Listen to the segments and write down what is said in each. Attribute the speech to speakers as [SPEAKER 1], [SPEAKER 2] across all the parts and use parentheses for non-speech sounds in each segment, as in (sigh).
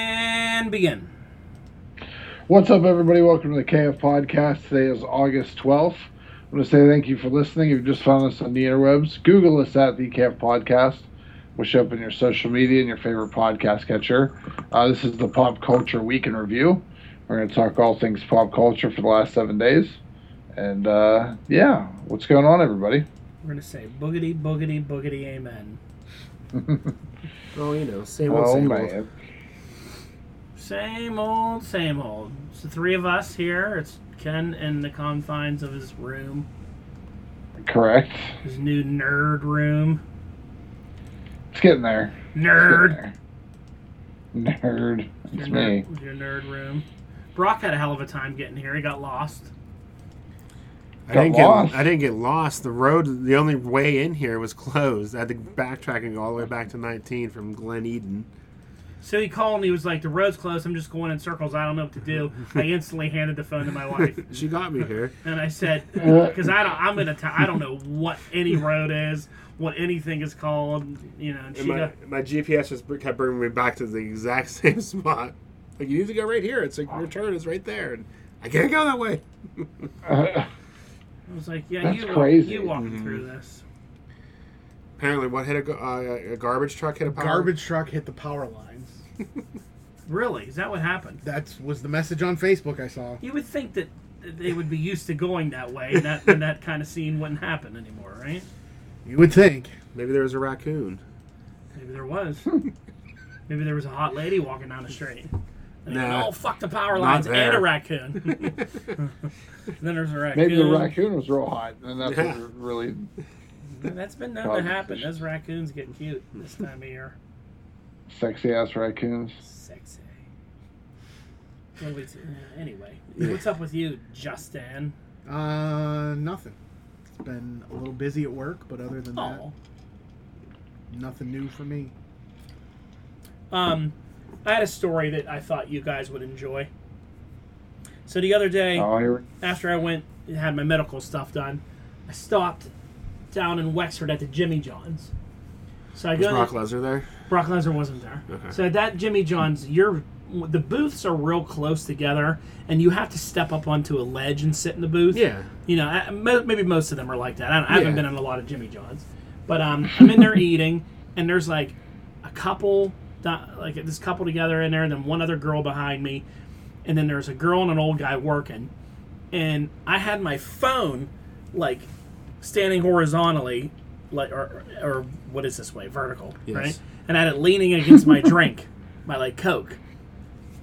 [SPEAKER 1] And begin.
[SPEAKER 2] What's up, everybody? Welcome to the KF Podcast. Today is August 12th. I want to say thank you for listening. If you just found us on the interwebs, Google us at the KF Podcast. We'll show up in your social media and your favorite podcast catcher. Uh, this is the Pop Culture Week in Review. We're going to talk all things pop culture for the last seven days. And uh, yeah, what's going on, everybody?
[SPEAKER 1] We're gonna say boogity boogity boogity amen.
[SPEAKER 3] Oh, you know, same old,
[SPEAKER 2] oh,
[SPEAKER 3] same old.
[SPEAKER 2] man.
[SPEAKER 1] Same old, same old. It's the three of us here. It's Ken in the confines of his room,
[SPEAKER 2] Correct.
[SPEAKER 1] his new nerd room.
[SPEAKER 2] It's getting there. It's getting
[SPEAKER 1] Nerd.
[SPEAKER 2] there. Nerd.
[SPEAKER 1] Your
[SPEAKER 2] It's me.
[SPEAKER 1] nerd, your nerd room. Brock had a hell of a time getting here. He got lost.
[SPEAKER 3] I
[SPEAKER 2] Got
[SPEAKER 3] didn't
[SPEAKER 2] lost.
[SPEAKER 3] get I didn't get lost. The road, the only way in here was closed. I had to backtracking all the way back to 19 from Glen Eden.
[SPEAKER 1] So he called and he was like, "The road's closed. I'm just going in circles. I don't know what to do."
[SPEAKER 2] (laughs)
[SPEAKER 1] I instantly handed the phone to my wife.
[SPEAKER 3] She got me here.
[SPEAKER 1] And I said,
[SPEAKER 2] Uh,
[SPEAKER 1] because I don't, I'm gonna, t- I don't know what any road is, what anything is called, you know. And she
[SPEAKER 3] (laughs) And my,
[SPEAKER 1] got-
[SPEAKER 3] my GPS just br- kept bringing me back to the exact (laughs) same spot. Like you need to go right here. It's like your turn is right there, and I can't go that way.
[SPEAKER 2] (laughs)
[SPEAKER 1] I was like, yeah,
[SPEAKER 2] That's
[SPEAKER 1] you, walk,
[SPEAKER 2] crazy.
[SPEAKER 1] you walking
[SPEAKER 3] Mm-hmm.
[SPEAKER 1] through this.
[SPEAKER 3] Apparently, what hit a, gar- uh, a garbage truck hit a power?
[SPEAKER 4] garbage truck hit the power lines.
[SPEAKER 1] Really? Is that what happened?
[SPEAKER 4] That was the message on Facebook I saw.
[SPEAKER 1] You would think that they would be used to going that way,
[SPEAKER 2] (laughs)
[SPEAKER 1] and that, and that kind of scene wouldn't happen anymore, right?
[SPEAKER 4] You would think.
[SPEAKER 3] Maybe there was a (laughs) raccoon.
[SPEAKER 1] Maybe there was. Maybe there was a hot lady walking down the street. And they went,
[SPEAKER 3] Nah.
[SPEAKER 1] oh, fuck the power
[SPEAKER 3] Not
[SPEAKER 1] lines and a
[SPEAKER 3] there.
[SPEAKER 1] raccoon.
[SPEAKER 3] (laughs)
[SPEAKER 1] (laughs) then there's a raccoon.
[SPEAKER 2] Maybe the raccoon was real hot, and that's
[SPEAKER 3] Yeah.
[SPEAKER 2] what really.
[SPEAKER 1] That's been known
[SPEAKER 2] Probably.
[SPEAKER 1] to happen. Those raccoons get cute this time of year.
[SPEAKER 2] Sexy ass raccoons.
[SPEAKER 1] Sexy. What do we do? Yeah, Anyway, what's up with you, Justin?
[SPEAKER 4] Uh, nothing. It's been a little busy at work, but other than that,
[SPEAKER 1] Oh,
[SPEAKER 4] nothing new for me.
[SPEAKER 1] um, I had a story that I thought you guys would enjoy. So the other day,
[SPEAKER 2] Oh, here.
[SPEAKER 1] after I went and had my medical stuff done, I stopped down in Wexford at the Jimmy John's. So I
[SPEAKER 3] Was
[SPEAKER 1] go.
[SPEAKER 3] Brock Lesnar there?
[SPEAKER 1] Brock Lesnar wasn't there.
[SPEAKER 3] Okay.
[SPEAKER 1] So at that Jimmy John's, you're the booths are real close together, and you have to step up onto a ledge and sit in the booth.
[SPEAKER 3] Yeah.
[SPEAKER 1] You know, I- mo- maybe most of them are like that. I, don't, I haven't
[SPEAKER 3] Yeah.
[SPEAKER 1] been in a lot of Jimmy John's, but um, I'm in there eating, and there's like a couple, not- like this couple together in there, and then one other girl behind me, and then there's a girl and an old guy working, and I had my phone, like, standing horizontally, like or or what is this way, vertical,
[SPEAKER 3] Yes.
[SPEAKER 1] right? And I had it leaning against my drink, my like Coke,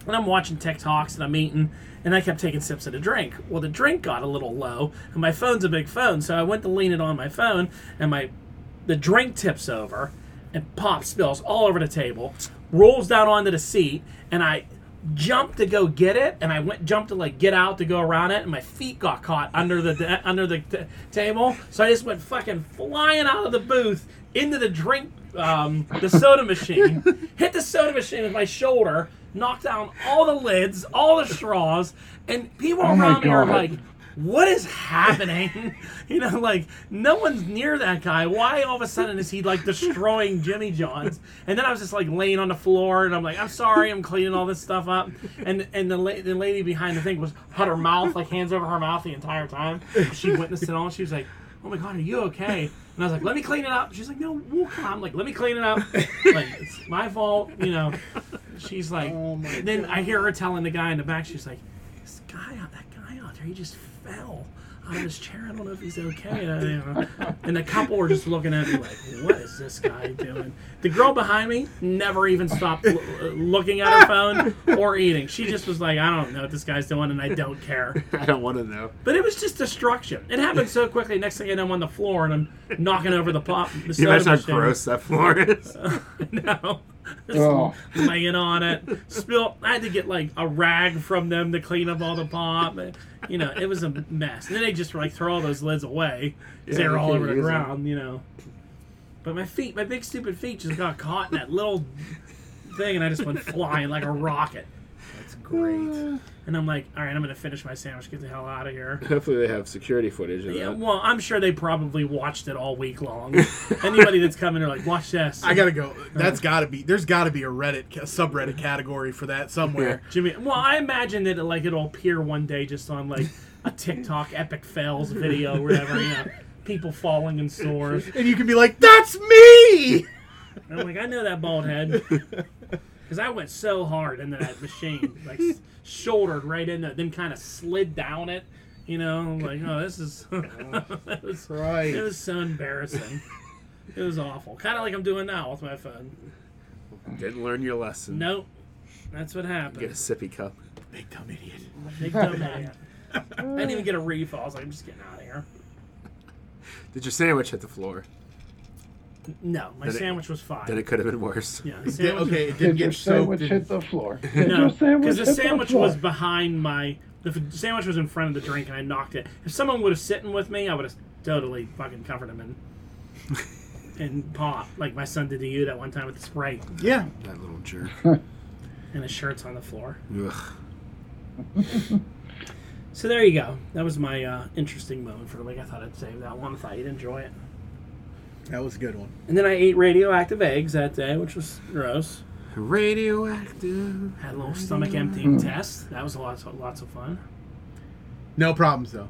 [SPEAKER 1] and I'm watching TikToks and I'm eating, and I kept taking sips of the drink. Well, the drink got a little low, and my phone's a big phone, so I went to lean it on my phone, and my the drink tips over, and pop spills all over the table, rolls down onto the seat, and I jumped to go get it, and I went jumped to like get out to go around it, and my feet got caught under the under the t- table, so I just went fucking flying out of the booth into the drink um, the soda
[SPEAKER 2] (laughs)
[SPEAKER 1] machine, hit the soda machine with my shoulder, knocked down all the lids, all the straws, and people
[SPEAKER 2] Oh my
[SPEAKER 1] around me are
[SPEAKER 2] God.
[SPEAKER 1] like, "What is happening?" (laughs) you know, like no one's near that guy. Why all of a sudden is he like destroying Jimmy John's? And then I was just like laying on the floor, and I'm like, "I'm sorry, I'm cleaning all this stuff up." And and the la- the lady behind the thing was had her mouth like hands over her mouth the entire time. She witnessed it all. She was like oh my god, are you okay? And I was like, let me clean it up. She's like, no, we'll come. I'm like, let me clean it up. Like, it's my fault, you know. She's like,
[SPEAKER 4] Oh my
[SPEAKER 1] then I hear her telling the guy in the back, she's like, this guy out, that guy out there, he just fell out of his chair. I don't know if he's okay. uh, you know. And the couple were just looking at me like, what is this guy doing? The girl behind me never even stopped l- looking at her phone or eating. She just was like, I don't know what this guy's doing, and I don't care.
[SPEAKER 3] (laughs) I don't want to know.
[SPEAKER 1] But it was just destruction. It happened so quickly. Next thing I know, I'm on the floor and I'm knocking over the pop. The
[SPEAKER 3] Can you
[SPEAKER 1] soda
[SPEAKER 3] imagine how
[SPEAKER 1] machine.
[SPEAKER 3] gross that floor (laughs) is?
[SPEAKER 1] (laughs) no. Just
[SPEAKER 2] Oh.
[SPEAKER 1] laying on it. Spill. I had to get like a rag from them to clean up all the pop. You know, it was a mess. And then they just like throw all those lids away. 'cause
[SPEAKER 3] Yeah,
[SPEAKER 1] they were
[SPEAKER 3] you
[SPEAKER 1] all
[SPEAKER 3] can't
[SPEAKER 1] over the
[SPEAKER 3] use 'em.
[SPEAKER 1] ground. You know. But my feet, my big stupid feet, just got caught in that little thing, and I just went flying like a rocket.
[SPEAKER 4] That's
[SPEAKER 3] Mm.
[SPEAKER 4] great.
[SPEAKER 1] And I'm like, all right, I'm gonna finish my sandwich. Get the hell out of here.
[SPEAKER 3] Hopefully, they have security footage of
[SPEAKER 1] Yeah,
[SPEAKER 3] that.
[SPEAKER 1] well, I'm sure they probably watched it all week
[SPEAKER 3] (laughs)
[SPEAKER 1] long. Anybody that's coming, they're like, watch this.
[SPEAKER 4] I gotta go. That's gotta be. There's gotta be a Reddit a subreddit category for that somewhere.
[SPEAKER 1] Jimmy. Well, I imagine that like it'll appear one day just on like a TikTok epic fails video, or whatever. You know, people falling in stores.
[SPEAKER 4] and you can be like, "That's me."
[SPEAKER 1] And I'm like, I know that bald head. Because I went so hard into that machine, like s- shouldered right into it, then kind of slid down it. You know, I'm like, oh, this is. (laughs) it, was,
[SPEAKER 4] Right.
[SPEAKER 1] it was so embarrassing. It was awful. Kind of like I'm doing now with my phone.
[SPEAKER 3] Didn't learn your lesson.
[SPEAKER 1] Nope. That's what happened.
[SPEAKER 3] Get a sippy cup.
[SPEAKER 4] Big dumb idiot.
[SPEAKER 1] Big dumb idiot. I didn't even get a refill. I was like, I'm just getting out of here.
[SPEAKER 3] Did your sandwich hit the floor?
[SPEAKER 1] No, my
[SPEAKER 3] Did it-
[SPEAKER 1] sandwich was fine.
[SPEAKER 3] Then it could have been worse.
[SPEAKER 1] yeah, the
[SPEAKER 4] Did-
[SPEAKER 1] sandwich was
[SPEAKER 4] okay, it didn't
[SPEAKER 2] Did your
[SPEAKER 4] get soaked.
[SPEAKER 2] sandwich
[SPEAKER 4] in-
[SPEAKER 2] hit
[SPEAKER 1] (laughs)
[SPEAKER 2] the floor?
[SPEAKER 1] No,
[SPEAKER 2] because
[SPEAKER 1] because the sandwich was behind my. The f- sandwich was in front of the drink, and I knocked it. If someone would have sitting with me, I would have totally fucking covered him in
[SPEAKER 3] (laughs)
[SPEAKER 1] in pop, like my son did to you that one time with the spray
[SPEAKER 4] Yeah.
[SPEAKER 3] That little jerk.
[SPEAKER 1] and his shirt's on the floor.
[SPEAKER 3] Ugh.
[SPEAKER 1] So there you go. That was my uh, interesting moment for the week. I thought I'd save that one. I thought you'd enjoy it.
[SPEAKER 4] That was a good one.
[SPEAKER 1] And then I ate radioactive eggs that day, which was gross.
[SPEAKER 3] Radioactive.
[SPEAKER 1] Had a little stomach emptying test. That was lots of, lots of fun.
[SPEAKER 4] No problems though.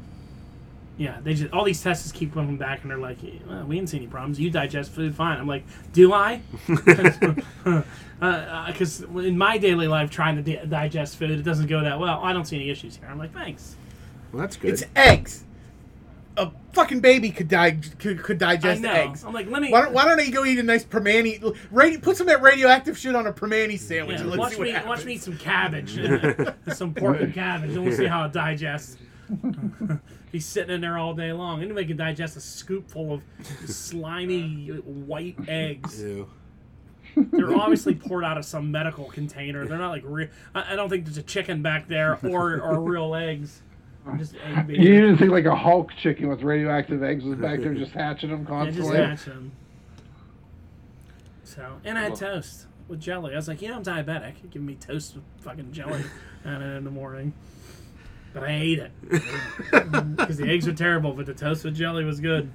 [SPEAKER 1] Yeah, they just all these tests just keep coming back, and they're like, "Uh, "We didn't see any problems. You digest food fine." I'm like, "Do
[SPEAKER 4] (laughs)
[SPEAKER 1] I?" (laughs) Because in my daily life, trying to di- digest food, it doesn't go that well. I don't see any issues here. I'm like, "Thanks."
[SPEAKER 3] Well, that's good.
[SPEAKER 4] It's eggs. A fucking baby could dig could, could
[SPEAKER 1] I
[SPEAKER 4] digest
[SPEAKER 1] know.
[SPEAKER 4] eggs.
[SPEAKER 1] I'm like, "Let me."
[SPEAKER 4] Why don't, why don't I go eat a nice permani? Radio, put some of that radioactive shit on a permani sandwich
[SPEAKER 1] yeah,
[SPEAKER 4] and let's
[SPEAKER 1] watch
[SPEAKER 4] see what
[SPEAKER 1] me
[SPEAKER 4] happens.
[SPEAKER 1] watch me eat some
[SPEAKER 4] (laughs)
[SPEAKER 1] cabbage, uh, some pork and cabbage, and we'll see how it digests. He's sitting in there all day long. Anybody can digest a scoop full of slimy white eggs.
[SPEAKER 3] Ew.
[SPEAKER 1] They're obviously poured out of some medical container. They're not like real. I, I don't think there's a chicken back there or or real eggs. I'm just egg
[SPEAKER 2] You
[SPEAKER 1] beater.
[SPEAKER 2] didn't think like a Hulk chicken with radioactive eggs was
[SPEAKER 1] (laughs)
[SPEAKER 2] back there just hatching them
[SPEAKER 1] I just
[SPEAKER 2] constantly.
[SPEAKER 1] match them. So and I had toast with jelly. I was like, you know, I'm diabetic. You're giving me toast with fucking jelly at it in the morning. But I ate it
[SPEAKER 3] (laughs)
[SPEAKER 1] because the eggs were terrible, but the toast with jelly was good.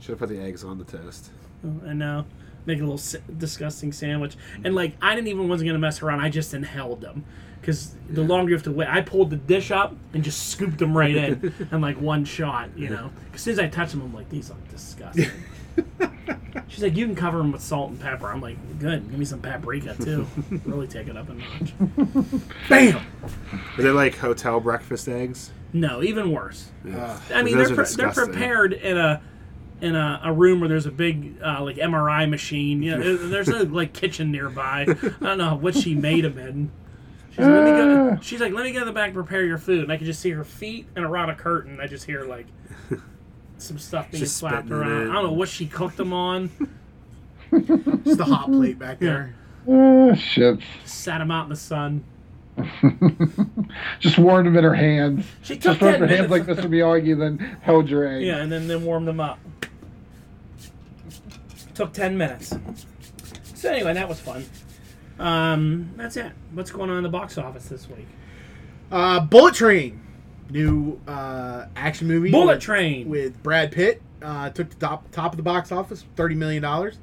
[SPEAKER 3] Should have put the eggs on the toast.
[SPEAKER 1] And now make a little s- disgusting sandwich. And like I didn't even wasn't gonna mess around. I just inhaled them because the longer you have to wait, I pulled the dish up and just scooped them right in and like one shot. You know, 'Cause as soon as I touch them, I'm like, these look disgusting. She's like, you can cover them with salt and pepper. I'm like, good. Give me some paprika too. really take it up a notch.
[SPEAKER 4] Bam.
[SPEAKER 3] Are they like hotel breakfast eggs?
[SPEAKER 1] No, even worse.
[SPEAKER 3] Yeah.
[SPEAKER 1] I mean, they're,
[SPEAKER 3] Those are
[SPEAKER 1] pre- they're
[SPEAKER 3] disgusting.
[SPEAKER 1] prepared in a in a, a room where there's a big uh, like MRI machine. You know, there- there's a like kitchen
[SPEAKER 3] (laughs)
[SPEAKER 1] nearby. I don't know what she made them in. She's like, let me
[SPEAKER 3] Ah.
[SPEAKER 1] go. She's like, let me go to the back and prepare your food. And I can just see her feet and around a curtain. I just hear
[SPEAKER 3] (laughs)
[SPEAKER 1] like some stuff being
[SPEAKER 3] Just
[SPEAKER 1] slapped
[SPEAKER 3] spitting in
[SPEAKER 1] around.
[SPEAKER 3] it.
[SPEAKER 1] I don't know what she cooked them on.
[SPEAKER 4] Just
[SPEAKER 1] (laughs)
[SPEAKER 4] the hot plate back there.
[SPEAKER 2] Uh, shit.
[SPEAKER 1] Sat them out in the sun.
[SPEAKER 2] Just warmed them in her hands.
[SPEAKER 1] She took
[SPEAKER 2] Just rubbed
[SPEAKER 1] ten
[SPEAKER 2] her hands
[SPEAKER 1] minutes.
[SPEAKER 2] like Mr. Miyagi, then held your egg.
[SPEAKER 1] Yeah, and then then warmed them up. Took ten minutes. So anyway, that was fun. Um, that's it. What's going on in the box office this week?
[SPEAKER 4] Uh, Bullet Train, new uh, action movie.
[SPEAKER 1] Bullet
[SPEAKER 4] with-
[SPEAKER 1] Train.
[SPEAKER 4] with Brad Pitt. Uh, took the top top of the box office, thirty million dollars.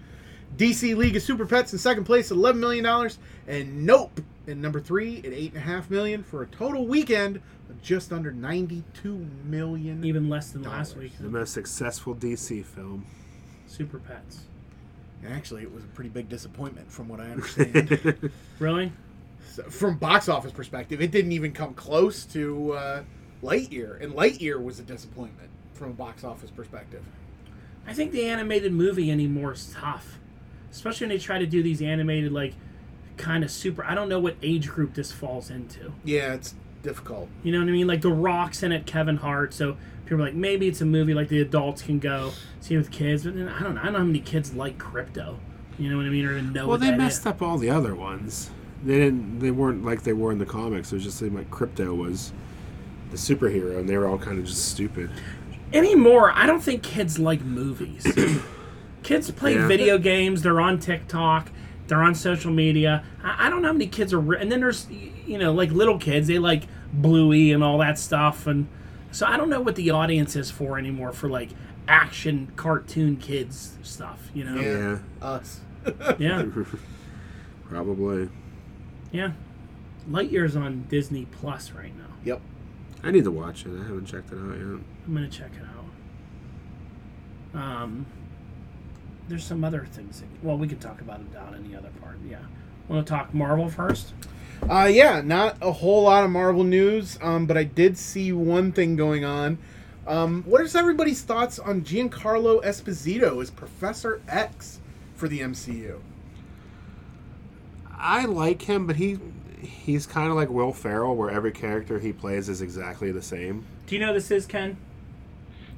[SPEAKER 4] DC League of Super Pets in second place, at eleven million dollars, and Nope in number three at eight and a half million for a total weekend of just under ninety-two million.
[SPEAKER 1] Even less than last week.
[SPEAKER 3] The most successful DC film. (laughs)
[SPEAKER 1] Super Pets.
[SPEAKER 4] Actually, it was a pretty big disappointment, from what I
[SPEAKER 1] (laughs)
[SPEAKER 4] understand.
[SPEAKER 1] Really?
[SPEAKER 4] So, from box office perspective, it didn't even come close to uh, Lightyear, and Lightyear was a disappointment from a box office perspective.
[SPEAKER 1] I think the animated movie anymore is tough, especially when they try to do these animated like kind of super. I don't know what age group this falls into.
[SPEAKER 4] Yeah, it's difficult.
[SPEAKER 1] You know what I mean? Like The Rock's in it, Kevin Hart. So people are like, maybe it's a movie like the adults can go see with kids. But then I don't know. I don't know how many kids like crypto. You know what I mean? Or even know.
[SPEAKER 3] Well,
[SPEAKER 1] what
[SPEAKER 3] they
[SPEAKER 1] that
[SPEAKER 3] messed
[SPEAKER 1] is.
[SPEAKER 3] up all the other ones. They didn't. They weren't like they were in the comics. It was just like, like crypto was the superhero, and they were all kind of just stupid.
[SPEAKER 1] anymore. I don't
[SPEAKER 3] (coughs)
[SPEAKER 1] think kids like movies. kids play
[SPEAKER 3] Yeah.
[SPEAKER 1] video games. They're on TikTok. They're on social media. I, I don't know how many kids are. Re- and then there's, y- you know, like little kids. They like Bluey and all that stuff. And so I don't know what the audience is for anymore for like action cartoon kids stuff. You know?
[SPEAKER 3] Yeah,
[SPEAKER 4] Us. (laughs)
[SPEAKER 1] Yeah.
[SPEAKER 3] (laughs) probably.
[SPEAKER 1] Yeah. Lightyear's on Disney Plus right now.
[SPEAKER 4] Yep.
[SPEAKER 3] I need to watch it. I haven't checked it out yet.
[SPEAKER 1] I'm gonna check it out. Um, there's some other things. That, well, we can talk about them down in the other part. Yeah. Want to talk Marvel first?
[SPEAKER 4] Uh, yeah, not a whole lot of Marvel news, um, but I did see one thing going on. Um, what is everybody's thoughts on Giancarlo Esposito as Professor X for the MCU?
[SPEAKER 3] I like him, but he he's kind of like Will Ferrell, where every character he plays is exactly the same.
[SPEAKER 1] Do you know who this is Ken?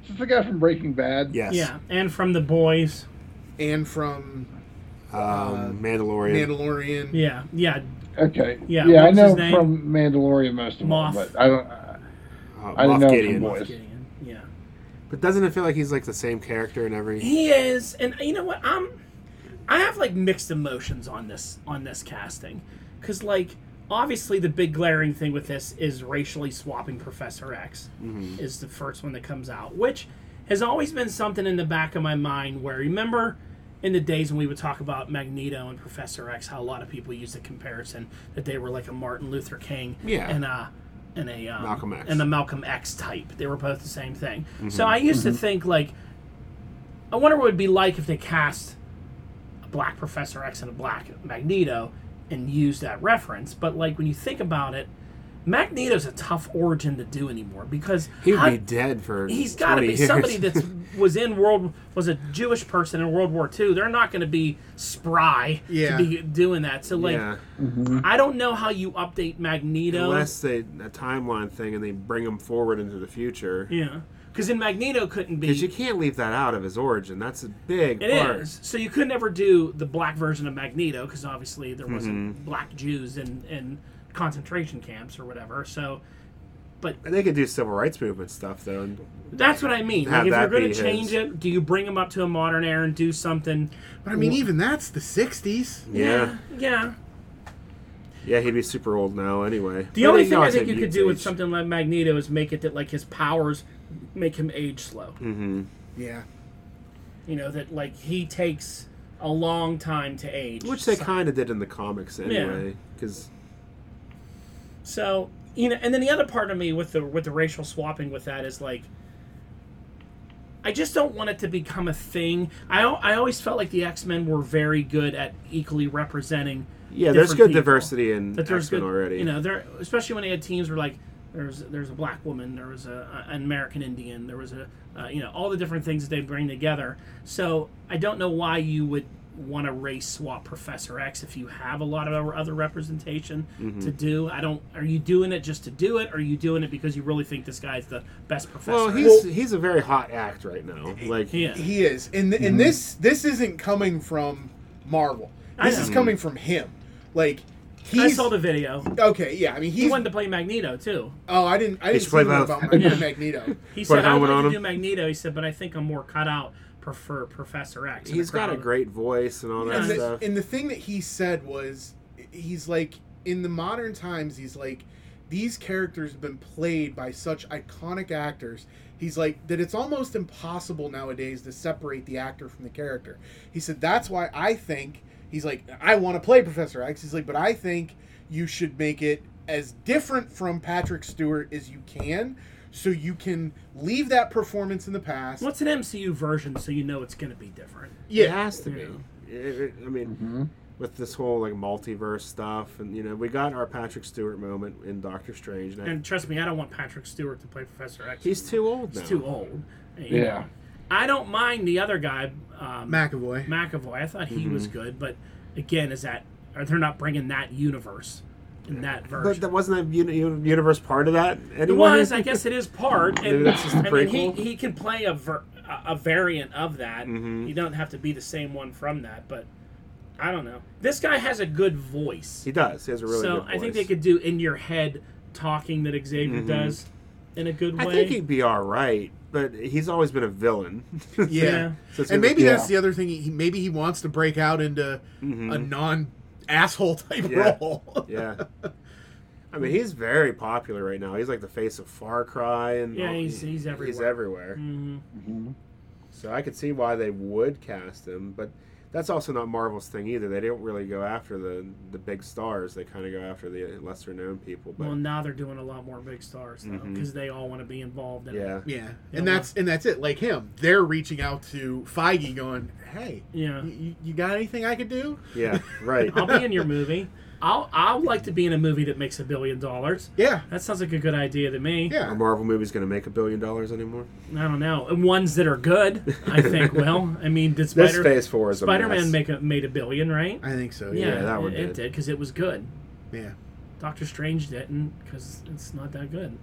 [SPEAKER 2] Is this the guy from Breaking Bad?
[SPEAKER 3] Yes.
[SPEAKER 1] Yeah, and from the boys.
[SPEAKER 4] And from
[SPEAKER 3] Um,
[SPEAKER 4] Uh,
[SPEAKER 3] Mandalorian.
[SPEAKER 4] Mandalorian.
[SPEAKER 1] Yeah, yeah.
[SPEAKER 2] Okay.
[SPEAKER 1] Yeah,
[SPEAKER 2] Yeah, I
[SPEAKER 1] what's
[SPEAKER 2] know
[SPEAKER 1] his name?
[SPEAKER 2] from Mandalorian most of
[SPEAKER 1] Moff.
[SPEAKER 2] them, but I don't. Uh,
[SPEAKER 3] uh,
[SPEAKER 2] I didn't
[SPEAKER 3] Moff
[SPEAKER 2] know it was
[SPEAKER 3] Gideon.
[SPEAKER 2] from Boys.
[SPEAKER 1] Gideon. Yeah,
[SPEAKER 3] But doesn't it feel like he's like the same character in every?
[SPEAKER 1] he is. And you know what? I'm. I have like mixed emotions on this on this casting, because like obviously the big glaring thing with this is racially swapping Professor X.
[SPEAKER 3] Mhm.
[SPEAKER 1] is the first one that comes out, which has always been something in the back of my mind where remember in the days when we would talk about Magneto and Professor X, how a lot of people used the comparison that they were like a Martin Luther King
[SPEAKER 3] Yeah.
[SPEAKER 1] and a and a um,
[SPEAKER 3] Malcolm X. Mm-hmm.
[SPEAKER 1] and a Malcolm X type. They were both the same thing. So I used to think like I wonder what it would be like if they cast a black Professor X and a black Magneto and used that reference. But like when you think about it, Magneto's a tough origin to do anymore because
[SPEAKER 3] He would
[SPEAKER 1] how-
[SPEAKER 3] be dead for.
[SPEAKER 1] he's got to
[SPEAKER 3] 20
[SPEAKER 1] be
[SPEAKER 3] (laughs) years.
[SPEAKER 1] somebody that was in world was a Jewish person in World War II. They're not going to be spry
[SPEAKER 4] Yeah.
[SPEAKER 1] to be doing that. So like
[SPEAKER 3] yeah,
[SPEAKER 1] I don't know how you update Magneto.
[SPEAKER 3] unless they a timeline thing and they bring him forward into the future.
[SPEAKER 1] yeah, because in Magneto couldn't be.
[SPEAKER 3] Because you can't leave that out of his origin. That's a big
[SPEAKER 1] It
[SPEAKER 3] part.
[SPEAKER 1] is. So you could never do the black version of Magneto because obviously there wasn't
[SPEAKER 3] Mm-hmm.
[SPEAKER 1] black Jews in, in concentration camps or whatever. So
[SPEAKER 3] They could do civil rights movement stuff though. and-
[SPEAKER 1] that's what I mean.
[SPEAKER 3] Have
[SPEAKER 1] Like, if you're
[SPEAKER 3] that
[SPEAKER 1] going
[SPEAKER 3] be
[SPEAKER 1] to change
[SPEAKER 3] his.
[SPEAKER 1] it, do you bring him up to a modern era and do something?
[SPEAKER 4] But I mean, even that's the 60s.
[SPEAKER 3] Yeah.
[SPEAKER 1] Yeah.
[SPEAKER 3] yeah, he'd be super old now anyway.
[SPEAKER 1] The
[SPEAKER 3] But
[SPEAKER 1] only
[SPEAKER 3] they
[SPEAKER 1] thing I
[SPEAKER 3] always
[SPEAKER 1] think
[SPEAKER 3] have
[SPEAKER 1] you could
[SPEAKER 3] youth
[SPEAKER 1] do with
[SPEAKER 3] age.
[SPEAKER 1] something like Magneto is make it that like his powers make him age slow.
[SPEAKER 3] Mm.
[SPEAKER 4] Yeah.
[SPEAKER 1] You know that like he takes a long time to age.
[SPEAKER 3] Which they
[SPEAKER 1] So-
[SPEAKER 3] kind of did in the comics anyway. Because
[SPEAKER 1] So you know, and then the other part of me with the with the racial swapping with that is like, I just don't want it to become a thing. I al- I always felt like the X Men were very good at equally representing.
[SPEAKER 3] yeah, there's
[SPEAKER 1] different
[SPEAKER 3] good
[SPEAKER 1] people.
[SPEAKER 3] diversity in
[SPEAKER 1] That there's
[SPEAKER 3] X Men
[SPEAKER 1] good
[SPEAKER 3] already.
[SPEAKER 1] You know, there especially when they had teams where like there's there's a black woman, there was a, an American Indian, there was a uh, you know all the different things that they bring together. So I don't know why you would want to race swap Professor X if you have a lot of other- other representation
[SPEAKER 3] Mm-hmm.
[SPEAKER 1] to do. I don't. Are you doing it just to do it? Or are you doing it because you really think this guy's the best professor?
[SPEAKER 3] well, he's he's a very hot act right now. Like
[SPEAKER 1] he is.
[SPEAKER 4] He is, and th- and this this isn't coming from Marvel.
[SPEAKER 1] I
[SPEAKER 4] This
[SPEAKER 1] know.
[SPEAKER 4] is coming from him. Like he's
[SPEAKER 1] I saw the video.
[SPEAKER 4] okay, yeah. I mean,
[SPEAKER 1] He
[SPEAKER 4] he's
[SPEAKER 1] wanted to play Magneto too.
[SPEAKER 4] oh, I didn't I didn't
[SPEAKER 3] should
[SPEAKER 4] see
[SPEAKER 3] play
[SPEAKER 4] him
[SPEAKER 3] both.
[SPEAKER 4] about
[SPEAKER 1] Yeah.
[SPEAKER 4] Mag- Magneto.
[SPEAKER 1] He
[SPEAKER 3] Put a
[SPEAKER 1] said, "I would like
[SPEAKER 3] helmet on
[SPEAKER 1] to
[SPEAKER 3] him.
[SPEAKER 1] do Magneto." He said, "But I think I'm more cut out for, for Professor X." And
[SPEAKER 3] he's
[SPEAKER 1] the
[SPEAKER 3] got a
[SPEAKER 1] crowd-
[SPEAKER 3] great voice and all that
[SPEAKER 4] and, the,
[SPEAKER 3] stuff.
[SPEAKER 4] and the thing that he said was, he's like in the modern times, he's like these characters have been played by such iconic actors. He's like that it's almost impossible nowadays to separate the actor from the character. He said that's why I think he's like I want to play Professor X. He's like, but I think you should make it as different from Patrick Stewart as you can. So you can leave that performance in the past.
[SPEAKER 1] What's an MCU version so you know it's going to be different?
[SPEAKER 3] It
[SPEAKER 4] Yeah,
[SPEAKER 3] has to be. It- it- I mean, with this whole like multiverse stuff, and you know, we got our Patrick Stewart moment in Doctor Strange. And I-
[SPEAKER 1] And trust me, I don't want Patrick Stewart to play Professor X.
[SPEAKER 3] he's too old now.
[SPEAKER 1] He's too old. you know.
[SPEAKER 2] Yeah.
[SPEAKER 1] I don't mind the other guy, um,
[SPEAKER 4] McAvoy.
[SPEAKER 1] McAvoy. I thought he was good, but again, is that are they're not bringing that universe in that
[SPEAKER 3] But
[SPEAKER 1] version?
[SPEAKER 3] that wasn't a uni- uni- universe part of that. Anyway.
[SPEAKER 1] it was, I guess, it is part. And,
[SPEAKER 3] Maybe that's just a
[SPEAKER 1] I mean, he,
[SPEAKER 3] prequel.
[SPEAKER 1] he can play a ver- a- a variant of that. You don't have to be the same one from that, but I don't know. This guy has a good voice.
[SPEAKER 3] He does. He has a really
[SPEAKER 1] so
[SPEAKER 3] good voice. Mm-hmm.
[SPEAKER 1] I think they could do in your head talking that Xavier does. in a good way.
[SPEAKER 3] I think he'd be all right, but he's always been a villain. (laughs) So
[SPEAKER 4] Yeah.
[SPEAKER 3] it's
[SPEAKER 4] And
[SPEAKER 3] gonna be-
[SPEAKER 4] maybe
[SPEAKER 2] Yeah.
[SPEAKER 4] that's the other thing. He, maybe he wants to break out into
[SPEAKER 3] Mm-hmm.
[SPEAKER 4] a non asshole (laughs) type
[SPEAKER 3] Yeah.
[SPEAKER 4] role.
[SPEAKER 3] yeah. I mean, he's very popular right now. He's like the face of Far Cry, and
[SPEAKER 1] Yeah, he's- he's
[SPEAKER 3] He's
[SPEAKER 1] everywhere.
[SPEAKER 3] everywhere.
[SPEAKER 1] Mhm.
[SPEAKER 2] Mm-hmm.
[SPEAKER 3] So I could see why they would cast him, but that's also not Marvel's thing either. They don't really go after the the big stars. They kind of go after the lesser known people. But
[SPEAKER 1] Well, now they're doing a lot more big stars though,
[SPEAKER 3] Mhm.
[SPEAKER 1] because they all want to be involved in it.
[SPEAKER 3] yeah,
[SPEAKER 4] (laughs) Yeah,
[SPEAKER 1] Yeah,
[SPEAKER 4] and that's and that's it. Like him, they're reaching out to Feige, going, "Hey,
[SPEAKER 1] Yeah.
[SPEAKER 3] (laughs)
[SPEAKER 4] you- you, you got anything I could do?"
[SPEAKER 3] yeah, right.
[SPEAKER 1] (laughs) I'll be in your movie. I'll I'll like to be in a movie that makes a billion dollars.
[SPEAKER 4] Yeah,
[SPEAKER 1] That sounds like a good idea to me.
[SPEAKER 3] Are
[SPEAKER 4] yeah.
[SPEAKER 3] Marvel movies going to make a billion dollars anymore?
[SPEAKER 1] I don't know. And ones that are good, I
[SPEAKER 3] (laughs)
[SPEAKER 1] think. well, I mean, did
[SPEAKER 3] This
[SPEAKER 1] Spider
[SPEAKER 3] Phase Four is a
[SPEAKER 1] Spider Man
[SPEAKER 3] mess.
[SPEAKER 1] make a, made a billion, right?
[SPEAKER 4] I think so.
[SPEAKER 1] Yeah,
[SPEAKER 4] Yeah,
[SPEAKER 3] that one
[SPEAKER 1] it, it
[SPEAKER 3] did.
[SPEAKER 1] did because it was good.
[SPEAKER 4] yeah.
[SPEAKER 1] Doctor Strange didn't because it's not that
[SPEAKER 3] (laughs)
[SPEAKER 1] good.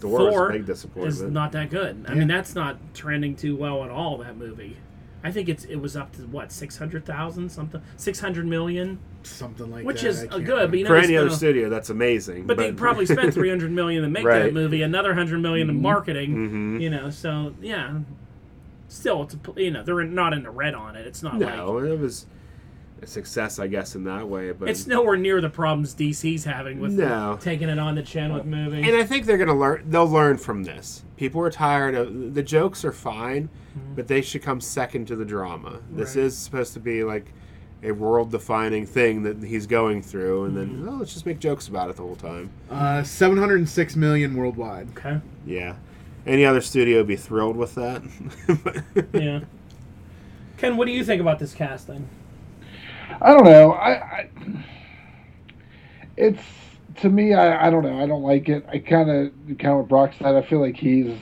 [SPEAKER 3] Thor was a
[SPEAKER 1] Thor
[SPEAKER 3] big
[SPEAKER 1] is
[SPEAKER 3] disappointment.
[SPEAKER 1] not that good. I
[SPEAKER 4] Yeah.
[SPEAKER 1] mean, that's not trending too well at all. That movie. I think it's it was up to what six hundred thousand something six hundred million,
[SPEAKER 4] something like
[SPEAKER 1] which
[SPEAKER 4] that.
[SPEAKER 1] is
[SPEAKER 4] I
[SPEAKER 1] uh,
[SPEAKER 4] can't
[SPEAKER 1] good. But you know,
[SPEAKER 3] For
[SPEAKER 1] they
[SPEAKER 3] any other
[SPEAKER 1] spent a-
[SPEAKER 3] studio, that's amazing.
[SPEAKER 1] but they probably
[SPEAKER 3] (laughs)
[SPEAKER 1] spent 300 million to make
[SPEAKER 3] Right. Mm-hmm.
[SPEAKER 1] that movie another 100 million in marketing
[SPEAKER 3] (laughs) Mhm.
[SPEAKER 1] you know so yeah still it's a, pl- you know they're not in the red on it it's not like
[SPEAKER 3] no, it was a success, I guess, in that way. But
[SPEAKER 1] it's nowhere near the problems DC's having with
[SPEAKER 3] No.
[SPEAKER 1] taking it on the chin with movies.
[SPEAKER 3] And I think they're gonna learn. They'll learn from this. People are tired of the jokes are fine, but they should come second to the drama. This
[SPEAKER 1] Mm-hmm. Right.
[SPEAKER 3] is supposed to be like a world-defining thing that he's going through, and
[SPEAKER 1] Mm-hmm.
[SPEAKER 3] then oh, let's just make jokes about it the whole time.
[SPEAKER 4] Uh, seven hundred and six million worldwide.
[SPEAKER 1] okay.
[SPEAKER 3] Yeah. Any other studio would be thrilled with that. (laughs) But-
[SPEAKER 1] Yeah. Ken, what do you think about this casting?
[SPEAKER 2] I don't know. I, I it's to me. I, I don't know. I don't like it. I kind of kind of what Brock said. I feel like he's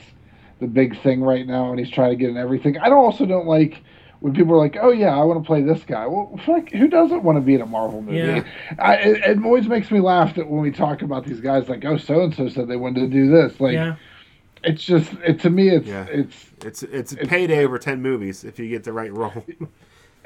[SPEAKER 2] the big thing right now, and he's trying to get in everything. I don't, also don't like when people are like, "Oh yeah, I want to play this guy." Well, fuck, who doesn't want to be in a Marvel movie?
[SPEAKER 1] Yeah.
[SPEAKER 2] I, it, it always makes me laugh that when we talk about these guys, like, "Oh, so and so said they wanted to do this." Like,
[SPEAKER 1] yeah.
[SPEAKER 2] it's just it to me. It's
[SPEAKER 3] Yeah.
[SPEAKER 2] it's
[SPEAKER 3] it's it's a payday over ten movies if you get the right role.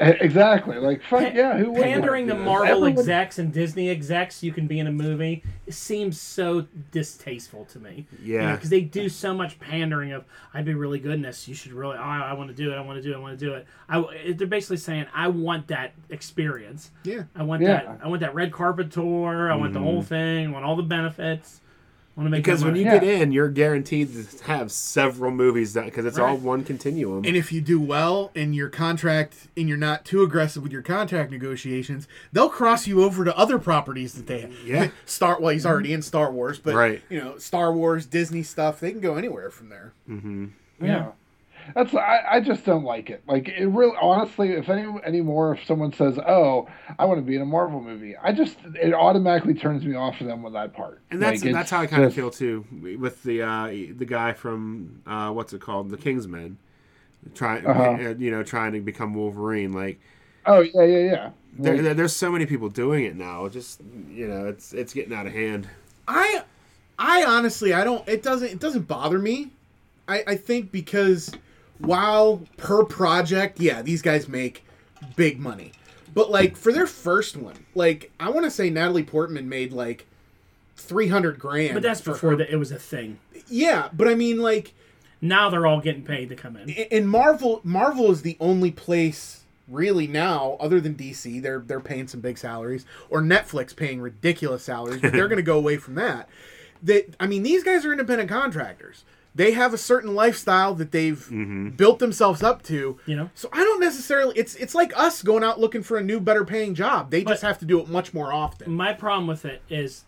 [SPEAKER 2] e- exactly like fuck
[SPEAKER 1] Pa-
[SPEAKER 2] yeah. Who wouldn't wanna
[SPEAKER 1] Pandering to
[SPEAKER 2] do this?
[SPEAKER 1] Marvel
[SPEAKER 2] Everyone-
[SPEAKER 1] execs and Disney execs, you can be in a movie. It seems so distasteful to me.
[SPEAKER 3] Yeah.
[SPEAKER 1] Because they do so much pandering of, I'd be really good in this. You should really, oh, I want to do it. I want to do it. I want to do it. I, w- they're basically saying, I want that experience.
[SPEAKER 4] Yeah,
[SPEAKER 1] I want
[SPEAKER 2] Yeah.
[SPEAKER 1] that. I want that red carpet tour. I want the whole thing. I want all the benefits. I want to make that
[SPEAKER 3] Because when you
[SPEAKER 1] money."
[SPEAKER 2] Yeah.
[SPEAKER 3] get in, you're guaranteed to have several movies that because it's all
[SPEAKER 1] Right.
[SPEAKER 3] one continuum.
[SPEAKER 4] and if you do well in your contract and you're not too aggressive with your contract negotiations, they'll cross you over to other properties that they have.
[SPEAKER 3] Yeah.
[SPEAKER 4] (laughs)
[SPEAKER 3] Mm-hmm.
[SPEAKER 4] Star. Well, he's already in Star Wars, but
[SPEAKER 3] Right.
[SPEAKER 4] you know, Star Wars, Disney stuff. They can go anywhere from there.
[SPEAKER 1] Yeah.
[SPEAKER 2] Yeah. That's I, I just don't like it. Like it really honestly, if any anymore if someone says, "Oh, I want to be in a Marvel movie." I just it automatically turns me off of them with that part.
[SPEAKER 3] And that's
[SPEAKER 2] Like, it's
[SPEAKER 3] that's how I kind of
[SPEAKER 2] just-
[SPEAKER 3] feel too with the uh, the guy from uh, what's it called, the Kingsmen, trying
[SPEAKER 2] Uh-huh.
[SPEAKER 3] uh you know trying to become Wolverine. Like
[SPEAKER 2] Oh, yeah, yeah, yeah.
[SPEAKER 3] there,
[SPEAKER 2] Like,
[SPEAKER 3] there- there's so many people doing it now. Just you know, it's it's getting out of hand.
[SPEAKER 4] I I honestly I don't it doesn't it doesn't bother me. I, I think because while per project, yeah, these guys make big money. But like for their first one, like I wanna say Natalie Portman made like three hundred grand.
[SPEAKER 1] But that's
[SPEAKER 4] for
[SPEAKER 1] before
[SPEAKER 4] her-
[SPEAKER 1] that it was a thing.
[SPEAKER 4] Yeah, but I mean like
[SPEAKER 1] Now they're all getting paid to come in.
[SPEAKER 4] a- and Marvel Marvel is the only place really now other than DC they're they're paying some big salaries or Netflix paying ridiculous salaries but they're going to go away from that that I mean these guys are independent contractors they have a certain lifestyle that they've built themselves up to
[SPEAKER 1] You know?
[SPEAKER 4] so I don't necessarily it's it's like us going out looking for a new better paying job they just
[SPEAKER 1] But-
[SPEAKER 4] have to do it much more often
[SPEAKER 1] My problem with it is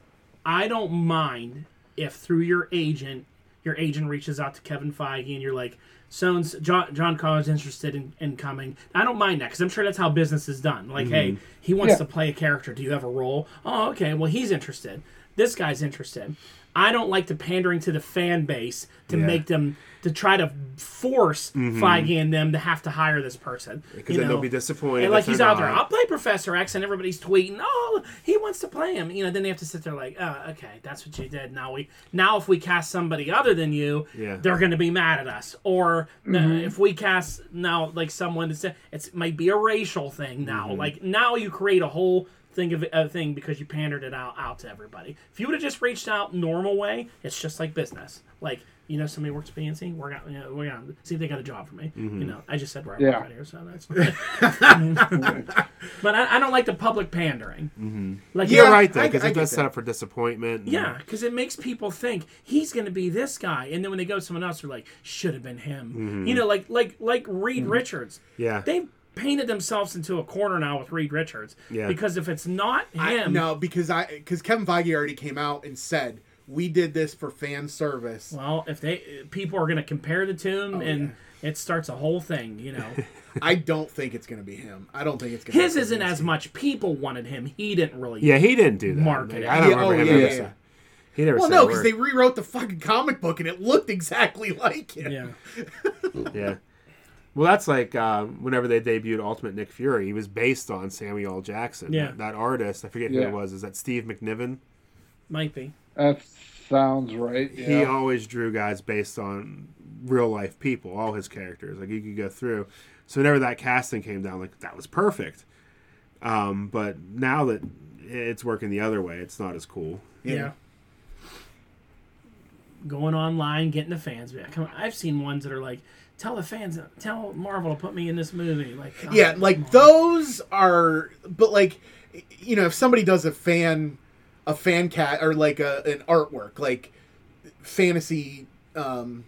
[SPEAKER 1] I don't mind if through your agent, your agent reaches out to Kevin Feige and you're like, Sones, John, John Connor's interested in, in coming. I don't mind that because I'm sure that's how business is done. Like, hey,
[SPEAKER 3] Mm-hmm.
[SPEAKER 1] he wants
[SPEAKER 2] Yeah.
[SPEAKER 1] to play a character. Do you have a role? Oh, okay. Well, he's interested. This guy's interested. I don't like the pandering to the fan base to
[SPEAKER 3] Yeah.
[SPEAKER 1] make them to try to force Feige and them to have to hire this person.
[SPEAKER 3] Because
[SPEAKER 1] you
[SPEAKER 3] then they'll
[SPEAKER 1] know?
[SPEAKER 3] be
[SPEAKER 1] And
[SPEAKER 3] disappointed. if
[SPEAKER 1] like
[SPEAKER 3] they're
[SPEAKER 1] he's out there,
[SPEAKER 3] not.
[SPEAKER 1] I'll play Professor X, and everybody's tweeting, "Oh, he wants to play him." You know, then they have to sit there like, "Oh, okay, that's what you did." Now we, now if we cast somebody other than you,
[SPEAKER 3] Yeah.
[SPEAKER 1] they're going to be mad at us. Or uh, if we cast
[SPEAKER 3] Mm-hmm.
[SPEAKER 1] now like someone that's it's it might be a racial thing now. Like now you create a whole think of a thing because you pandered it out out to everybody. If you would have just reached out normal way, it's just like business. Like you know, somebody works at PNC. We're gonna you know, we're gonna see if they got a job for me.
[SPEAKER 3] Mm-hmm.
[SPEAKER 1] You know, I just said where I
[SPEAKER 2] Yeah.
[SPEAKER 1] work right here, so that's. but I, I don't like the public pandering. Mm-hmm. Like
[SPEAKER 4] Yeah,
[SPEAKER 1] you
[SPEAKER 3] You're
[SPEAKER 1] know,
[SPEAKER 3] right though,
[SPEAKER 4] I-
[SPEAKER 3] because
[SPEAKER 4] I
[SPEAKER 3] it
[SPEAKER 4] get
[SPEAKER 3] does
[SPEAKER 4] that.
[SPEAKER 3] set up for disappointment. and-
[SPEAKER 1] yeah, because it makes people think he's going to be this guy, and then when they go to someone else, they're like, "Should have been him." You know, like like like Reed Richards.
[SPEAKER 3] Mm-hmm. Yeah.
[SPEAKER 1] they painted themselves into a corner now with Reed Richards.
[SPEAKER 3] Yeah.
[SPEAKER 1] because if it's not him,
[SPEAKER 4] I, no, because I because Kevin Feige already came out and said we did this for fan service.
[SPEAKER 1] well, if they people are going to compare the two, and it starts a whole thing. You
[SPEAKER 3] (laughs)
[SPEAKER 1] know,
[SPEAKER 4] I don't think it's gonna be him. I don't think it's gonna.
[SPEAKER 1] his
[SPEAKER 4] be
[SPEAKER 1] isn't
[SPEAKER 4] him.
[SPEAKER 1] as much people wanted him. He didn't really.
[SPEAKER 3] Yeah, he didn't do that.
[SPEAKER 1] Marketing.
[SPEAKER 3] Like, I don't
[SPEAKER 4] Yeah, oh,
[SPEAKER 3] remember him
[SPEAKER 4] yeah,
[SPEAKER 3] ever
[SPEAKER 4] yeah,
[SPEAKER 3] saying-
[SPEAKER 4] yeah.
[SPEAKER 3] He never
[SPEAKER 4] Well,
[SPEAKER 3] said
[SPEAKER 4] no,
[SPEAKER 3] a
[SPEAKER 4] because
[SPEAKER 3] word.
[SPEAKER 4] they rewrote the fucking comic book and it looked exactly (laughs) like it.
[SPEAKER 1] Yeah.
[SPEAKER 3] Yeah. Well, that's like uh, whenever they debuted Ultimate Nick Fury, he was based on Samuel L. Jackson.
[SPEAKER 1] Yeah.
[SPEAKER 3] That, that artist, I forget who
[SPEAKER 2] Yeah.
[SPEAKER 3] it was. Is that Steve McNiven?
[SPEAKER 1] might be.
[SPEAKER 2] That sounds right.
[SPEAKER 3] He
[SPEAKER 2] Yeah.
[SPEAKER 3] always drew guys based on real life people, all his characters. Like you could go through. So whenever that casting came down, like that was perfect. Um, but now that it's working the other way, it's not as cool.
[SPEAKER 1] yeah. Going online, getting the fans back. Come on, I've seen ones that are like, "Tell the fans, tell Marvel to put me in this movie." Like, oh,
[SPEAKER 4] Yeah,
[SPEAKER 1] come on.
[SPEAKER 4] like those are, but like, you know, if somebody does a fan, a fan cat or like a an artwork, like fantasy, um,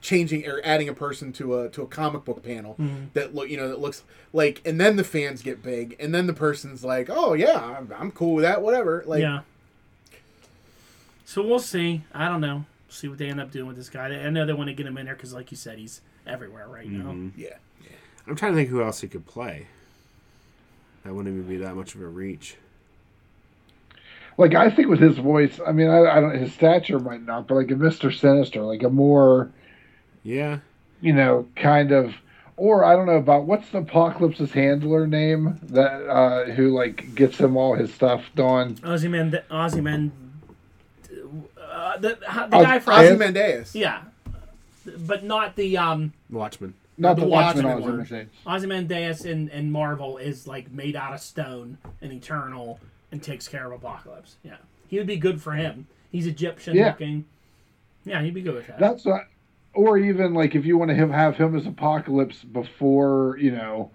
[SPEAKER 4] changing or adding a person to a to a comic book panel
[SPEAKER 1] Mm-hmm.
[SPEAKER 4] that look, you know, that looks like, and then the fans get big, and then the person's like, oh yeah, I'm, I'm cool with that, whatever. Like,
[SPEAKER 1] yeah. So we'll see. I don't know. See what they end up doing with this guy. I know they want to get him in there because, like you said, he's everywhere right now.
[SPEAKER 4] yeah.
[SPEAKER 3] I'm trying to think who else he could play. That wouldn't even be that much of a reach.
[SPEAKER 2] Like I think with his voice, I mean, I, I don't. His stature might not, but like a Mister Sinister, like a more,
[SPEAKER 3] Yeah.
[SPEAKER 2] you know, kind of. Or I don't know about what's the Apocalypse's handler name that uh, who like gets him all his stuff done.
[SPEAKER 1] Ozyman, Ozyman, uh, the, the
[SPEAKER 4] Oh,
[SPEAKER 2] Oz-
[SPEAKER 1] guy from
[SPEAKER 2] Ozyman-
[SPEAKER 4] Ozymandias.
[SPEAKER 1] yeah, but not the um
[SPEAKER 3] Watchmen.
[SPEAKER 2] Not
[SPEAKER 1] The
[SPEAKER 2] the, Watchman.
[SPEAKER 1] Watchmen
[SPEAKER 2] I was going
[SPEAKER 1] one.
[SPEAKER 2] to say.
[SPEAKER 1] Ozymandias in, in Marvel is like made out of stone and eternal and takes care of Apocalypse. Yeah. He would be good for him. He's Egyptian
[SPEAKER 2] Yeah.
[SPEAKER 1] looking. Yeah, he'd be good with that.
[SPEAKER 2] That's what, or even like if you want to have, have him as Apocalypse before you know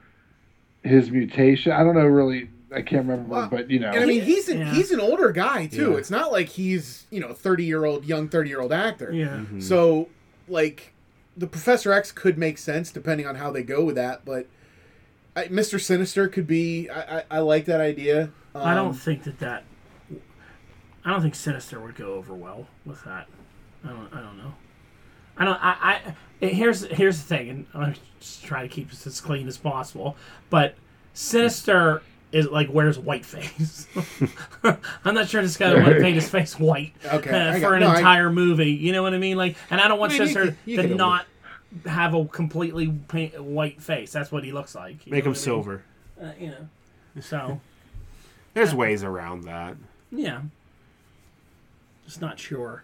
[SPEAKER 2] his mutation. I don't know really. I can't remember,
[SPEAKER 4] Well,
[SPEAKER 2] but you know,
[SPEAKER 4] And I mean, he's an,
[SPEAKER 1] Yeah.
[SPEAKER 4] he's an older guy too.
[SPEAKER 3] Yeah.
[SPEAKER 4] It's not like he's you know a thirty year old young thirty year old actor.
[SPEAKER 1] yeah.
[SPEAKER 4] So like the Professor X could make sense depending on how they go with that, but I, Mr. Sinister could be. I, I, I like that idea. Um,
[SPEAKER 1] I don't think that that. I don't think Sinister would go over well with that. I don't. I don't know. I don't. I. I and here's here's the thing, and I'm gonna just try to keep this as clean as possible. But Sinister is like wears white face. (laughs) I'm not sure this guy would want to paint his face white
[SPEAKER 4] (laughs) Okay,
[SPEAKER 1] uh,
[SPEAKER 4] I got-
[SPEAKER 1] for an
[SPEAKER 4] no, I-
[SPEAKER 1] entire movie. You know what I mean? Like, and I don't want
[SPEAKER 4] I mean, you
[SPEAKER 1] Sinister
[SPEAKER 4] could- you
[SPEAKER 1] to
[SPEAKER 4] could-
[SPEAKER 1] not have a completely paint, white face. That's what he looks like. you
[SPEAKER 3] Make
[SPEAKER 1] know
[SPEAKER 3] him
[SPEAKER 1] what I mean?
[SPEAKER 3] silver.
[SPEAKER 1] Uh, you know. So.
[SPEAKER 3] There's ways around that.
[SPEAKER 1] Yeah. Just not sure.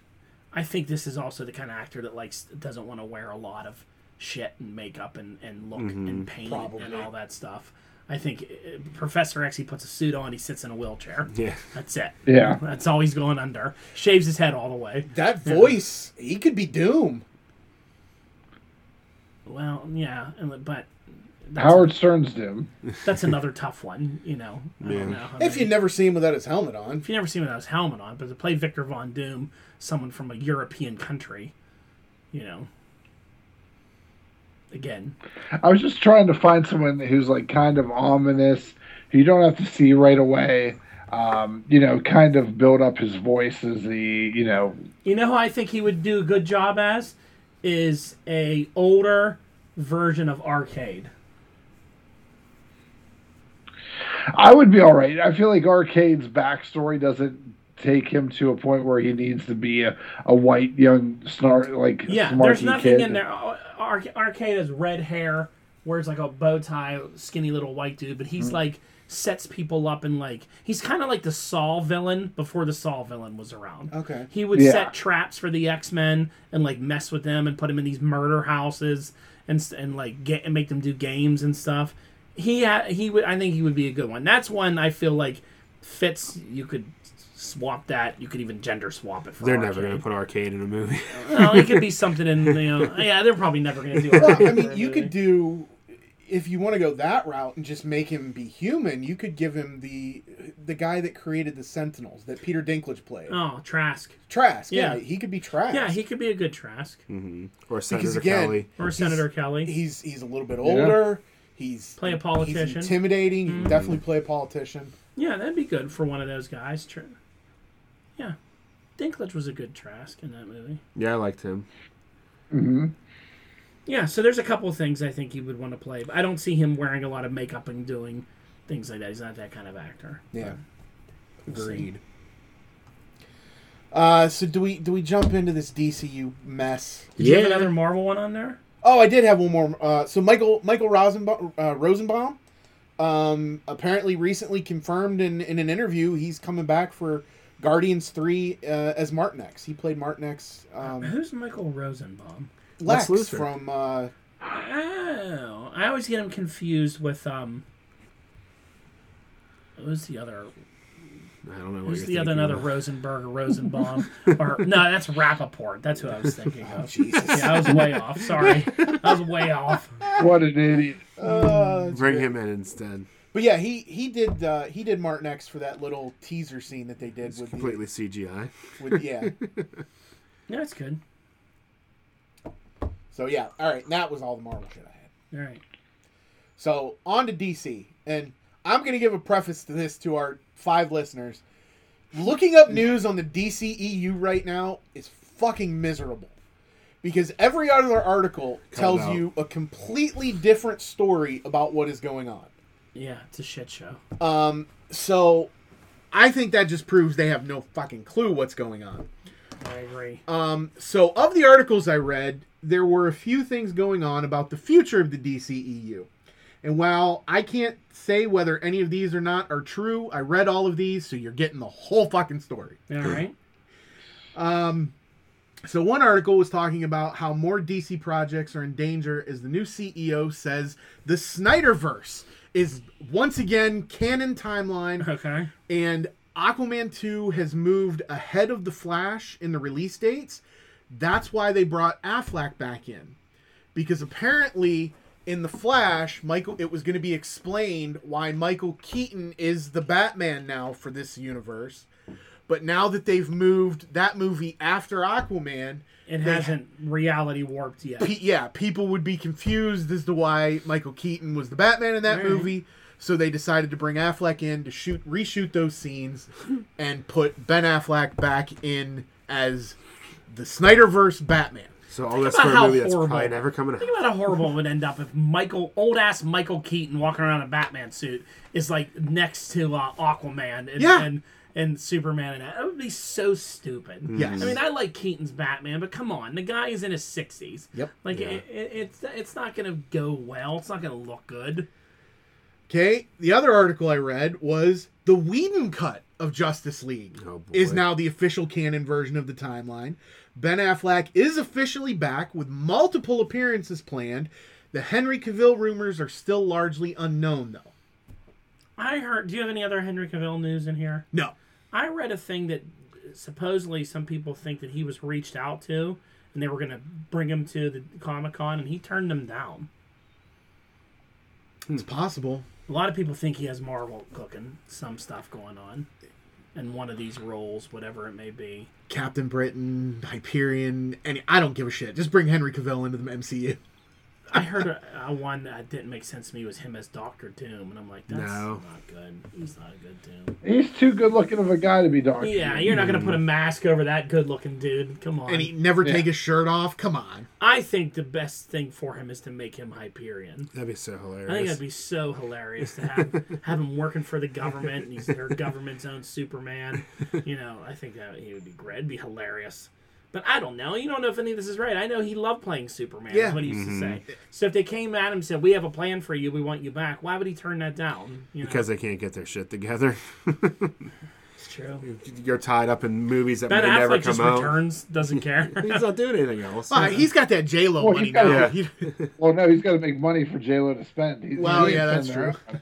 [SPEAKER 1] I think this is also the kind of actor that likes doesn't want to wear a lot of shit and makeup and, and look
[SPEAKER 3] Mm-hmm.
[SPEAKER 1] and paint and
[SPEAKER 4] Probably.
[SPEAKER 1] all that stuff. I think uh, Professor X he puts a suit on, he sits in a wheelchair. (laughs)
[SPEAKER 3] Yeah.
[SPEAKER 1] That's it.
[SPEAKER 2] Yeah.
[SPEAKER 1] That's all he's going under. Shaves his head all the way.
[SPEAKER 4] That voice, he could be Doom.
[SPEAKER 1] Well, yeah, and- but that's,
[SPEAKER 2] Howard Stern's Doom.
[SPEAKER 1] that's another tough one, you know. I
[SPEAKER 3] Yeah.
[SPEAKER 1] don't know. I
[SPEAKER 4] If
[SPEAKER 1] mean-
[SPEAKER 4] you never see him without his helmet on,
[SPEAKER 1] if you never seen him without his helmet on, but to play Victor Von Doom, someone from a European country, you know. Again,
[SPEAKER 2] I was just trying to find someone who's like kind of ominous, who you don't have to see right away. Um, you know, kind of build up his voice as the you know
[SPEAKER 1] you know who I think he would do a good job as is a older version of Arcade.
[SPEAKER 2] I would be all right. I feel like Arcade's backstory doesn't take him to a point where he needs to be a, a white young snark like
[SPEAKER 1] Yeah,
[SPEAKER 2] snarky
[SPEAKER 1] there's nothing
[SPEAKER 2] kid.
[SPEAKER 1] in there. Ar- Ar- Arcade has red hair, wears like a bow tie, skinny little white dude, but he's like sets people up and like he's kind of like the Saw villain before the Saw villain was around.
[SPEAKER 4] Okay.
[SPEAKER 1] he would
[SPEAKER 2] Yeah.
[SPEAKER 1] set traps for the X Men and like mess with them and put them in these murder houses and s- and like get and make them do games and stuff. He ha- he would I think he would be a good one. That's one I feel like fits, you could swap that. You could even gender swap it. For
[SPEAKER 3] They're never going
[SPEAKER 1] Arcane.
[SPEAKER 3] to put arcade in a
[SPEAKER 1] (laughs)
[SPEAKER 3] movie.
[SPEAKER 1] Well, it
[SPEAKER 4] (laughs)
[SPEAKER 1] could be something in you know. Yeah, they're probably never going to do.
[SPEAKER 4] Well,
[SPEAKER 1] Arcane
[SPEAKER 3] (laughs)
[SPEAKER 4] I
[SPEAKER 1] for
[SPEAKER 4] mean,
[SPEAKER 1] a
[SPEAKER 4] you
[SPEAKER 1] movie.
[SPEAKER 4] could do if you want to go that route and just make him be human. You could give him the the guy that created the Sentinels that Peter Dinklage played.
[SPEAKER 1] Oh, Trask.
[SPEAKER 4] Trask. Yeah.
[SPEAKER 1] yeah.
[SPEAKER 4] he could be Trask.
[SPEAKER 1] Yeah, he could be a good Trask
[SPEAKER 3] hmm Or Senator
[SPEAKER 4] again-
[SPEAKER 3] Kelly.
[SPEAKER 1] or Senator Kelly.
[SPEAKER 4] he's he's a little bit older. He's
[SPEAKER 1] Play a
[SPEAKER 4] he's
[SPEAKER 1] politician. Mm.
[SPEAKER 4] intimidating. He can definitely play a politician.
[SPEAKER 1] yeah, that'd be good for one of those guys. Tr- Yeah, Dinklage was a good Trask in that movie.
[SPEAKER 3] Yeah, I liked him.
[SPEAKER 2] hmm
[SPEAKER 1] Yeah, so there's a couple of things I think he would want to play, but I don't see him wearing a lot of makeup and doing things like that. He's not that kind of actor.
[SPEAKER 4] Yeah.
[SPEAKER 1] We'll see.
[SPEAKER 4] Agreed. Uh, so do we do we jump into this DCU mess?
[SPEAKER 1] Did you have another Marvel one on there?
[SPEAKER 4] Oh, I did have one more. Uh, so Michael Michael Rosenbaum, uh, Rosenbaum um, apparently recently confirmed in, in an interview he's coming back for Guardians Three uh, as Martinex. He played Martinex um,
[SPEAKER 1] Who's Michael Rosenbaum?
[SPEAKER 4] Lex
[SPEAKER 3] Lex Luthor.
[SPEAKER 4] from uh,
[SPEAKER 1] Oh, I always get him confused with um. Who's the other?
[SPEAKER 3] I don't know what
[SPEAKER 1] Who's
[SPEAKER 3] you're
[SPEAKER 1] the other?
[SPEAKER 3] thinking
[SPEAKER 1] Another
[SPEAKER 3] of.
[SPEAKER 1] Rosenberg or Rosenbaum?
[SPEAKER 3] (laughs)
[SPEAKER 1] or no, that's Rappaport. That's who I was thinking
[SPEAKER 4] oh,
[SPEAKER 1] of.
[SPEAKER 4] Jesus.
[SPEAKER 1] Yeah, I was way off. Sorry, I was way off.
[SPEAKER 2] What an idiot.
[SPEAKER 4] Uh, that's
[SPEAKER 3] Bring
[SPEAKER 4] great.
[SPEAKER 3] him in instead.
[SPEAKER 4] But yeah, he he did uh, he did Martinex for that little teaser scene that they did
[SPEAKER 3] It's
[SPEAKER 4] with,
[SPEAKER 3] completely CGI. (laughs)
[SPEAKER 4] the, with yeah.
[SPEAKER 1] No, that's good.
[SPEAKER 4] So yeah, all right, that was all the Marvel shit I had.
[SPEAKER 1] All right.
[SPEAKER 4] So on to DC, and I'm gonna give a preface to this to our five listeners. Looking up news on the DCEU right now is fucking miserable. Because every other article tells
[SPEAKER 3] out.
[SPEAKER 4] you a completely different story about what is going on.
[SPEAKER 1] Yeah, it's a shit show.
[SPEAKER 4] Um, so I think that just proves they have no fucking clue what's going on.
[SPEAKER 1] I agree.
[SPEAKER 4] Um, so, of the articles I read, there were a few things going on about the future of the DCEU. And while I can't say whether any of these or not are true, I read all of these, so you're getting the whole fucking story.
[SPEAKER 1] All right.
[SPEAKER 4] Um, so, one article was talking about how more DC projects are in danger as the new CEO says the Snyderverse is once again
[SPEAKER 1] (laughs)
[SPEAKER 4] canon timeline
[SPEAKER 1] Okay.
[SPEAKER 4] and Aquaman 2 has moved ahead of The Flash in the release dates. That's why they brought Affleck back in. Because apparently in The Flash, Michael it was going to be explained why Michael Keaton is the Batman now for this universe. But now that they've moved that movie after Aquaman,
[SPEAKER 1] It
[SPEAKER 4] They-
[SPEAKER 1] hasn't reality warped yet.
[SPEAKER 4] pe- yeah, people would be confused as to why Michael Keaton was the Batman in that
[SPEAKER 1] Right.
[SPEAKER 4] movie. So they decided to bring Affleck in to shoot reshoot those scenes and put Ben Affleck back in as the Snyderverse Batman.
[SPEAKER 3] So all this
[SPEAKER 1] about
[SPEAKER 3] for a
[SPEAKER 1] how
[SPEAKER 3] movie that's
[SPEAKER 1] horrible-
[SPEAKER 3] probably never coming out.
[SPEAKER 1] Think about how horrible it would end up if Michael, old ass Michael Keaton, walking around in a Batman suit, is like next to uh, Aquaman and,
[SPEAKER 4] Yeah.
[SPEAKER 1] and and Superman, and that. that would be so stupid.
[SPEAKER 4] Mm-hmm. Yes.
[SPEAKER 1] I mean, I like Keaton's Batman, but come on, the guy is in his sixties.
[SPEAKER 4] Yep.
[SPEAKER 1] Like
[SPEAKER 3] Yeah.
[SPEAKER 1] it, it, it's it's not gonna go well. It's not gonna look good.
[SPEAKER 4] Okay. The other article I read was the Whedon cut of Justice League
[SPEAKER 3] Oh, boy.
[SPEAKER 4] is now the official canon version of the timeline. Ben Affleck is officially back with multiple appearances planned. The Henry Cavill rumors are still largely unknown, though.
[SPEAKER 1] I heard. Do you have any other Henry Cavill news in here?
[SPEAKER 4] No.
[SPEAKER 1] I read a thing that supposedly some people think that he was reached out to, and they were gonna bring him to the Comic Con, and he turned them down.
[SPEAKER 4] It's possible.
[SPEAKER 1] A lot of people think he has Marvel cooking some stuff going on in one of these roles, whatever it may be.
[SPEAKER 4] Captain Britain, Hyperion, any I don't give a shit. Just bring Henry Cavill into the MCU.
[SPEAKER 1] I heard a, a one that didn't make sense to me was him as Doctor Doom, and I'm like, that's
[SPEAKER 3] No.
[SPEAKER 1] not good. He's not a good Doom.
[SPEAKER 2] He's too good looking of a guy to be Doctor.
[SPEAKER 1] Yeah, you're not gonna put a mask over that good-looking dude. Come on.
[SPEAKER 4] And he never
[SPEAKER 2] Yeah.
[SPEAKER 4] take his shirt off. Come on.
[SPEAKER 1] I think the best thing for him is to make him Hyperion.
[SPEAKER 3] That'd be so hilarious.
[SPEAKER 1] I think that'd be so hilarious to
[SPEAKER 3] (laughs)
[SPEAKER 1] have have him working for the government, and he's their government's own Superman. You know, I think that he would be great. It'd be hilarious. But I don't know. You don't know if any of this is right. I know he loved playing Superman.
[SPEAKER 4] Yeah.
[SPEAKER 1] Is what he used
[SPEAKER 3] Mm-hmm.
[SPEAKER 1] to say. So if they came at him and said, "We have a plan for you. We want you back," why would he turn that down? You know,
[SPEAKER 3] because they can't get their shit together. (laughs)
[SPEAKER 1] it's true.
[SPEAKER 3] You're tied up in movies that
[SPEAKER 1] Ben
[SPEAKER 3] may never
[SPEAKER 1] Affleck
[SPEAKER 3] come
[SPEAKER 1] just
[SPEAKER 3] out.
[SPEAKER 1] returns, doesn't
[SPEAKER 3] (laughs)
[SPEAKER 1] care. (laughs)
[SPEAKER 3] He's not doing anything else.
[SPEAKER 4] Well, he's got that J Lo
[SPEAKER 2] Well,
[SPEAKER 4] money
[SPEAKER 2] he's got-
[SPEAKER 4] now.
[SPEAKER 3] Yeah.
[SPEAKER 4] He- (laughs)
[SPEAKER 2] Well, no, he's got to make money for J Lo to spend. He,
[SPEAKER 4] Well,
[SPEAKER 2] he ain't
[SPEAKER 4] yeah, that's
[SPEAKER 2] spending
[SPEAKER 4] true.
[SPEAKER 2] that.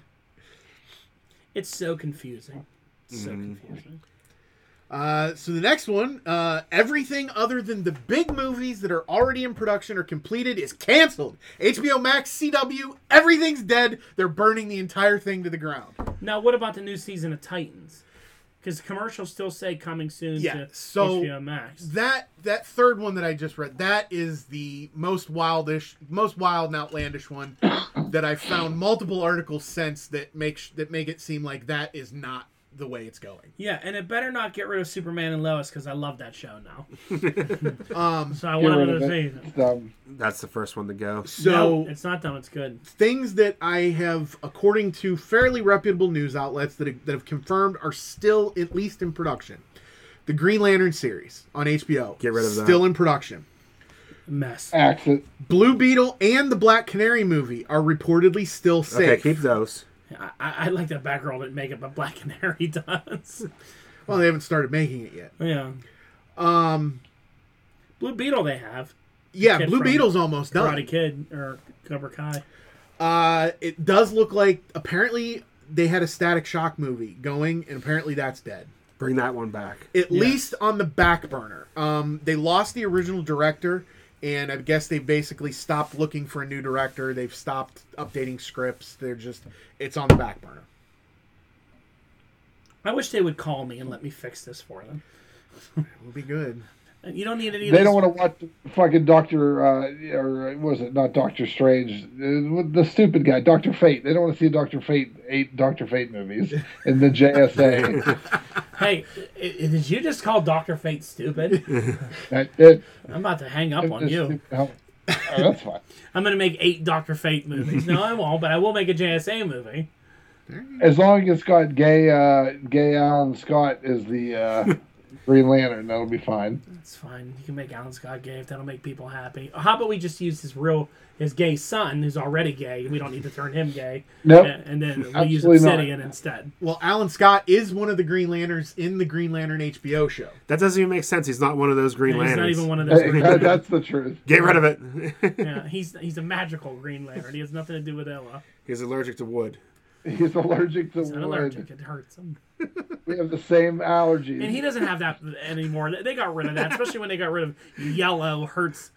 [SPEAKER 1] it's so confusing. So
[SPEAKER 3] Mhm.
[SPEAKER 1] confusing.
[SPEAKER 4] Uh, so the next one, uh, everything other than the big movies that are already in production or completed is canceled. HBO Max, CW, everything's dead. They're burning the entire thing to the ground.
[SPEAKER 1] Now, what about the new season of Titans? Because commercials still say coming soon
[SPEAKER 4] Yeah,
[SPEAKER 1] to
[SPEAKER 4] so-
[SPEAKER 1] HBO Max.
[SPEAKER 4] That that third one that I just read, that is the most wildish, most wild and outlandish one
[SPEAKER 1] (coughs)
[SPEAKER 4] that I found multiple articles since that makes that make it seem like that is not the way it's going.
[SPEAKER 1] Yeah, and it better not get rid of Superman and Lois because I love that show
[SPEAKER 4] (laughs)
[SPEAKER 1] now.
[SPEAKER 4] Um,
[SPEAKER 1] So I want
[SPEAKER 2] Get rid
[SPEAKER 1] another
[SPEAKER 2] of it.
[SPEAKER 1] season.
[SPEAKER 2] It's dumb.
[SPEAKER 3] That's the first one to go.
[SPEAKER 4] so
[SPEAKER 1] no, it's not dumb. It's good.
[SPEAKER 4] things that I have, according to fairly reputable news outlets that have, that have confirmed, are still at least in production. The Green Lantern series on HBO,
[SPEAKER 3] Get rid of that.
[SPEAKER 4] still in production.
[SPEAKER 1] Mess.
[SPEAKER 2] Axe it.
[SPEAKER 4] Blue Beetle and the Black Canary movie are reportedly still safe.
[SPEAKER 3] Okay, keep those.
[SPEAKER 1] I, I I like that Batgirl didn't make it, but Black (laughs) Canary does. (laughs)
[SPEAKER 4] well, they haven't started making it yet.
[SPEAKER 1] yeah,
[SPEAKER 4] Um,
[SPEAKER 1] Blue Beetle they have.
[SPEAKER 4] yeah,
[SPEAKER 1] Kid
[SPEAKER 4] Blue
[SPEAKER 1] from
[SPEAKER 4] Beetle's almost done.
[SPEAKER 1] Karate Kid or Cobra Kai.
[SPEAKER 4] Uh, it does look like apparently they had a Static Shock movie going, and apparently that's dead.
[SPEAKER 3] Bring that one back.
[SPEAKER 4] at
[SPEAKER 1] Yeah.
[SPEAKER 4] least on the back burner. Um, they lost the original director, and I guess they basically stopped looking for a new director. They've stopped updating scripts. They're just it's on the back burner.
[SPEAKER 1] I wish they would call me and let me fix this for them.
[SPEAKER 4] It will be good.
[SPEAKER 1] You don't need any.
[SPEAKER 2] They don't want to watch fucking Doctor uh, or was it not Doctor Strange? Uh, The stupid guy, Doctor Fate. They don't want to see Doctor Fate eight Doctor
[SPEAKER 1] (laughs)
[SPEAKER 2] Fate movies in the JSA.
[SPEAKER 1] to. Hey, i- i- did you just call Doctor Fate
[SPEAKER 2] (laughs)
[SPEAKER 1] stupid?
[SPEAKER 2] That- it-
[SPEAKER 1] I'm about to hang up
[SPEAKER 2] it's
[SPEAKER 1] on
[SPEAKER 2] just
[SPEAKER 1] you.
[SPEAKER 2] stupid. Oh, oh, that's fine.
[SPEAKER 1] I'm gonna make eight Doctor Fate movies. No, I won't, but I will make a JSA movie.
[SPEAKER 2] As long as it's got gay, uh, gay Alan Scott is
[SPEAKER 1] (laughs)
[SPEAKER 2] the uh, Green Lantern, that'll be fine.
[SPEAKER 1] That's fine. You can make Alan Scott gay if that'll make people happy. How about we just use his real, his gay son, who's already gay. We don't need to turn him gay.
[SPEAKER 2] Nope.
[SPEAKER 1] A- And, then we use
[SPEAKER 2] Absolutely not.
[SPEAKER 1] Obsidian instead.
[SPEAKER 4] Well, Alan Scott is one of the Green Lanterns in the Green Lantern HBO show.
[SPEAKER 3] That doesn't even make sense. He's not one of those Green
[SPEAKER 1] And he's not
[SPEAKER 3] Lanterns.
[SPEAKER 1] even one of those.
[SPEAKER 2] Hey,
[SPEAKER 1] Green
[SPEAKER 2] that-
[SPEAKER 1] Lanterns.
[SPEAKER 2] that's the truth.
[SPEAKER 3] Get rid of it.
[SPEAKER 1] yeah, he's he's a magical Green Lantern. He has nothing to do with Ella.
[SPEAKER 3] (laughs) He's allergic to wood.
[SPEAKER 2] He's allergic to
[SPEAKER 1] He's
[SPEAKER 2] wood.
[SPEAKER 1] not allergic. It hurts him.
[SPEAKER 2] We have the same allergies.
[SPEAKER 1] And he doesn't have that anymore. They- They got rid of that, especially when they got rid of yellow hurts.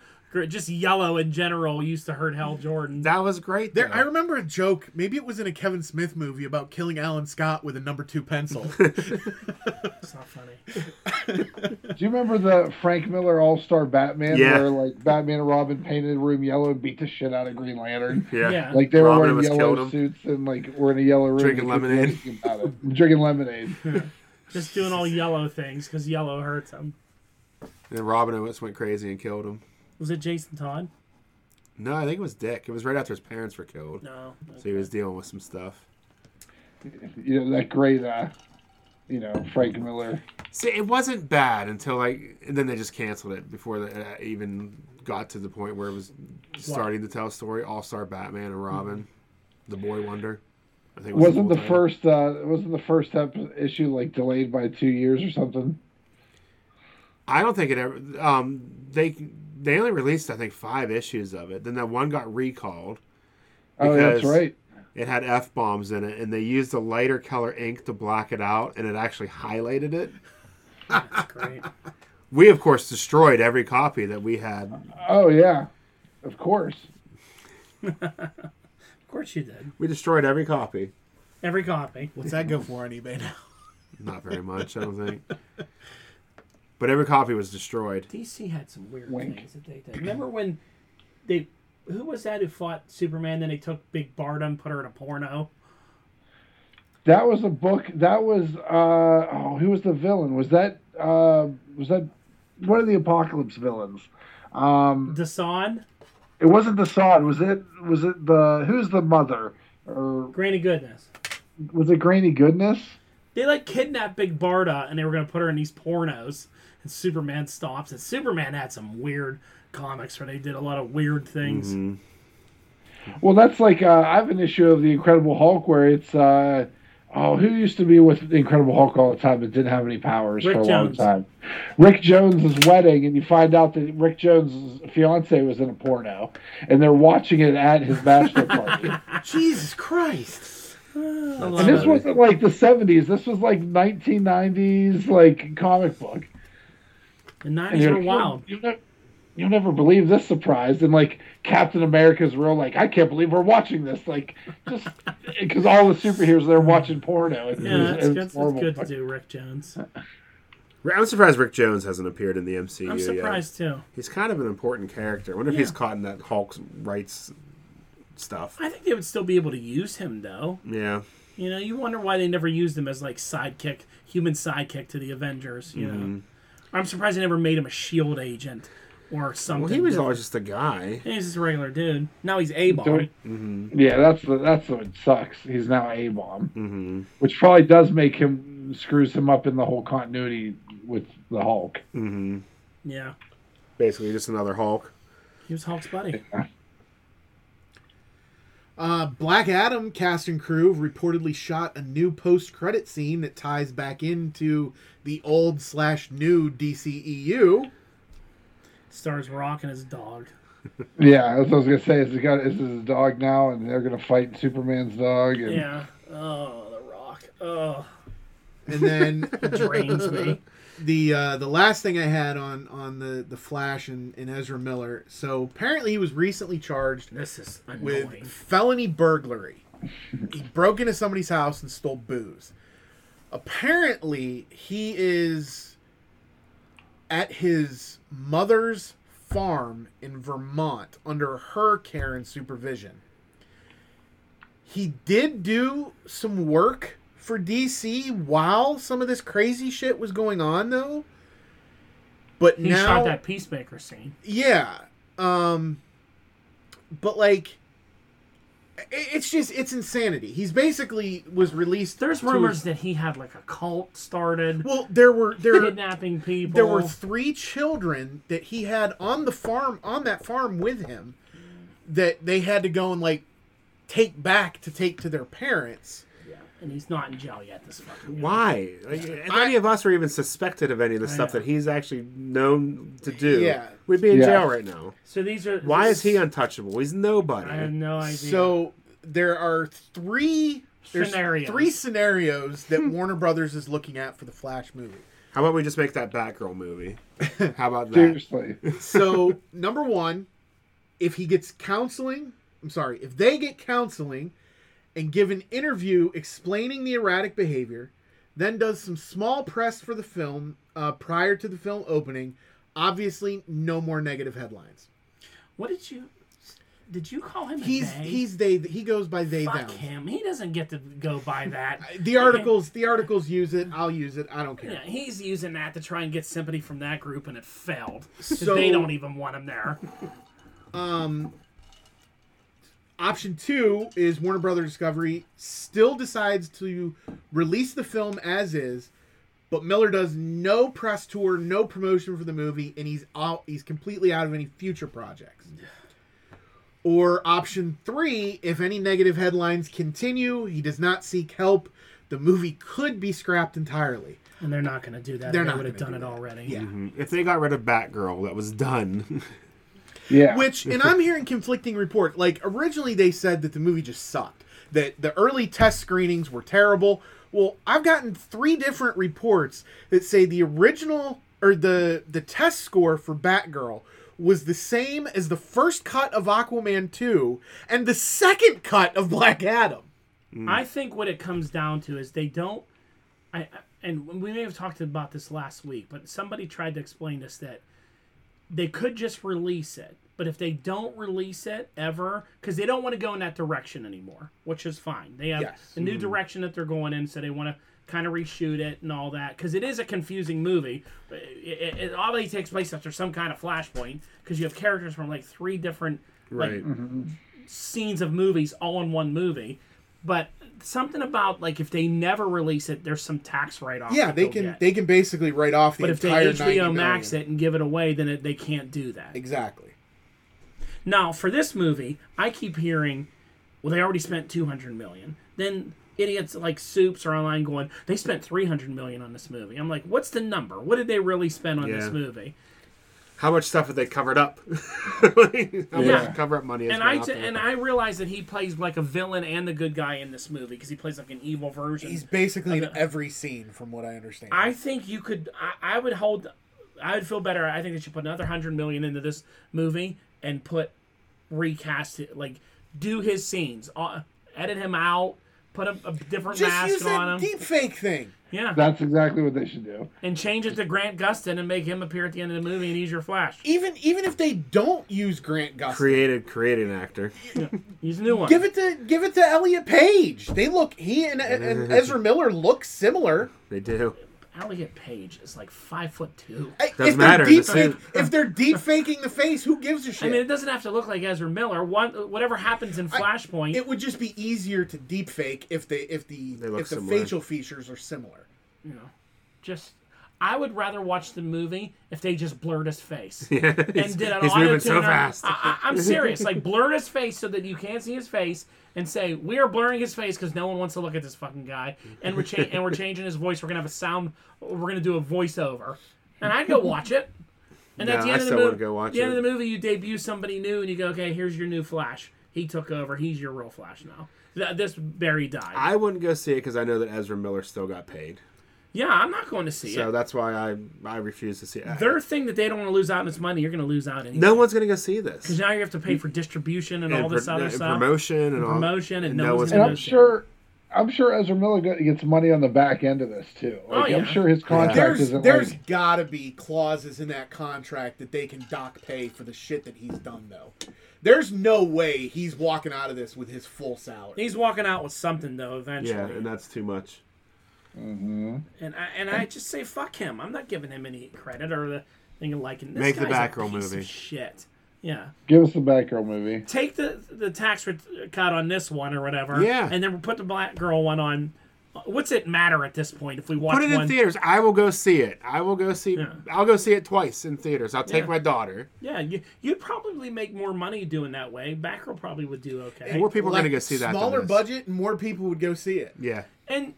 [SPEAKER 1] Just yellow in general used to hurt Hal Jordan.
[SPEAKER 3] That was great.
[SPEAKER 4] There,
[SPEAKER 3] though.
[SPEAKER 4] I remember a joke. Maybe it was in a Kevin Smith movie about killing Alan Scott with a number
[SPEAKER 1] (laughs)
[SPEAKER 4] two pencil.
[SPEAKER 1] That's not funny.
[SPEAKER 2] Do you remember the Frank Miller All Star Batman
[SPEAKER 3] Yeah.
[SPEAKER 2] where like Batman and Robin painted the room yellow and beat the shit out of Green Lantern?
[SPEAKER 1] (laughs)
[SPEAKER 3] yeah.
[SPEAKER 1] Yeah.
[SPEAKER 2] Like they
[SPEAKER 3] Robin
[SPEAKER 2] were
[SPEAKER 3] was
[SPEAKER 2] wearing
[SPEAKER 3] killed
[SPEAKER 2] yellow
[SPEAKER 3] 'em.
[SPEAKER 2] suits and like were in a yellow room
[SPEAKER 3] Drinking
[SPEAKER 2] and couldn't do
[SPEAKER 3] lemonade.
[SPEAKER 2] anything about it. Drinking lemonade.
[SPEAKER 1] Just doing all yellow things because yellow hurts him.
[SPEAKER 3] And Robin almost went crazy and killed him.
[SPEAKER 1] Was it Jason Todd?
[SPEAKER 3] No, I think it was Dick. It was right after his parents were killed.
[SPEAKER 1] No.
[SPEAKER 3] So he was dealing with some stuff.
[SPEAKER 2] you know that great, uh, you know Frank Miller.
[SPEAKER 3] See, it wasn't bad until like, and then they just canceled it before they uh, even got to the point where it was starting to tell a story. All Star Batman and Robin, the Boy Wonder. I think it was
[SPEAKER 2] Wasn't the
[SPEAKER 3] full title.
[SPEAKER 2] first uh, wasn't the first ep- issue like delayed by two years or something?
[SPEAKER 3] I don't think it ever. Um, they they only released I think five issues of it. Then that one got recalled.
[SPEAKER 2] Oh, that's
[SPEAKER 3] Because-
[SPEAKER 2] right.
[SPEAKER 3] It had f bombs in it, and they used a lighter color ink to black it out, and it actually highlighted it.
[SPEAKER 1] That's (laughs) great.
[SPEAKER 3] We of course destroyed every copy that we had.
[SPEAKER 2] Oh yeah, of course.
[SPEAKER 1] Of course you did.
[SPEAKER 3] We destroyed every copy.
[SPEAKER 1] Every copy.
[SPEAKER 4] What's that go for on eBay now?
[SPEAKER 3] Not very much, I don't think. But every copy was destroyed.
[SPEAKER 1] DC had some weird
[SPEAKER 2] Wink.
[SPEAKER 1] things that they did. Remember when they. Who was that who fought Superman? Then they took Big Barda and put her in a porno?
[SPEAKER 2] That was a book. That was uh, oh, who was the villain? Was that uh, was that one of the apocalypse villains? Um,
[SPEAKER 1] Dasan?
[SPEAKER 2] it wasn't the sod. Was it? Was it the who's the mother? Or
[SPEAKER 1] Granny Goodness.
[SPEAKER 2] was it Granny Goodness?
[SPEAKER 1] They like kidnapped Big Barda and they were going to put her in these pornos. And Superman stops. And Superman had some weird comics where they did a lot of weird things.
[SPEAKER 2] Mm-hmm. Well, that's like uh, I have an issue of the Incredible Hulk where it's uh, oh, who used to be with the Incredible Hulk all the time but didn't have any powers
[SPEAKER 1] Rick
[SPEAKER 2] for a
[SPEAKER 1] Jones.
[SPEAKER 2] long time. Rick Jones' wedding, and you find out that Rick Jones' fiance was in
[SPEAKER 1] (laughs)
[SPEAKER 2] a porno, and they're watching it at his bachelor party.
[SPEAKER 4] Jesus Christ!
[SPEAKER 2] And this wasn't like the 70s. This was like 1990s, like comic book.
[SPEAKER 1] The
[SPEAKER 2] And
[SPEAKER 1] nineties
[SPEAKER 2] you're
[SPEAKER 1] were wild.
[SPEAKER 2] You'll, never, you'll never believe this surprise. And like Captain America's real, like, I can't believe we're watching this. Like, just (laughs) because all the superheroes they're watching porno. It's,
[SPEAKER 1] Yeah, that's
[SPEAKER 2] it's,
[SPEAKER 1] good.
[SPEAKER 2] it's
[SPEAKER 1] That's
[SPEAKER 2] horrible.
[SPEAKER 1] good to do, Rick Jones.
[SPEAKER 3] I'm surprised Rick Jones hasn't appeared in the MCU
[SPEAKER 1] I'm
[SPEAKER 3] yet.
[SPEAKER 1] surprised too.
[SPEAKER 3] He's kind of an important character. I wonder if
[SPEAKER 1] Yeah.
[SPEAKER 3] he's caught in that Hulk's rights stuff.
[SPEAKER 1] I think they would still be able to use him though.
[SPEAKER 3] Yeah.
[SPEAKER 1] You know, you wonder why they never used him as like sidekick, human sidekick to the Avengers. You know, I'm surprised they never made him a Shield E agent or something.
[SPEAKER 3] Well, he was
[SPEAKER 1] different.
[SPEAKER 3] always just a guy.
[SPEAKER 1] He's just a regular dude. Now he's A ball.
[SPEAKER 2] Don't- Yeah, that's the, that's what sucks. He's now a bomb,
[SPEAKER 3] Mm.
[SPEAKER 2] which probably does make him screws him up in the whole continuity with the Hulk.
[SPEAKER 1] Yeah,
[SPEAKER 3] Basically, just another Hulk.
[SPEAKER 1] he was Hulk's buddy.
[SPEAKER 4] Uh, Black Adam cast and crew reportedly shot a new post-credit scene that ties back into the old slash new E DCEU.
[SPEAKER 1] Stars Rock and his dog.
[SPEAKER 2] Yeah, that's what I was gonna say. Is he got is his dog now, and they're gonna fight Superman's dog? And
[SPEAKER 1] Yeah. Oh, the Rock. Oh,
[SPEAKER 4] And then
[SPEAKER 1] drains me.
[SPEAKER 4] the uh, the last thing I had on on the the Flash and, and Ezra Miller. So apparently he was recently charged
[SPEAKER 1] This is
[SPEAKER 4] with
[SPEAKER 1] annoying.
[SPEAKER 4] felony burglary. he broke into somebody's house and stole booze. Apparently, he is at his mother's farm in Vermont under her care and supervision. He did do some work for DC while some of this crazy shit was going on, though. But
[SPEAKER 1] He
[SPEAKER 4] now
[SPEAKER 1] shot that Peacemaker scene.
[SPEAKER 4] yeah. Um but like i- it's just it's insanity. He's basically was released
[SPEAKER 1] There's
[SPEAKER 4] to his-
[SPEAKER 1] rumors that he had like a cult started,
[SPEAKER 4] well, there were
[SPEAKER 1] (laughs)
[SPEAKER 4] there
[SPEAKER 1] kidnapping people.
[SPEAKER 4] there were three children that he had on the farm on that farm with him that they had to go and like take back to take to their parents.
[SPEAKER 1] and he's not in jail yet. This fucking guy.
[SPEAKER 3] Why? Like, if any of us were even suspected of any of the stuff that he's actually known to do,
[SPEAKER 4] Yeah.
[SPEAKER 3] we'd be in
[SPEAKER 2] Yeah.
[SPEAKER 3] jail right now.
[SPEAKER 1] So these are.
[SPEAKER 3] Why is he untouchable? He's nobody.
[SPEAKER 1] I have no idea.
[SPEAKER 4] So there are three there's
[SPEAKER 1] Scenarios.
[SPEAKER 4] three scenarios that (laughs) Warner Brothers is looking at for the Flash movie.
[SPEAKER 3] How about we just make that Batgirl movie? How about that?
[SPEAKER 2] seriously,
[SPEAKER 4] So number one, if he gets counseling, I'm sorry, if they get counseling and give an interview explaining the erratic behavior, then does some small press for the film uh, prior to the film opening. Obviously, no more negative headlines.
[SPEAKER 1] what did you? Did you call him? a
[SPEAKER 4] He's
[SPEAKER 1] they?
[SPEAKER 4] he's they he goes by they
[SPEAKER 1] Fuck
[SPEAKER 4] them.
[SPEAKER 1] him. He doesn't get to go
[SPEAKER 4] (laughs)
[SPEAKER 1] by that.
[SPEAKER 4] The articles the articles use it. I'll use it. I don't care.
[SPEAKER 1] Yeah, he's using that to try and get sympathy from that group, and it failed. 'Cause
[SPEAKER 4] So-
[SPEAKER 1] they don't even want him
[SPEAKER 4] (laughs)
[SPEAKER 1] there.
[SPEAKER 4] Option two is Warner Brother Discovery still decides to release the film as is, but Miller does no press tour, no promotion for the movie, and he's out. He's completely out of any future projects. Or option three, if any negative headlines continue, he does not seek help. The movie could be scrapped entirely.
[SPEAKER 1] And they're not going to do that.
[SPEAKER 4] They're
[SPEAKER 1] they
[SPEAKER 4] not
[SPEAKER 1] would have done
[SPEAKER 4] gonna
[SPEAKER 1] it
[SPEAKER 4] do that.
[SPEAKER 1] already.
[SPEAKER 4] Yeah.
[SPEAKER 3] Mm-hmm. If they got rid of Batgirl, that was done. (laughs)
[SPEAKER 2] yeah.
[SPEAKER 4] Which, and I'm hearing conflicting reports. Like originally, they said that the movie just sucked. That the early test screenings were terrible. Well, I've gotten three different reports that say the original or the the test score for Batgirl was the same as the first cut of Aquaman 2 and the second cut of Black Adam.
[SPEAKER 1] I think what it comes down to is they don't. I I- and we may have talked about this last week, but somebody tried to explain this that they could just release it, but if they don't release it ever, because they don't want to go in that direction anymore, which is fine. They have
[SPEAKER 4] Yes.
[SPEAKER 1] a new direction that they're going in, so they want to kind of reshoot it and all that because it is a confusing movie. It, it, it already takes place after some kind of flashpoint because you have characters from like three different like
[SPEAKER 3] right.
[SPEAKER 1] scenes of movies all in one movie. But something about like if they never release it, there's some tax write off.
[SPEAKER 4] Yeah, they can they can basically write off the
[SPEAKER 1] but if they
[SPEAKER 4] entire
[SPEAKER 1] HBO Max
[SPEAKER 4] it.
[SPEAKER 1] it and give it away, then it, they can't do that.
[SPEAKER 4] Exactly.
[SPEAKER 1] Now for this movie, I keep hearing, well, they already spent two hundred million. Then idiots like Soups are online going, they spent three hundred million on this movie. I'm like, what's the number? What did they really spend on this
[SPEAKER 3] Yeah.
[SPEAKER 1] movie?
[SPEAKER 3] how much stuff have they covered up? (laughs) Like, how
[SPEAKER 1] Yeah.
[SPEAKER 3] much cover up money? Has
[SPEAKER 1] And
[SPEAKER 3] gone
[SPEAKER 1] I
[SPEAKER 3] out
[SPEAKER 1] t-
[SPEAKER 3] there?
[SPEAKER 1] and I realize that he plays like a villain and the good guy in this movie because he plays like an evil version.
[SPEAKER 4] He's basically in every scene, from what I understand.
[SPEAKER 1] I think you could. I, I would hold. I would feel better. I think they should put another hundred million into this movie and put recast it. Like do his scenes, uh, edit him out, put a, a different
[SPEAKER 4] just use
[SPEAKER 1] mask on
[SPEAKER 4] that
[SPEAKER 1] him.
[SPEAKER 4] deep fake thing.
[SPEAKER 1] yeah,
[SPEAKER 2] That's exactly what they should do.
[SPEAKER 1] and change it to Grant Gustin and make him appear at the end of the movie and he's your Flash.
[SPEAKER 4] Even even if they don't use Grant Gustin,
[SPEAKER 3] created created an actor.
[SPEAKER 1] He's a new one.
[SPEAKER 4] give it to give it to Elliot Page. They look he
[SPEAKER 3] (laughs)
[SPEAKER 4] and, and Ezra Miller look similar.
[SPEAKER 3] They do.
[SPEAKER 1] Elliot Page is like five foot two.
[SPEAKER 4] I-
[SPEAKER 3] Doesn't
[SPEAKER 4] if they're
[SPEAKER 3] matter,
[SPEAKER 4] Deep
[SPEAKER 3] the
[SPEAKER 4] fake,
[SPEAKER 3] same-
[SPEAKER 4] if they're deep faking the face, who gives a shit?
[SPEAKER 1] I mean, it doesn't have to look like Ezra Miller. One, whatever happens in Flashpoint,
[SPEAKER 4] it would just be easier to deep fake if they if the
[SPEAKER 3] They look
[SPEAKER 4] if the
[SPEAKER 3] similar.
[SPEAKER 4] facial features are similar.
[SPEAKER 1] you know, just I would rather watch the movie if they just blurred his face.
[SPEAKER 3] (laughs) Yeah,
[SPEAKER 1] and
[SPEAKER 3] he's,
[SPEAKER 1] did an
[SPEAKER 3] he's
[SPEAKER 1] auto
[SPEAKER 3] moving so fast.
[SPEAKER 1] I, I, am serious.
[SPEAKER 3] (laughs)
[SPEAKER 1] Like blur his face so that you can't see his face, and say we are blurring his face because no one wants to look at this fucking guy, and we're cha- and we're changing his voice. We're gonna have a sound. We're gonna do a voiceover, and I'd go watch it. And at
[SPEAKER 3] No,
[SPEAKER 1] the end
[SPEAKER 3] I
[SPEAKER 1] of the
[SPEAKER 3] still
[SPEAKER 1] movie,
[SPEAKER 3] wouldn't go watch
[SPEAKER 1] the end
[SPEAKER 3] it.
[SPEAKER 1] of the movie, you debut somebody new, and you go, okay, here's your new Flash. He took over. He's your real Flash now. Th- this Barry died.
[SPEAKER 3] I wouldn't go see it because I know that Ezra Miller still got paid,
[SPEAKER 1] yeah, I'm not going to see
[SPEAKER 3] so
[SPEAKER 1] it.
[SPEAKER 3] that's why I I refuse to see it.
[SPEAKER 1] Their thing that they don't want to lose out on is money. You're going to lose out anyway.
[SPEAKER 3] no one's gonna go see this.
[SPEAKER 1] Now you have to pay for distribution and, all
[SPEAKER 3] pro-
[SPEAKER 1] this other
[SPEAKER 3] and
[SPEAKER 1] stuff.
[SPEAKER 3] promotion and, all,
[SPEAKER 1] promotion and no one's
[SPEAKER 2] And
[SPEAKER 1] gonna-
[SPEAKER 2] I'm sure, I'm sure Ezra Miller go- gets money on the back end of this too. Like,
[SPEAKER 1] yeah.
[SPEAKER 2] I'm sure his contract
[SPEAKER 4] Oh, There's
[SPEAKER 2] isn't
[SPEAKER 4] there's
[SPEAKER 2] like
[SPEAKER 4] gotta be clauses in that contract that they can dock pay for the shit that he's done though. There's no way he's walking out of this with his full salary.
[SPEAKER 1] He's walking out with something though eventually.
[SPEAKER 3] Yeah, and that's too much.
[SPEAKER 1] and I and I just say fuck him. I'm not giving him any credit or the thing of liking this
[SPEAKER 3] Make the
[SPEAKER 1] guy's a
[SPEAKER 3] Batgirl
[SPEAKER 1] piece of
[SPEAKER 3] movie.
[SPEAKER 1] shit. Yeah.
[SPEAKER 2] give us the Batgirl movie.
[SPEAKER 1] Take the the tax cut on this one or whatever.
[SPEAKER 3] Yeah.
[SPEAKER 1] And then put the black girl one on. What's it matter at this point if we watch
[SPEAKER 3] Put it in
[SPEAKER 1] one?
[SPEAKER 3] theaters. I will go see it. I will go see.
[SPEAKER 1] Yeah.
[SPEAKER 3] I'll go see it twice in theaters. I'll take
[SPEAKER 1] Yeah.
[SPEAKER 3] my daughter.
[SPEAKER 1] Yeah, you, you'd probably make more money doing that way. Batgirl probably would do okay.
[SPEAKER 3] More people are gonna
[SPEAKER 4] Like,
[SPEAKER 3] go see that. than
[SPEAKER 4] Smaller
[SPEAKER 3] this.
[SPEAKER 4] budget and more people would go see it.
[SPEAKER 3] Yeah,
[SPEAKER 1] and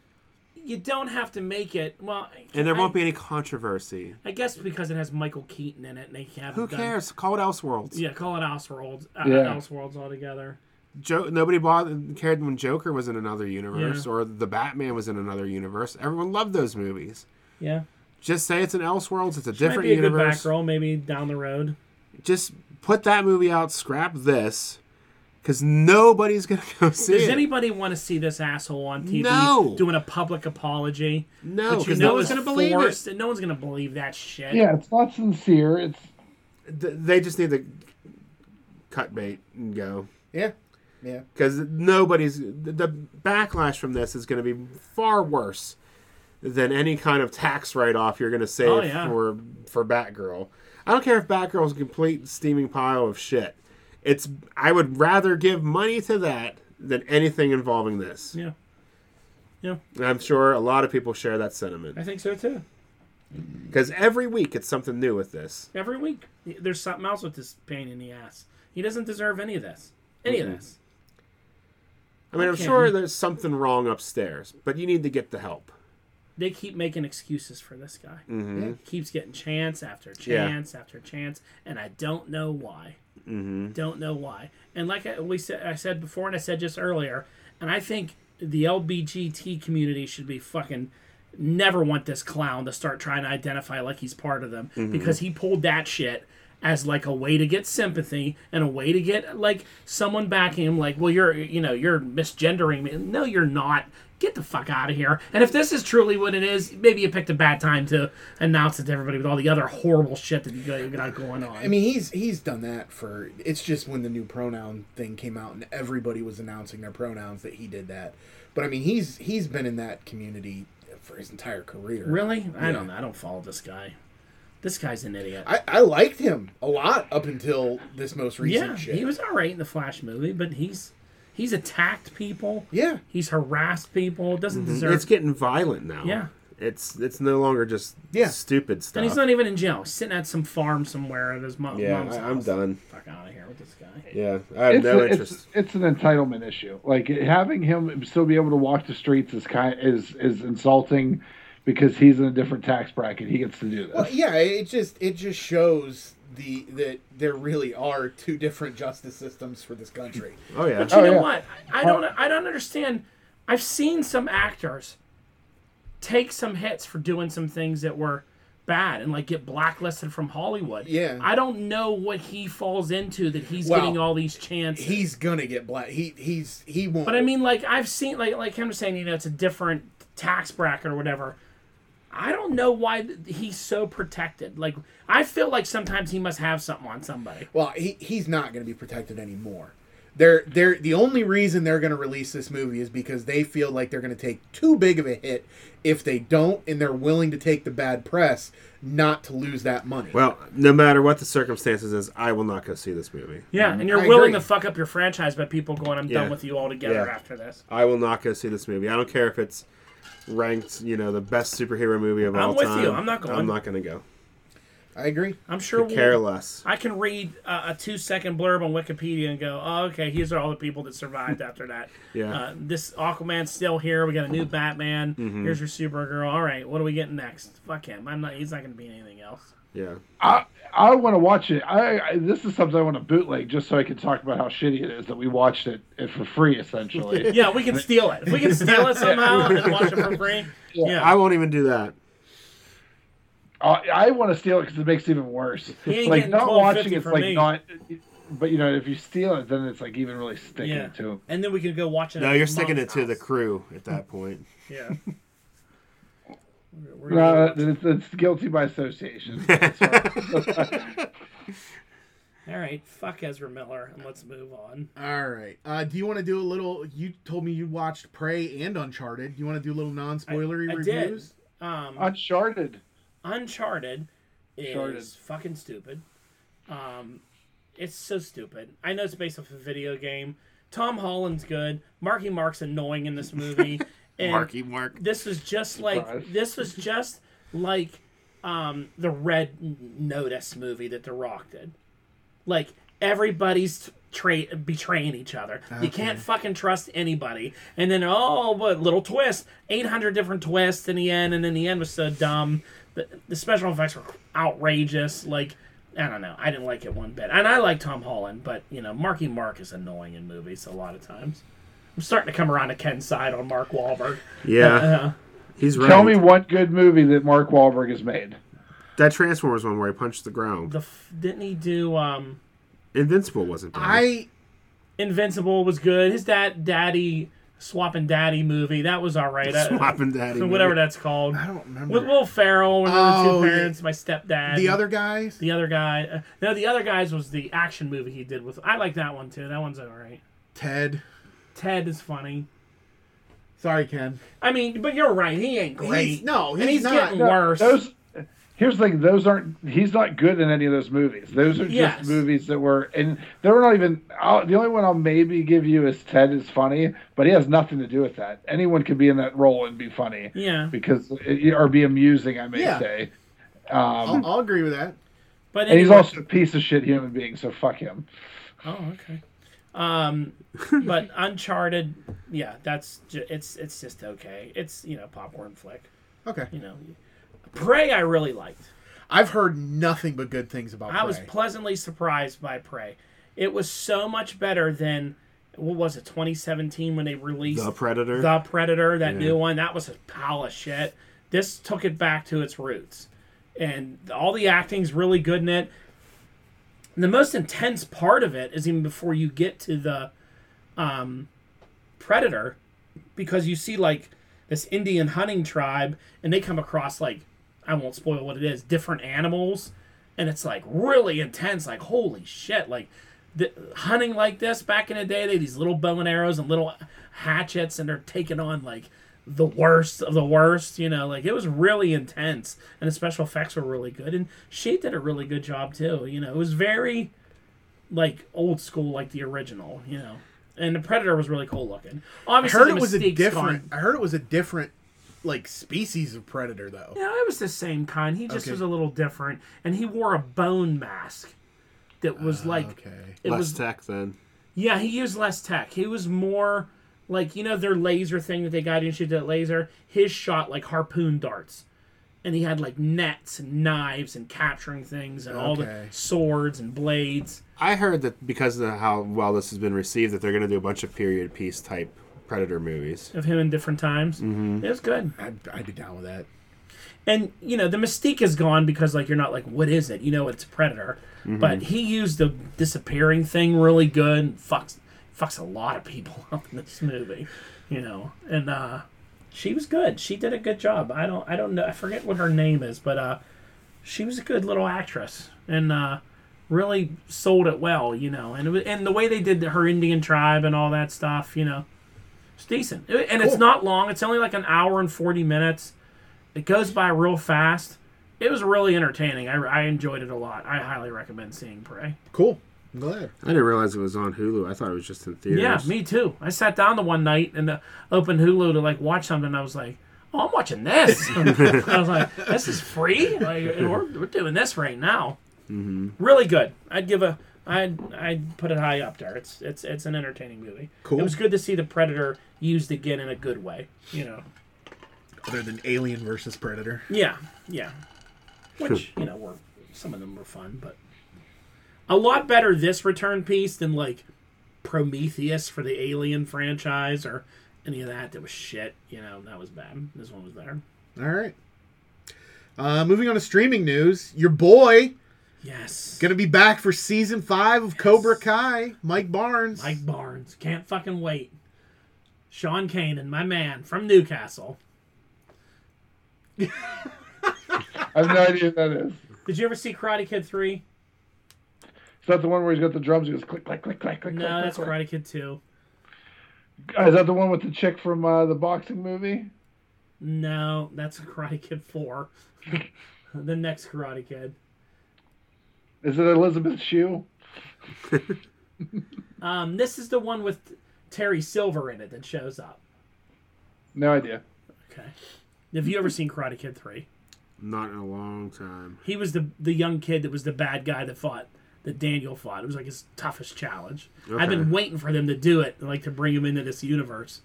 [SPEAKER 1] you don't have to make it. Well,
[SPEAKER 3] and there
[SPEAKER 1] I-
[SPEAKER 3] won't be any controversy.
[SPEAKER 1] I guess because it has Michael Keaton in it, and they have
[SPEAKER 3] Who cares? Call it Elseworlds.
[SPEAKER 1] Yeah, call it Elseworlds. Uh,
[SPEAKER 2] Yeah.
[SPEAKER 1] Elseworlds altogether.
[SPEAKER 3] Jo- nobody bothered cared when Joker was in another universe
[SPEAKER 1] Yeah.
[SPEAKER 3] or the Batman was in another universe. Everyone loved those movies.
[SPEAKER 1] Yeah.
[SPEAKER 3] Just say it's an Elseworlds. It's a
[SPEAKER 1] Might
[SPEAKER 3] different
[SPEAKER 1] be a good
[SPEAKER 3] universe.
[SPEAKER 1] Batgirl, maybe down the road.
[SPEAKER 3] Just put that movie out. Scrap this, because nobody's gonna go see
[SPEAKER 1] Does
[SPEAKER 3] it.
[SPEAKER 1] anybody want to see this asshole on TV
[SPEAKER 3] No.
[SPEAKER 1] doing a public apology?
[SPEAKER 3] No,
[SPEAKER 1] But you
[SPEAKER 3] 'cause
[SPEAKER 1] know
[SPEAKER 3] no one's
[SPEAKER 1] it's
[SPEAKER 3] gonna believe it.
[SPEAKER 1] forced, and no one's gonna believe that shit.
[SPEAKER 2] Yeah, it's not sincere. It's
[SPEAKER 3] Th- they just need to cut bait and go.
[SPEAKER 4] Yeah. Yeah.
[SPEAKER 3] because nobody's the- the backlash from this is going to be far worse than any kind of tax write-off you're going to save
[SPEAKER 1] Oh, yeah.
[SPEAKER 3] for for Batgirl. I don't care if Batgirl's a complete steaming pile of shit. It's I would rather give money to that than anything involving this.
[SPEAKER 1] Yeah. Yeah.
[SPEAKER 3] And I'm sure a lot of people share that
[SPEAKER 1] I
[SPEAKER 3] sentiment
[SPEAKER 1] think so too.
[SPEAKER 3] because every week it's something new with this.
[SPEAKER 1] Every week, there's something else with this pain in the ass. He doesn't deserve any of this. Any
[SPEAKER 2] Mm-hmm.
[SPEAKER 1] of this.
[SPEAKER 3] I mean, I'm
[SPEAKER 1] Okay.
[SPEAKER 3] sure there's something wrong upstairs, but you need to get the help.
[SPEAKER 1] They keep making excuses for this guy.
[SPEAKER 4] Yeah.
[SPEAKER 1] Keeps getting chance after
[SPEAKER 3] Yeah.
[SPEAKER 1] chance after chance, and I don't know why. Mm-hmm. Don't know why. And like I, we said, I said before, and I said just earlier, and I think the LBGT community should be fucking never want this clown to start trying to identify like he's part of them because he pulled that shit as like a way to get sympathy and a way to get like someone backing him like well you're you know you're misgendering me no you're not get the fuck out of here and if this is truly what it is maybe you picked a bad time to announce it to everybody with all the other horrible shit that you got- you got going on
[SPEAKER 4] I mean, he's he's done that for. It's just when the new pronoun thing came out and everybody was announcing their pronouns that he did that. But I mean, he's he's been in that community for his entire career.
[SPEAKER 1] really i don't know i don't follow this guy this guy's an idiot
[SPEAKER 4] I, I liked him a lot up until this most recent
[SPEAKER 1] yeah
[SPEAKER 4] shit.
[SPEAKER 1] he was all right in the flash movie but he's he's attacked people
[SPEAKER 4] yeah.
[SPEAKER 1] he's harassed people doesn't deserve
[SPEAKER 3] It's getting violent now.
[SPEAKER 1] Yeah.
[SPEAKER 3] It's it's no longer just
[SPEAKER 4] Yeah.
[SPEAKER 3] stupid stuff.
[SPEAKER 1] And he's not even in jail. He's sitting at some farm somewhere at his mom,
[SPEAKER 3] yeah,
[SPEAKER 1] mom's
[SPEAKER 3] I, I'm
[SPEAKER 1] house.
[SPEAKER 3] done.
[SPEAKER 1] Fuck out of here with this guy.
[SPEAKER 3] Yeah, I have
[SPEAKER 2] it's,
[SPEAKER 1] (laughs)
[SPEAKER 3] no
[SPEAKER 2] a- it's-
[SPEAKER 3] interest.
[SPEAKER 2] it's an entitlement issue. Like having him still be able to walk the streets is kind is is insulting because he's in a different tax bracket. He gets to do this.
[SPEAKER 4] Well, yeah, it just it just shows the that there really are two different justice systems for this country.
[SPEAKER 3] (laughs) Oh yeah.
[SPEAKER 1] But you
[SPEAKER 2] Oh,
[SPEAKER 1] know
[SPEAKER 2] yeah.
[SPEAKER 1] what? I, I don't. I don't understand. I've seen some actors take some hits for doing some things that were bad and like get blacklisted from Hollywood.
[SPEAKER 4] Yeah.
[SPEAKER 1] I don't know what he falls into that he's
[SPEAKER 4] Well,
[SPEAKER 1] getting all these chances.
[SPEAKER 4] He's gonna get black. He he's he won't.
[SPEAKER 1] But I mean, like I've seen, like like him saying, you know, it's a different tax bracket or whatever. I don't know why th- he's so protected. Like I feel like sometimes he must have something on somebody.
[SPEAKER 4] Well, he, he's not going to be protected anymore. They're they're the only reason they're going to release this movie is because they feel like they're going to take too big of a hit if they don't, and they're willing to take the bad press not to lose that money.
[SPEAKER 3] Well, no matter what the circumstances is, I will not go see this movie.
[SPEAKER 1] Yeah, and you're
[SPEAKER 4] I
[SPEAKER 1] willing
[SPEAKER 4] agree.
[SPEAKER 1] to fuck up your franchise by people going, "I'm
[SPEAKER 3] Mm-hmm. Yeah.
[SPEAKER 1] done with you altogether
[SPEAKER 3] Yeah.
[SPEAKER 1] after this."
[SPEAKER 3] I will not go see this movie. I don't care if it's ranked, you know, the best superhero movie of
[SPEAKER 1] I'm
[SPEAKER 3] all
[SPEAKER 1] with
[SPEAKER 3] time.
[SPEAKER 1] you. I'm not going.
[SPEAKER 3] I'm not going to go.
[SPEAKER 4] I agree.
[SPEAKER 1] I'm sure
[SPEAKER 3] Care
[SPEAKER 1] we'll,
[SPEAKER 3] less.
[SPEAKER 1] I can read uh, a two second blurb on Wikipedia and go, "Oh, okay, these are all the people that survived after that."
[SPEAKER 3] (laughs) Yeah.
[SPEAKER 1] Uh, this Aquaman's still here. We got a new Batman.
[SPEAKER 3] Mm-hmm.
[SPEAKER 1] Here's your Supergirl. All right, what are we getting next? Fuck him. I'm not. He's not going to be in anything else.
[SPEAKER 3] Yeah.
[SPEAKER 2] I I want to watch it. I, I this is something I want to bootleg just so I can talk about how shitty it is that we watched it, it for free essentially.
[SPEAKER 1] Yeah, we can steal it. If we can steal
[SPEAKER 3] (laughs)
[SPEAKER 1] it somehow and watch it for free. Yeah.
[SPEAKER 3] I won't even do that.
[SPEAKER 2] I, I want to steal it because it makes it even worse.
[SPEAKER 1] He ain't
[SPEAKER 2] Like
[SPEAKER 1] getting
[SPEAKER 2] not
[SPEAKER 1] 12.50
[SPEAKER 2] watching it's
[SPEAKER 1] from
[SPEAKER 2] like
[SPEAKER 1] me.
[SPEAKER 2] not. But you know, if you steal it, then it's like even really sticking
[SPEAKER 1] Yeah.
[SPEAKER 2] it to him.
[SPEAKER 1] And then we can go watch it.
[SPEAKER 3] No,
[SPEAKER 1] at
[SPEAKER 3] you're
[SPEAKER 1] Mom's
[SPEAKER 3] sticking it to the
[SPEAKER 1] house.
[SPEAKER 3] crew at that point.
[SPEAKER 1] Yeah. We're- we're gonna-
[SPEAKER 2] No, Uh, it's, it's guilty by association. That's right.
[SPEAKER 1] All right, fuck Ezra Miller, and let's move on.
[SPEAKER 4] All right. Uh, do you want to do a little? You told me you watched Prey and Uncharted. You want to do little non-spoilery
[SPEAKER 1] I did.
[SPEAKER 4] reviews?
[SPEAKER 1] Um,
[SPEAKER 2] Uncharted.
[SPEAKER 1] Uncharted is
[SPEAKER 2] Uncharted.
[SPEAKER 1] fucking stupid. Um, it's so stupid. I know it's based off a video game. Tom Holland's good. Marky Mark's annoying in this
[SPEAKER 3] (laughs)
[SPEAKER 1] movie. and
[SPEAKER 3] Mark.
[SPEAKER 1] this was just like
[SPEAKER 2] Surprise.
[SPEAKER 1] this was just like um, the Red N- Notice movie that The Rock did. Like everybody's tra- betraying each other. You can't fucking trust anybody. And then oh, but little twist, eight hundred different twists in the end, and then the end was so dumb. The, the special effects were outrageous. Like I don't know, I didn't like it one bit. And I like Tom Holland, but you know, Marky Mark is annoying in movies a lot of times. I'm starting to come around to Ken's side on Mark Wahlberg. (laughs)
[SPEAKER 3] Yeah.
[SPEAKER 1] Uh,
[SPEAKER 3] He's right.
[SPEAKER 2] Tell me one good movie that Mark Wahlberg has made.
[SPEAKER 3] that Transformers one where he punched the ground.
[SPEAKER 1] the f- didn't he do um
[SPEAKER 3] Invincible wasn't bad.
[SPEAKER 4] I
[SPEAKER 1] Invincible was good. His dad daddy swapping daddy movie that was all right. (laughs) I-
[SPEAKER 3] Swapping Daddy.
[SPEAKER 1] so whatever
[SPEAKER 3] movie.
[SPEAKER 1] that's called.
[SPEAKER 4] I don't remember
[SPEAKER 1] With Will Ferrell when there were
[SPEAKER 4] Oh,
[SPEAKER 1] two
[SPEAKER 4] yeah.
[SPEAKER 1] parents, my stepdad.
[SPEAKER 4] the other guys.
[SPEAKER 1] the other guy. Uh, no, the other guys was the action movie he did with. I like that one too. That one's all right.
[SPEAKER 4] Ted.
[SPEAKER 1] Ted is funny.
[SPEAKER 4] Sorry, Ken.
[SPEAKER 1] I mean, but you're right. He ain't great.
[SPEAKER 4] He's- no,
[SPEAKER 1] and
[SPEAKER 4] he's
[SPEAKER 1] he's
[SPEAKER 4] not.
[SPEAKER 1] getting
[SPEAKER 4] No,
[SPEAKER 1] worse.
[SPEAKER 2] Those. Here's the thing: those aren't. He's not good in any of those movies. Those are just
[SPEAKER 1] Yes.
[SPEAKER 2] movies that were, and they were not even. I'll, the only one I'll maybe give you is Ted is funny, but he has nothing to do with that. Anyone could be in that role and be funny
[SPEAKER 1] yeah,
[SPEAKER 2] because, or be amusing, I may
[SPEAKER 4] Yeah.
[SPEAKER 2] say. Um,
[SPEAKER 4] I'll, I'll agree with that.
[SPEAKER 1] but
[SPEAKER 2] and he's
[SPEAKER 1] anyway-
[SPEAKER 2] also a piece of shit human being, so fuck him.
[SPEAKER 1] Oh, okay. (laughs) Um, but Uncharted, yeah, that's ju- it's it's just okay. It's you know popcorn flick.
[SPEAKER 4] Okay.
[SPEAKER 1] You know, Prey I really liked.
[SPEAKER 4] I've heard nothing but good things about.
[SPEAKER 1] I was
[SPEAKER 4] Prey.
[SPEAKER 1] pleasantly surprised by Prey. It was so much better than what was it 2017 when they released
[SPEAKER 3] The Predator.
[SPEAKER 1] The Predator, that
[SPEAKER 3] Yeah.
[SPEAKER 1] new one, that was a pile of shit. This took it back to its roots. And all the acting's really good in it. And the most intense part of it is even before you get to the um, Predator, because you see like this Indian hunting tribe, and they come across like, I won't spoil what it is, different animals. And it's like really intense, like, holy shit, like the, hunting like this back in the day, they had these little bow and arrows and little hatchets, and they're taking on like the worst of the worst. You know, like it was really intense, and the special effects were really good, and she did a really good job too. You know, it was very like old school, like the original. You know, and the Predator was really cool looking.
[SPEAKER 4] I
[SPEAKER 1] Obviously,
[SPEAKER 4] heard
[SPEAKER 1] the
[SPEAKER 4] it was a
[SPEAKER 1] Mystique's
[SPEAKER 4] different.
[SPEAKER 1] gone.
[SPEAKER 4] I heard it was a different, like species of predator though.
[SPEAKER 1] No, it was the same kind. He just
[SPEAKER 4] Okay.
[SPEAKER 1] was a little different, and he wore a bone mask that was like
[SPEAKER 4] Okay.
[SPEAKER 1] it
[SPEAKER 3] Less
[SPEAKER 1] was
[SPEAKER 3] tech then.
[SPEAKER 1] Yeah, he used less tech. He was more like you know their laser thing that they got into that laser. His shot like harpoon darts, and he had like nets and knives and capturing things and all the
[SPEAKER 4] Okay.
[SPEAKER 1] swords and blades.
[SPEAKER 3] I heard that because of how well this has been received, that they're going to do a bunch of period piece type Predator movies.
[SPEAKER 1] of him in different times. Mm-hmm. It was good.
[SPEAKER 4] I'd, I'd be down with that.
[SPEAKER 1] And you know, the mystique is gone because like you're not like, what is it? You know, it's Predator. But he used the disappearing thing really good. And fucks fucks a lot of people (laughs) up in this movie. You know, and uh, she was good. She did a good job. I don't I don't know. I forget what her name is, but uh, she was a good little actress and uh, really sold it well. You know, and it was, and the way they did her Indian tribe and all that stuff. You know. It's decent. It- And it's
[SPEAKER 4] Cool.
[SPEAKER 1] not long. It's only like an hour and 40 minutes. It goes by real fast. It was really entertaining. I, I enjoyed it a lot. I highly recommend seeing Prey.
[SPEAKER 4] Cool. I'm glad.
[SPEAKER 3] I didn't realize it was on Hulu. I thought it was just in theaters.
[SPEAKER 1] Yeah, me too. I sat down the one night and uh, opened Hulu to like watch something. and I was like, oh, I'm watching this. (laughs) I was like, this is free. Like, and we're, we're doing this right now. Mm-hmm. Really good. I'd give a. I'd I'd put it high up there. It's it's it's an entertaining movie.
[SPEAKER 4] Cool.
[SPEAKER 1] It was good to see the Predator used again in a good way. You know.
[SPEAKER 4] Other than Alien versus Predator.
[SPEAKER 1] Yeah, yeah. Which you know were some of them were fun, but a lot better this return piece than like Prometheus for the Alien franchise or any of that. That was shit. You know that was bad. This one was better.
[SPEAKER 4] All right. Uh, moving on to streaming news. Your boy
[SPEAKER 1] Yes.
[SPEAKER 4] gonna be back for season five of Cobra Kai. Mike Barnes.
[SPEAKER 1] Mike Barnes can't fucking wait. Sean Kanan, my man from Newcastle.
[SPEAKER 2] I have no
[SPEAKER 4] (laughs)
[SPEAKER 2] idea what that is.
[SPEAKER 1] Did you ever see Karate Kid three?
[SPEAKER 2] Is that the one where he's got the drums? He goes click, click, click, click, click.
[SPEAKER 1] No,
[SPEAKER 2] click,
[SPEAKER 1] that's
[SPEAKER 2] click,
[SPEAKER 1] Karate Kid two.
[SPEAKER 2] click. Is that the one with the chick from uh, the boxing movie?
[SPEAKER 1] No, that's Karate Kid (laughs) four. the next Karate Kid.
[SPEAKER 2] Is it Elizabeth Shue?
[SPEAKER 1] Um, this is the one with Terry Silver in it that shows up.
[SPEAKER 2] No idea.
[SPEAKER 1] Okay. Have you ever seen Karate Kid three?
[SPEAKER 3] Not in a long time.
[SPEAKER 1] He was the the young kid that was the bad guy that fought that Daniel fought. It was like his toughest challenge. I've been
[SPEAKER 3] Okay.
[SPEAKER 1] waiting for them to do it, like to bring him into this universe.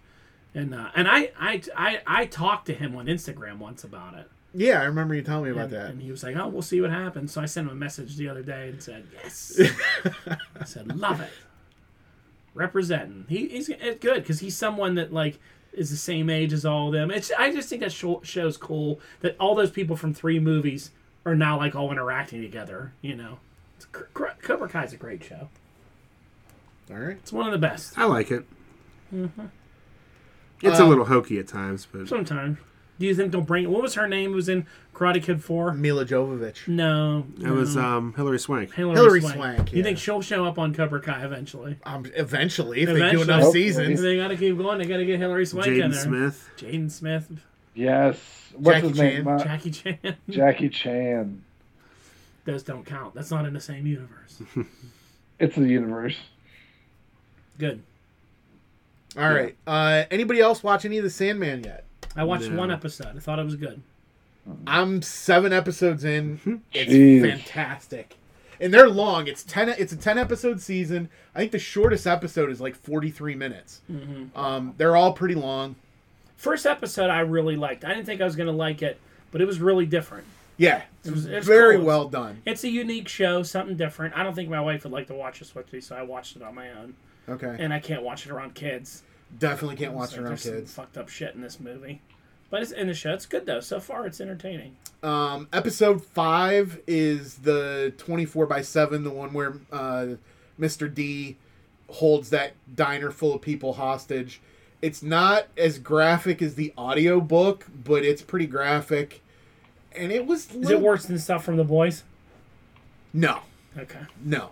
[SPEAKER 1] And uh, and I, I I I talked to him on Instagram once about it.
[SPEAKER 4] Yeah, I remember you telling me about
[SPEAKER 1] and,
[SPEAKER 4] that.
[SPEAKER 1] and he was like, "Oh, we'll see what happens." So I sent him a message the other day and said, (laughs) "Yes." I said, "Love it." Representing. He, he's it's good because he's someone that like is the same age as all of them. It's I just think that show, show's cool that all those people from three movies are now like all interacting together. You know, it's, cr- cr- Cobra Kai's a great show.
[SPEAKER 4] All right.
[SPEAKER 1] It's one of the best.
[SPEAKER 3] I like it.
[SPEAKER 1] Mm-hmm.
[SPEAKER 3] It's a
[SPEAKER 4] Um,
[SPEAKER 3] little hokey at times, but
[SPEAKER 1] Sometimes. Do you think they'll bring? What was her name? It was in Karate Kid Four.
[SPEAKER 4] Mila Jovovich.
[SPEAKER 1] No,
[SPEAKER 3] it was um, Hillary Swank.
[SPEAKER 1] Hillary,
[SPEAKER 4] Hilary
[SPEAKER 1] Swank.
[SPEAKER 4] Swank,
[SPEAKER 1] You think
[SPEAKER 4] yeah.
[SPEAKER 1] she'll show up on Cobra Kai eventually?
[SPEAKER 4] Um, eventually, if they do
[SPEAKER 1] Eventually.
[SPEAKER 4] enough
[SPEAKER 2] Hopefully.
[SPEAKER 4] seasons.
[SPEAKER 1] They gotta keep going. They gotta get Hillary Swank in
[SPEAKER 3] Jaden
[SPEAKER 1] there.
[SPEAKER 3] Smith.
[SPEAKER 1] Jaden Smith,
[SPEAKER 2] Yes. What's
[SPEAKER 4] Jackie
[SPEAKER 2] his name?
[SPEAKER 4] Chan.
[SPEAKER 2] Uh,
[SPEAKER 1] Jackie Chan. (laughs)
[SPEAKER 2] Jackie Chan.
[SPEAKER 1] Those don't count. That's not in the same universe.
[SPEAKER 2] It's the universe.
[SPEAKER 1] Good.
[SPEAKER 4] All right. Uh, anybody else watch any of the Sandman yet?
[SPEAKER 1] I watched
[SPEAKER 3] No.
[SPEAKER 1] one episode. I thought it was good.
[SPEAKER 4] I'm seven episodes
[SPEAKER 1] Hmm.
[SPEAKER 4] in. It's
[SPEAKER 2] Jeez.
[SPEAKER 4] fantastic, and they're long. It's ten. It's a ten episode season. I think the shortest episode is like 43 minutes.
[SPEAKER 1] Mm-hmm.
[SPEAKER 4] Um, they're all pretty long.
[SPEAKER 1] First episode I really liked. I didn't think I was gonna like it, but it was really different.
[SPEAKER 4] Yeah,
[SPEAKER 1] It was- it's
[SPEAKER 4] very
[SPEAKER 1] cool.
[SPEAKER 4] well done.
[SPEAKER 1] It's a unique show, something different. I don't think my wife would like to watch this with me, so I watched it on my own.
[SPEAKER 4] Okay,
[SPEAKER 1] And I can't watch it around kids.
[SPEAKER 4] definitely can't watch
[SPEAKER 1] So
[SPEAKER 4] it around
[SPEAKER 1] there's some
[SPEAKER 4] kids.
[SPEAKER 1] fucked up shit in this movie. But it's in the show. It's good though. So far, it's entertaining.
[SPEAKER 4] Um, episode five is the 24 by seven, the one where uh, Mr. D holds that diner full of people hostage. It's not as graphic as the audio book, but it's pretty graphic. And it was
[SPEAKER 1] Is it worse than stuff from the boys?
[SPEAKER 4] No,
[SPEAKER 1] Okay.
[SPEAKER 4] no.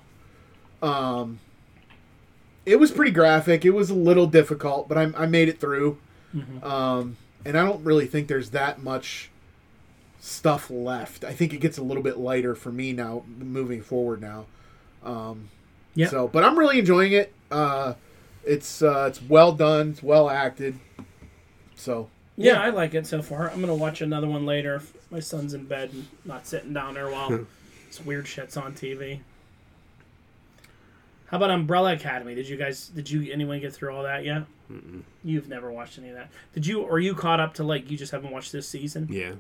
[SPEAKER 4] Um, it was pretty graphic. It was a little difficult, but I, I made it through. Um, and I don't really think there's that much stuff left. I think it gets a little bit lighter for me now, moving forward now. Um,
[SPEAKER 1] Yeah.
[SPEAKER 4] So, but I'm really enjoying it. Uh, it's uh, it's well done. It's well acted. So
[SPEAKER 1] Yeah, I like it so far. I'm gonna watch another one later. if My son's in bed, and not sitting down there while this weird shit's on TV. How about Umbrella Academy? Did you guys? Did you anyone get through all that yet? Mm-mm. You've never watched any of that. Did you? Or you caught up to like you just haven't watched this season?
[SPEAKER 3] Yeah.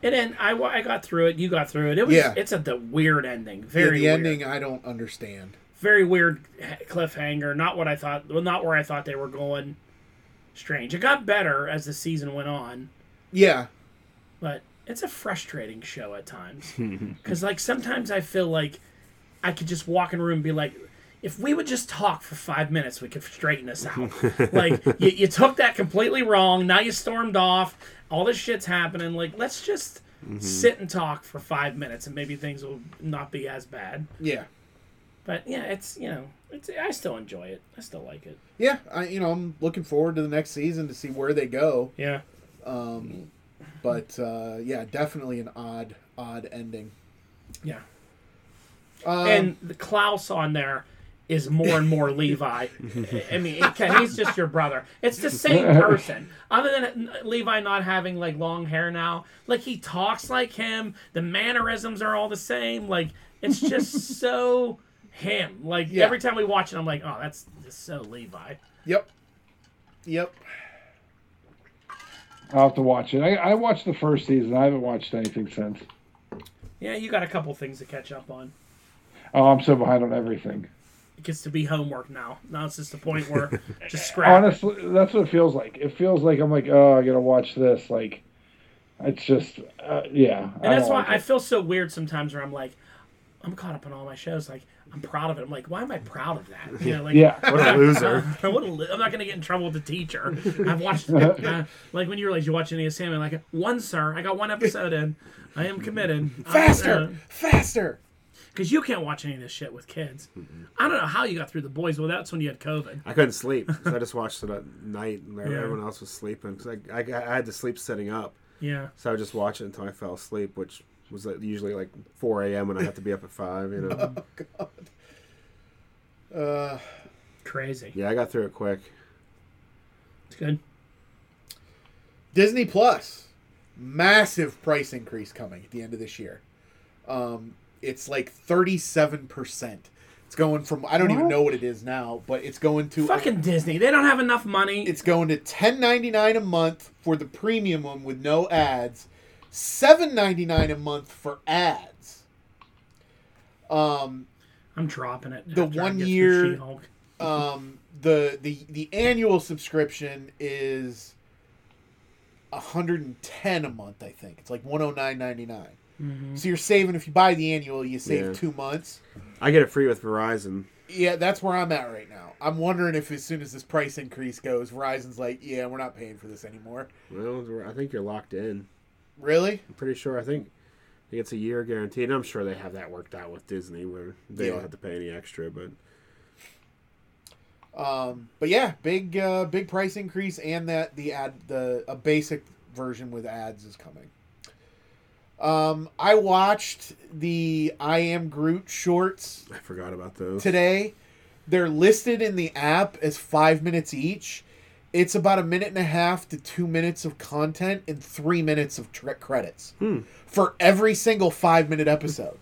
[SPEAKER 1] And then I, wa- I got through it. You got through it. It was
[SPEAKER 4] Yeah.
[SPEAKER 1] it's a the weird ending.
[SPEAKER 4] Yeah,
[SPEAKER 1] Very
[SPEAKER 4] the
[SPEAKER 1] weird.
[SPEAKER 4] ending I don't understand.
[SPEAKER 1] Very weird h- cliffhanger. Not what I thought. Well, not where I thought they were going. Strange. It got better as the season went on,
[SPEAKER 4] Yeah,
[SPEAKER 1] but it's a frustrating show at times. Because like sometimes I feel like I could just walk in a room and be like, if we would just talk for five minutes, we could straighten this out. like you, you took that completely wrong. Now you stormed off. All this shit's happening. Like let's just sit and talk for five minutes, and maybe things will not be as bad.
[SPEAKER 4] yeah,
[SPEAKER 1] But yeah, it's you know, it's I still enjoy it. I still like it.
[SPEAKER 4] yeah. I you know I'm looking forward to the next season to see where they go.
[SPEAKER 1] Yeah.
[SPEAKER 4] Um, but uh, yeah, definitely an odd odd ending.
[SPEAKER 1] Yeah.
[SPEAKER 4] Um,
[SPEAKER 1] and the Klaus on there is more and more Levi. I mean, okay, he's just your brother. It's the same person, other than Levi not having like long hair now. Like he talks like him. The mannerisms are all the same. Like it's just so him. Like
[SPEAKER 4] Yeah.
[SPEAKER 1] every time we watch it, I'm like, oh, that's just so Levi.
[SPEAKER 4] yep, yep.
[SPEAKER 2] I'll have to watch it. I, I watched the first season. I haven't watched anything since.
[SPEAKER 1] Yeah, you got a couple things to catch up on.
[SPEAKER 2] Oh, I'm so behind on everything.
[SPEAKER 1] It gets to be homework now. Now it's just the point where just scrap.
[SPEAKER 2] Honestly, that's what it feels like. It feels like I'm like, oh, I gotta watch this. Like, it's just, uh, yeah.
[SPEAKER 1] And that's why
[SPEAKER 2] like
[SPEAKER 1] I
[SPEAKER 2] it.
[SPEAKER 1] feel so weird sometimes where I'm like, I'm caught up on all my shows. Like, I'm proud of it. I'm like, why am I proud of that? You know, like,
[SPEAKER 2] yeah.
[SPEAKER 3] What a loser.
[SPEAKER 1] I would (laughs) I'm not going to get in trouble with the teacher. I've watched, (laughs) uh, like, when you realize you watch any assignment, like, one, sir, I got one episode in. I am committed. uh,
[SPEAKER 4] Faster, faster.
[SPEAKER 1] Because you can't watch any of this shit with kids. I don't know how you got through the boys. Well, that's when you had COVID.
[SPEAKER 3] I couldn't sleep, so I just watched it at night, and
[SPEAKER 1] Yeah.
[SPEAKER 3] everyone else was sleeping. Cause I, I, I had to sleep sitting up,
[SPEAKER 1] Yeah.
[SPEAKER 3] so I would just watch it until I fell asleep, which was like usually like 4 a.m. when I have to be up at five. You
[SPEAKER 1] (laughs)
[SPEAKER 3] know,
[SPEAKER 4] Oh, Uh,
[SPEAKER 1] Crazy.
[SPEAKER 3] yeah, I got through it quick.
[SPEAKER 1] It's good.
[SPEAKER 4] Disney Plus, massive price increase coming at the end of this year. Um, it's like thirty-seven percent. It's going from I don't even
[SPEAKER 2] What?
[SPEAKER 4] know what it is now, but it's going to
[SPEAKER 1] Fucking Disney. They don't have enough money.
[SPEAKER 4] It's going to ten ninety nine a month for the premium one with no ads, seven ninety nine a month for ads. Um,
[SPEAKER 1] I'm dropping it.
[SPEAKER 4] The
[SPEAKER 1] after I
[SPEAKER 4] one
[SPEAKER 1] get through
[SPEAKER 4] year-
[SPEAKER 1] She-Hulk.
[SPEAKER 4] um, the the the annual subscription is hundred and ten a month. I think it's like one hundred nine ninety nine. So you're saving if you buy the annual, you save
[SPEAKER 3] Yeah.
[SPEAKER 4] two months.
[SPEAKER 3] I get it free with Verizon.
[SPEAKER 4] Yeah, that's where I'm at right now. I'm wondering if as soon as this price increase goes, Verizon's like, yeah, we're not paying for this anymore.
[SPEAKER 3] Well, I think you're locked in.
[SPEAKER 4] Really?
[SPEAKER 3] I'm pretty sure. I think, I think it's a year guarantee, and I'm sure they have that worked out with Disney where they
[SPEAKER 4] Yeah.
[SPEAKER 3] don't have to pay any extra. But
[SPEAKER 4] Um, but yeah, big uh, big price increase and that the ad the a basic version with ads is coming. Um, I watched the I am Groot shorts
[SPEAKER 3] I forgot about those.
[SPEAKER 4] today. They're listed in the app as five minutes each. It's about a minute and a half to two minutes of content and three minutes of tr- credits for every single five minute episode.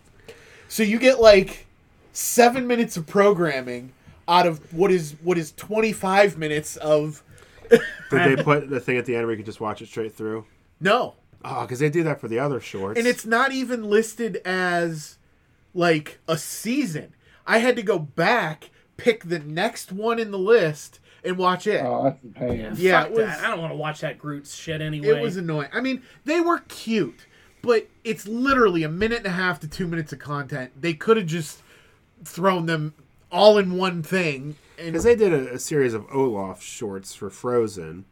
[SPEAKER 4] So you get like seven minutes of programming out of what is what is twenty five minutes of (laughs)
[SPEAKER 3] Did they put the thing at the end where you could just watch it straight through?
[SPEAKER 4] no,
[SPEAKER 3] Oh, because they do that for the other shorts.
[SPEAKER 4] and it's not even listed as like a season. I had to go back, pick the next one in the list, and watch
[SPEAKER 2] (laughs)
[SPEAKER 4] it.
[SPEAKER 2] Oh, that's the pain.
[SPEAKER 1] Yeah,
[SPEAKER 4] Yeah,
[SPEAKER 1] fuck
[SPEAKER 4] it was-
[SPEAKER 1] that. I don't want to watch that Groot shit anyway.
[SPEAKER 4] It was annoying. I mean, they were cute, but it's literally a minute and a half to two minutes of content. They could have just thrown them all in one thing. And
[SPEAKER 3] because they did a, a series of Olaf shorts for Frozen,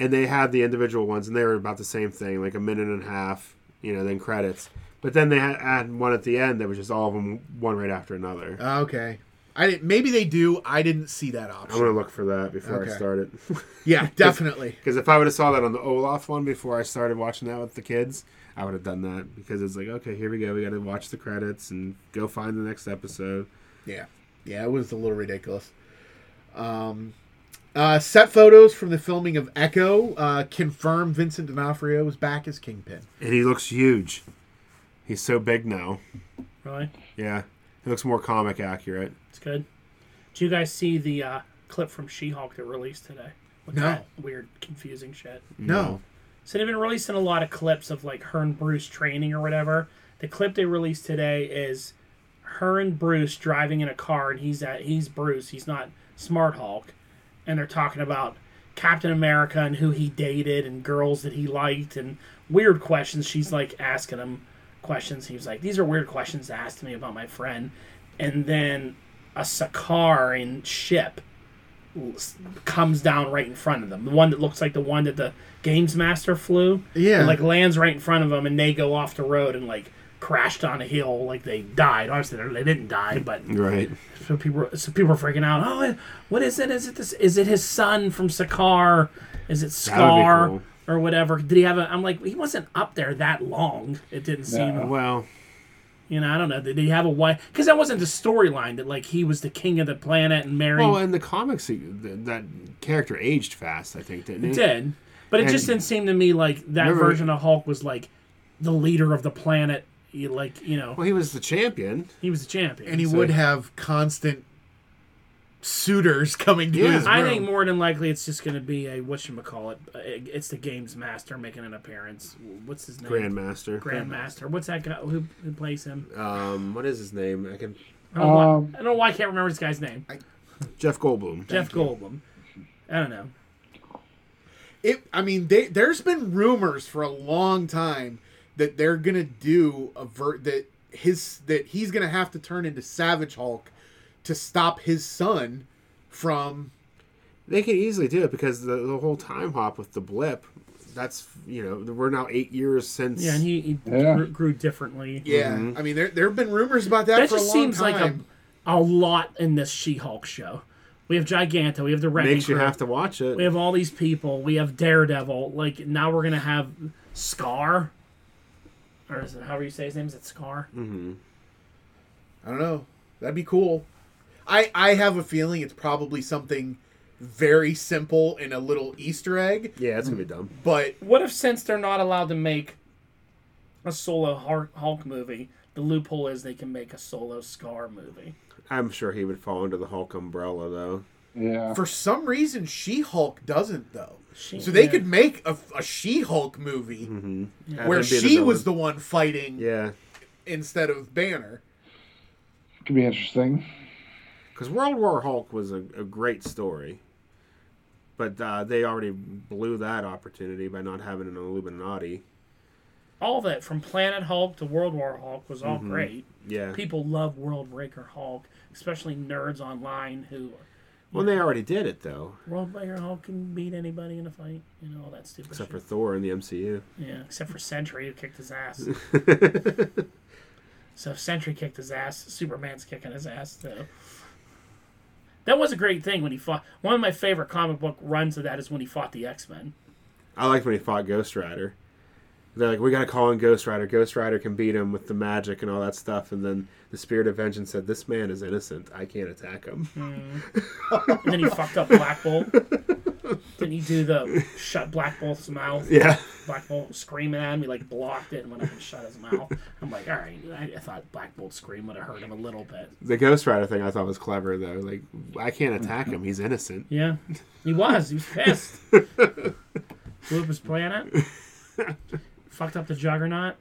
[SPEAKER 3] and they had the individual ones, and they were about the same thing, like a minute and a half, you know, then credits. But then they had, had one at the end that was just all of them, one right after another.
[SPEAKER 4] okay, I didn't. Maybe they do. I didn't see that
[SPEAKER 3] I'm
[SPEAKER 4] option.
[SPEAKER 3] gonna look for that before
[SPEAKER 4] Okay.
[SPEAKER 3] I start it. (laughs)
[SPEAKER 4] Yeah, definitely.
[SPEAKER 3] Because if I would have saw that on the Olaf one before I started watching that with the kids, I would have done that. Because it's like, okay, here we go. We got to watch the credits and go find the next episode.
[SPEAKER 4] Yeah, yeah, it was a little ridiculous. Um, uh, set photos from the filming of Echo uh, confirm Vincent D'Onofrio is back as Kingpin.
[SPEAKER 3] And he looks huge. He's so big now.
[SPEAKER 1] really.
[SPEAKER 3] Yeah, he looks more comic accurate.
[SPEAKER 1] It's good. Did you guys see the uh, clip from She-Hulk that released today? With
[SPEAKER 4] No.
[SPEAKER 1] That weird, confusing shit.
[SPEAKER 4] No,
[SPEAKER 1] So they've been releasing a lot of clips of like her and Bruce training or whatever. The clip they released today is her and Bruce driving in a car, and he's at he's Bruce. He's not Smart Hulk, and they're talking about Captain America and who he dated and girls that he liked and weird questions. She's like asking him questions. He was like, "These are weird questions to ask me about my friend," and then a Sakarian ship s- comes down right in front of them. The one that looks like the one that the games master flew.
[SPEAKER 4] Yeah.
[SPEAKER 1] It, like lands right in front of them, and they go off the road and like crashed on a hill, like they died. Honestly, they're- they didn't die, but
[SPEAKER 3] Right.
[SPEAKER 1] so people, were- so people were freaking out. Oh, what is it? Is it this? Is it his son from Sakaar? Is it Scar
[SPEAKER 3] cool.
[SPEAKER 1] or whatever? Did he have a? I'm like, he wasn't up there that long. It didn't seem.
[SPEAKER 3] Well,
[SPEAKER 1] You know, I don't know. Did he have a wife? Because that wasn't the storyline that like he was the king of the planet and married.
[SPEAKER 3] well, in the comics, he- th- that character aged fast. I think didn't he?
[SPEAKER 1] It did, but it
[SPEAKER 3] And-
[SPEAKER 1] just didn't seem to me like that
[SPEAKER 3] Remember-
[SPEAKER 1] version of Hulk was like the leader of the planet. You like, you know,
[SPEAKER 3] Well, he was the champion.
[SPEAKER 1] he was the champion.
[SPEAKER 4] and he
[SPEAKER 3] So-
[SPEAKER 4] would have constant suitors (laughs) coming to
[SPEAKER 3] Yeah.
[SPEAKER 4] his room.
[SPEAKER 1] I think more than likely it's just going to be a what you call it. It's the game's master making an appearance. What's his name?
[SPEAKER 3] Grandmaster.
[SPEAKER 1] Grandmaster. What's that guy who, who plays him?
[SPEAKER 3] Um, what is his name? I can.
[SPEAKER 1] I don't, know why-
[SPEAKER 2] Um,
[SPEAKER 1] I don't know why I can't remember this guy's name.
[SPEAKER 3] Jeff Goldblum.
[SPEAKER 1] Jeff Goldblum. I don't know.
[SPEAKER 4] it i mean they, there's been rumors for a long time that they're gonna do a ver- that his that he's gonna have to turn into savage hulk to stop his son from
[SPEAKER 3] They could easily do it because the, the whole time hop with the blip. That's you know we're now eight years since.
[SPEAKER 1] Yeah, and he, he
[SPEAKER 2] Yeah.
[SPEAKER 1] grew, grew differently.
[SPEAKER 4] yeah i mean there, there have been rumors about that,
[SPEAKER 1] That
[SPEAKER 4] for
[SPEAKER 1] just
[SPEAKER 4] a long
[SPEAKER 1] seems
[SPEAKER 4] time
[SPEAKER 1] like a, a lot in this She-Hulk show. We have Giganta. We have the Wrecking
[SPEAKER 3] makes you
[SPEAKER 1] Crew.
[SPEAKER 3] have to watch it.
[SPEAKER 1] we have all these people. We have Daredevil. Like now we're gonna have Scar, or is it however you say his name? Is it Scar?
[SPEAKER 4] i don't know that'd be cool i i have a feeling it's probably something very simple and a little easter egg
[SPEAKER 3] yeah, it's gonna be dumb.
[SPEAKER 4] but
[SPEAKER 1] What if since they're not allowed to make a solo Har- Hulk movie, the loophole is they can make a solo Scar movie?
[SPEAKER 3] I'm sure he would fall under the Hulk umbrella though.
[SPEAKER 2] yeah.
[SPEAKER 4] for some reason she hulk doesn't though
[SPEAKER 1] She-
[SPEAKER 4] so they
[SPEAKER 1] yeah.
[SPEAKER 4] could make a, a she hulk movie
[SPEAKER 3] Have
[SPEAKER 4] where
[SPEAKER 3] him be
[SPEAKER 4] she
[SPEAKER 3] villain.
[SPEAKER 4] was the one fighting
[SPEAKER 3] yeah.
[SPEAKER 4] instead of Banner.
[SPEAKER 2] Could be interesting.
[SPEAKER 3] Because World War Hulk was a, a great story, but uh, they already blew that opportunity by not having an Illuminati.
[SPEAKER 1] All that from Planet Hulk to World War Hulk was all
[SPEAKER 3] Mm-hmm.
[SPEAKER 1] great.
[SPEAKER 3] Yeah.
[SPEAKER 1] People love World Breaker Hulk, especially nerds online who
[SPEAKER 3] Well, they already did it though,
[SPEAKER 1] World Breaker Hulk can beat anybody in a fight, you know all that stupid.
[SPEAKER 3] except for
[SPEAKER 1] shit.
[SPEAKER 3] Thor in the MCU.
[SPEAKER 1] yeah, except for Sentry who kicked his ass. So if Sentry kicked his ass. Superman's kicking his ass though. That was a great thing when he fought. One of my favorite comic book runs of that is when he fought the X Men.
[SPEAKER 3] I liked when he fought Ghost Rider. They're like, we gotta call in Ghost Rider. Ghost Rider can beat him with the magic and all that stuff. And then the Spirit of Vengeance said, "This man is innocent. I can't attack
[SPEAKER 4] (laughs)
[SPEAKER 3] him."
[SPEAKER 1] And then he fucked up Black Bolt. Didn't he do the shut Black Bolt's mouth?
[SPEAKER 3] Yeah.
[SPEAKER 1] Black Bolt screaming at him. He like blocked it and went up and shut his mouth. I'm like, all right. I, I thought Black Bolt scream would have hurt him a little bit.
[SPEAKER 3] The Ghost Rider thing I thought was clever though. Like, I can't attack him. He's innocent. (laughs)
[SPEAKER 1] Yeah, he was. He was pissed. Blew up his planet. Fucked up the Juggernaut.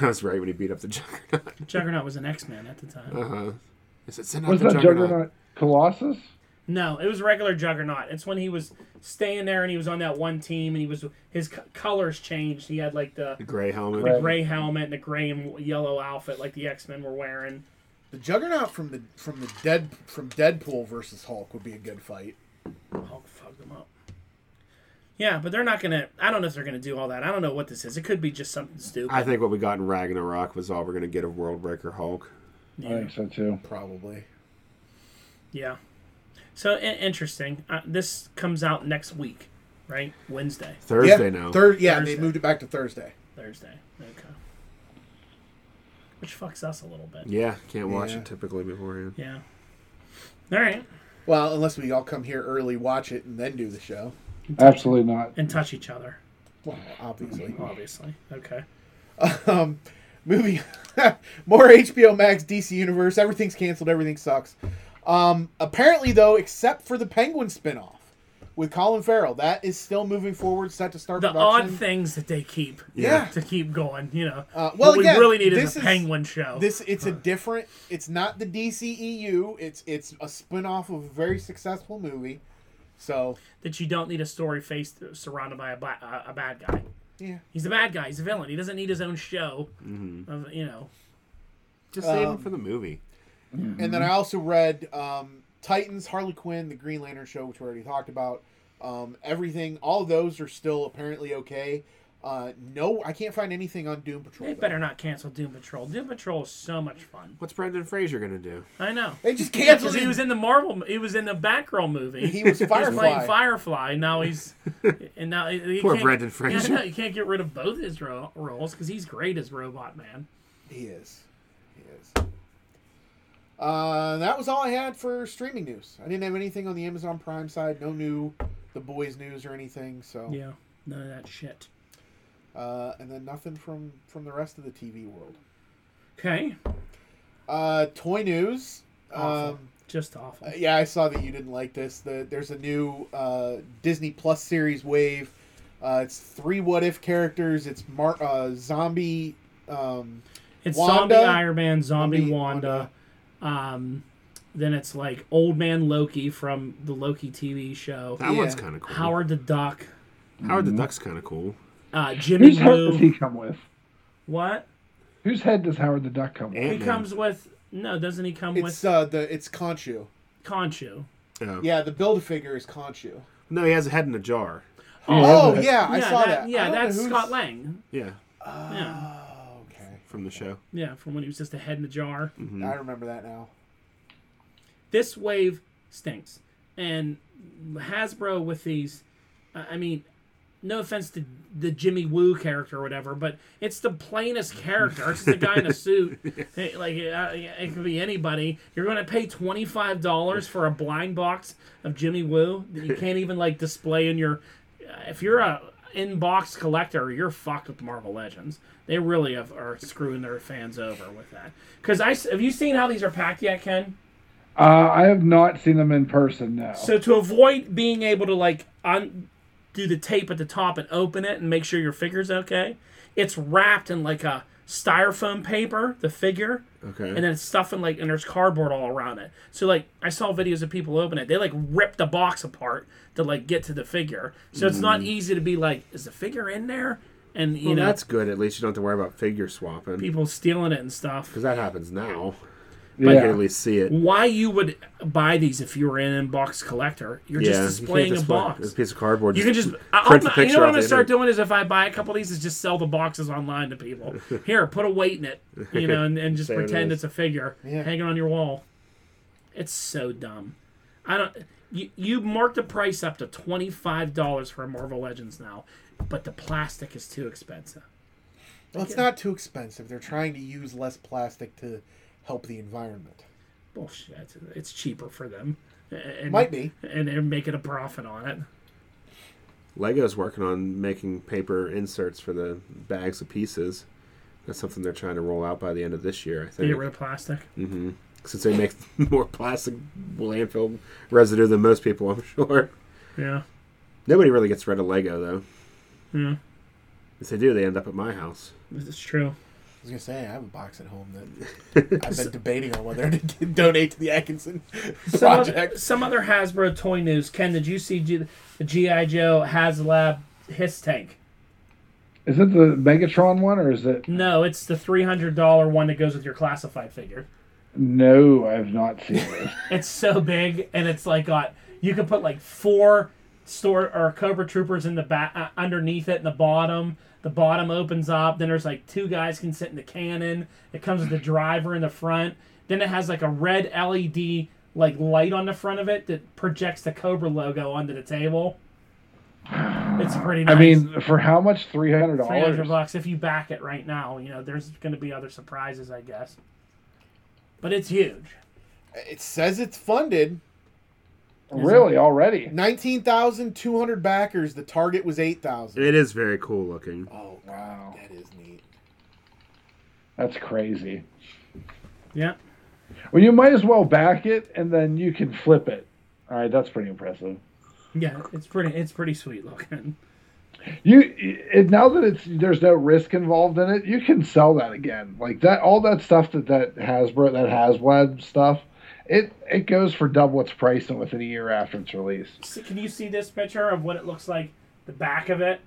[SPEAKER 3] That was right when he beat up the (laughs) Juggernaut.
[SPEAKER 1] Juggernaut was an X Man at the time.
[SPEAKER 3] Uh huh. I said, "Send out
[SPEAKER 2] Was
[SPEAKER 3] the
[SPEAKER 2] that
[SPEAKER 3] Juggernaut."
[SPEAKER 2] Juggernaut Colossus?
[SPEAKER 1] No, it was regular Juggernaut. It's when he was staying there and he was on that one team and he was his c- colors changed. He had like the
[SPEAKER 3] The gray helmet.
[SPEAKER 2] Gray.
[SPEAKER 1] gray helmet and the gray and yellow outfit like the X Men were wearing.
[SPEAKER 4] The Juggernaut from the from the dead from Deadpool versus Hulk would be a good fight.
[SPEAKER 1] Hulk Oh, fucked them up. Yeah, but they're not gonna. I don't know if they're gonna do all that. I don't know what this is. It could be just something stupid.
[SPEAKER 3] I think what we got in Ragnarok was all we're gonna get of World Breaker Hulk.
[SPEAKER 2] I think so too.
[SPEAKER 4] Probably.
[SPEAKER 1] yeah. So I- interesting. Uh, this comes out next week, right? Wednesday,
[SPEAKER 3] Thursday
[SPEAKER 4] yeah,
[SPEAKER 3] now.
[SPEAKER 4] Thur- yeah, they
[SPEAKER 1] Thursday.
[SPEAKER 4] moved it back to Thursday.
[SPEAKER 1] Thursday. Okay. Which fucks us a little bit.
[SPEAKER 3] yeah, can't watch
[SPEAKER 4] Yeah.
[SPEAKER 3] it typically beforehand.
[SPEAKER 1] Yeah. All right.
[SPEAKER 4] Well, unless we all come here early, watch it, and then do the show.
[SPEAKER 2] Absolutely not.
[SPEAKER 1] And touch each other.
[SPEAKER 4] Well, obviously.
[SPEAKER 1] obviously. Okay.
[SPEAKER 4] Um, movie. (laughs) More HBO Max, DC Universe. Everything's canceled. Everything sucks. Um, apparently, though, except for the Penguin spinoff, with Colin Farrell. That is still moving forward, set to start
[SPEAKER 1] The
[SPEAKER 4] production.
[SPEAKER 1] odd things that they keep
[SPEAKER 4] Yeah.
[SPEAKER 1] to keep going, you know.
[SPEAKER 4] Uh, well,
[SPEAKER 1] what
[SPEAKER 4] again,
[SPEAKER 1] we really need
[SPEAKER 4] this
[SPEAKER 1] is a
[SPEAKER 4] is-
[SPEAKER 1] penguin show.
[SPEAKER 4] This it's a different. It's not the DCEU. It's it's a spin-off of a very successful movie. So
[SPEAKER 1] that you don't need a story face surrounded by a, ba- a- a bad guy.
[SPEAKER 4] yeah,
[SPEAKER 1] He's a bad guy. He's a villain. He doesn't need his own show.
[SPEAKER 4] Mm-hmm.
[SPEAKER 1] Of you know,
[SPEAKER 3] Just save
[SPEAKER 4] Um,
[SPEAKER 3] him for the movie.
[SPEAKER 4] and then I also read um, Titans, Harley Quinn, the Green Lantern show, which we already talked about. Um, everything, all of those are still apparently okay. Uh, no, I can't find anything on Doom Patrol.
[SPEAKER 1] they
[SPEAKER 4] though.
[SPEAKER 1] better not cancel Doom Patrol. Doom Patrol is so much fun.
[SPEAKER 3] What's Brendan Fraser gonna do?
[SPEAKER 1] I know.
[SPEAKER 4] They just
[SPEAKER 1] Because (laughs)
[SPEAKER 4] canceled.
[SPEAKER 1] he
[SPEAKER 4] it.
[SPEAKER 1] was in the Marvel. He was in the Batgirl movie. (laughs)
[SPEAKER 4] He was
[SPEAKER 1] He was playing
[SPEAKER 4] Firefly.
[SPEAKER 1] Firefly. Now he's and now he- he
[SPEAKER 3] Poor
[SPEAKER 1] can't-
[SPEAKER 3] Brendan
[SPEAKER 1] Yeah, (laughs)
[SPEAKER 3] Fraser.
[SPEAKER 1] I know, you can't get rid of both his ro- roles because he's great as Robot Man.
[SPEAKER 4] He is. He is. Uh, that was all I had for streaming news. I didn't have anything on the Amazon Prime side. No new, the boys news or anything. So,
[SPEAKER 1] Yeah, none of that shit.
[SPEAKER 4] uh, and then nothing from from the rest of the TV world.
[SPEAKER 1] Okay,
[SPEAKER 4] Uh, toy news.
[SPEAKER 1] Awful.
[SPEAKER 4] Um,
[SPEAKER 1] just awful.
[SPEAKER 4] yeah, I saw that you didn't like this. The, there's a new uh, Disney Plus series wave. Uh, it's three what if characters. It's Mar- uh, zombie. Um,
[SPEAKER 1] It's zombie
[SPEAKER 4] Wanda.
[SPEAKER 1] Iron Man, zombie,
[SPEAKER 4] Zombie
[SPEAKER 1] Wanda. Um, then it's like Old Man Loki from the Loki TV show.
[SPEAKER 3] That
[SPEAKER 4] Yeah.
[SPEAKER 3] one's kind of cool.
[SPEAKER 1] Howard
[SPEAKER 3] Howard,
[SPEAKER 1] the Duck.
[SPEAKER 3] the Duck's kind of cool.
[SPEAKER 1] Uh, Jimmy
[SPEAKER 2] Whose head does
[SPEAKER 1] Woo.
[SPEAKER 2] he come with?
[SPEAKER 1] What?
[SPEAKER 2] Whose head does Howard the Duck come with?
[SPEAKER 1] He
[SPEAKER 3] Ant-Man.
[SPEAKER 1] comes with. No, doesn't he come
[SPEAKER 4] it's
[SPEAKER 1] with
[SPEAKER 4] uh, the it's Conchu.
[SPEAKER 1] Conchu?
[SPEAKER 3] Oh.
[SPEAKER 4] Yeah, the build a figure is Conchu.
[SPEAKER 3] No, he has a head in a jar.
[SPEAKER 4] Oh
[SPEAKER 2] Yeah.
[SPEAKER 4] yeah, I
[SPEAKER 1] yeah,
[SPEAKER 4] saw
[SPEAKER 1] that-
[SPEAKER 4] that. I
[SPEAKER 1] Yeah,
[SPEAKER 4] don't know
[SPEAKER 1] that's
[SPEAKER 4] who's-
[SPEAKER 1] Scott Lang.
[SPEAKER 3] Yeah,
[SPEAKER 1] Yeah.
[SPEAKER 4] Oh, okay.
[SPEAKER 3] from the show.
[SPEAKER 1] Yeah, from when he was just a head in a jar.
[SPEAKER 4] I remember that now.
[SPEAKER 1] This wave stinks, and Hasbro with these. I I mean, no offense to the Jimmy Woo character or whatever, but it's the plainest character. It's just a guy in a suit. Hey, like uh, it could be anybody. You're going to pay twenty five dollars for a blind box of Jimmy Woo that you can't even like display in your. uh, If you're a in box collector, you're fucked with Marvel Legends. They really have, are screwing their fans over with that. Because I s- have you seen how these are packed yet, Ken?
[SPEAKER 2] Uh, I have not seen them in person now.
[SPEAKER 1] So to avoid being able to like un- do the tape at the top and open it and make sure your figure's okay, it's wrapped in like a styrofoam paper, the figure,
[SPEAKER 3] Okay.
[SPEAKER 1] and then it's stuffed in like and there's cardboard all around it. So like I saw videos of people open it. They like rip the box apart to like get to the figure. So it's
[SPEAKER 3] Mm.
[SPEAKER 1] not easy to be like, is the figure in there? And you
[SPEAKER 3] well,
[SPEAKER 1] know
[SPEAKER 3] that's good. At least you don't have to worry about figure swapping because
[SPEAKER 1] people stealing it and stuff.
[SPEAKER 3] that happens now.
[SPEAKER 2] yeah.
[SPEAKER 3] You can at least see it.
[SPEAKER 1] Why you would buy these if you were an in-box collector? You're
[SPEAKER 3] yeah, you
[SPEAKER 1] just
[SPEAKER 3] can't
[SPEAKER 1] displaying
[SPEAKER 3] display-
[SPEAKER 1] a box.
[SPEAKER 3] It's a piece of cardboard.
[SPEAKER 1] You can just. I-
[SPEAKER 3] print the
[SPEAKER 1] I'm, you
[SPEAKER 3] picture
[SPEAKER 1] know what
[SPEAKER 3] off
[SPEAKER 1] I'm
[SPEAKER 3] the
[SPEAKER 1] gonna start
[SPEAKER 3] internet.
[SPEAKER 1] doing is if I buy a couple of these, is just sell the boxes online to
[SPEAKER 3] (laughs)
[SPEAKER 1] people. Here, put a weight in it, you know, and, and just
[SPEAKER 3] There it
[SPEAKER 1] pretend
[SPEAKER 3] is.
[SPEAKER 1] it's a figure
[SPEAKER 4] Yeah.
[SPEAKER 1] hanging on your wall. It's so dumb. I don't. You you mark the price up to twenty five dollars for Marvel Legends now, but the plastic is too expensive.
[SPEAKER 4] Well, it's not too expensive. They're trying to use less plastic to help the environment.
[SPEAKER 1] Bullshit. It's cheaper for them. And,
[SPEAKER 4] Might be.
[SPEAKER 1] and they're making a profit on it.
[SPEAKER 3] Lego's working on making paper inserts for the bags of pieces. That's something they're trying to roll out by the end of this year, I
[SPEAKER 1] They
[SPEAKER 3] think.
[SPEAKER 1] get rid of plastic.
[SPEAKER 3] Since they make (laughs) more plastic landfill residue than most people, I'm sure.
[SPEAKER 1] Yeah.
[SPEAKER 3] Nobody really gets rid of Lego though.
[SPEAKER 1] Yeah.
[SPEAKER 3] If they do, they end up at my house.
[SPEAKER 1] It's true.
[SPEAKER 4] I was gonna say I have a box at home that (laughs) I've been debating on whether to d- donate to the (laughs) Atkinson
[SPEAKER 1] some
[SPEAKER 4] project.
[SPEAKER 1] other, some other Hasbro toy news. Ken, did you see G- the GI Joe HasLab Hiss Tank?
[SPEAKER 2] Is it the Megatron one or is it?
[SPEAKER 1] No, it's the three hundred dollar one that goes with your classified figure.
[SPEAKER 2] No, I have not seen
[SPEAKER 3] (laughs)
[SPEAKER 2] it.
[SPEAKER 1] It's so big, and it's like got you can put like four store or Cobra Troopers in the back uh, underneath it in the bottom. The bottom opens up. Then there's like two guys can sit in the cannon. It comes with the driver in the front. Then it has like a red LED like light on the front of it that projects the Cobra logo onto the table. It's pretty nice.
[SPEAKER 2] I mean, for how much? Three hundred
[SPEAKER 1] three hundred
[SPEAKER 2] dollars.
[SPEAKER 1] bucks if you back it right now. You know, there's going to be other surprises, I guess. But it's huge.
[SPEAKER 4] It says it's funded.
[SPEAKER 2] Really? Already?
[SPEAKER 4] Nineteen thousand two hundred backers. The target was eight thousand.
[SPEAKER 3] It is very cool looking.
[SPEAKER 4] Oh
[SPEAKER 2] Wow,
[SPEAKER 4] that is neat.
[SPEAKER 2] that's crazy.
[SPEAKER 1] Yeah.
[SPEAKER 2] Well, you might as well back it, and then you can flip it. All right, that's pretty impressive.
[SPEAKER 1] Yeah, it's pretty. It's pretty sweet looking.
[SPEAKER 2] You it, now that it's there's no risk involved in it, you can sell that again. Like that, all that stuff that that Hasbro that Hasweb stuff, it it goes for double its price and within a year after its release.
[SPEAKER 1] See, can you see this picture of what it looks like? The back of it.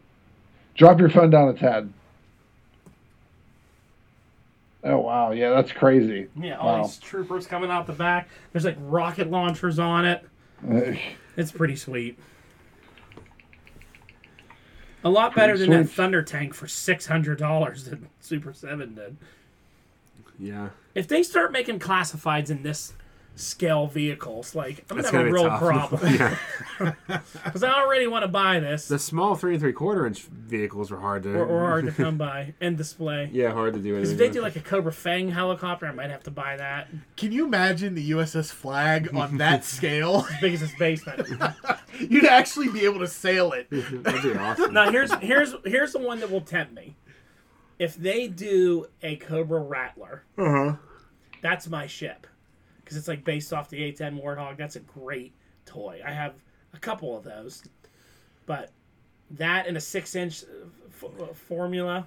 [SPEAKER 2] Drop your phone down a tad. Oh wow, yeah, that's crazy. (sighs)
[SPEAKER 1] Yeah, all
[SPEAKER 2] Wow.
[SPEAKER 1] these troopers coming out the back. There's like rocket launchers on it. It's pretty sweet. A lot better than that
[SPEAKER 2] sweet.
[SPEAKER 1] Thunder Tank for six hundred dollars that (laughs) Super Seven did.
[SPEAKER 3] Yeah.
[SPEAKER 1] If they start making classifieds in this scale vehicles, like I'm gonna
[SPEAKER 3] That's
[SPEAKER 1] have
[SPEAKER 3] gonna
[SPEAKER 1] a
[SPEAKER 3] be
[SPEAKER 1] real
[SPEAKER 3] tough.
[SPEAKER 1] problem
[SPEAKER 3] yeah. (laughs)
[SPEAKER 1] (laughs) because I already want to buy this
[SPEAKER 3] The small three and three quarter inch vehicles were hard to
[SPEAKER 1] or, or
[SPEAKER 3] (laughs)
[SPEAKER 1] hard to come by and display.
[SPEAKER 3] Yeah, hard to do anything.
[SPEAKER 1] If they do
[SPEAKER 3] with.
[SPEAKER 1] like a Cobra Fang helicopter, I might have to buy that
[SPEAKER 4] Can you imagine the USS flag on (laughs) that scale?
[SPEAKER 1] big as this basement.
[SPEAKER 4] You'd actually be able to sail it.
[SPEAKER 3] (laughs)
[SPEAKER 1] (laughs)
[SPEAKER 3] That'd be awesome.
[SPEAKER 1] now uh, here's here's here's the one that will tempt me. If they do a Cobra Rattler,
[SPEAKER 3] Uh-huh.
[SPEAKER 1] that's my ship because it's like based off the A10 Warthog. That's a great toy. I have a couple of those, but that and a six-inch uh, f- f- formula,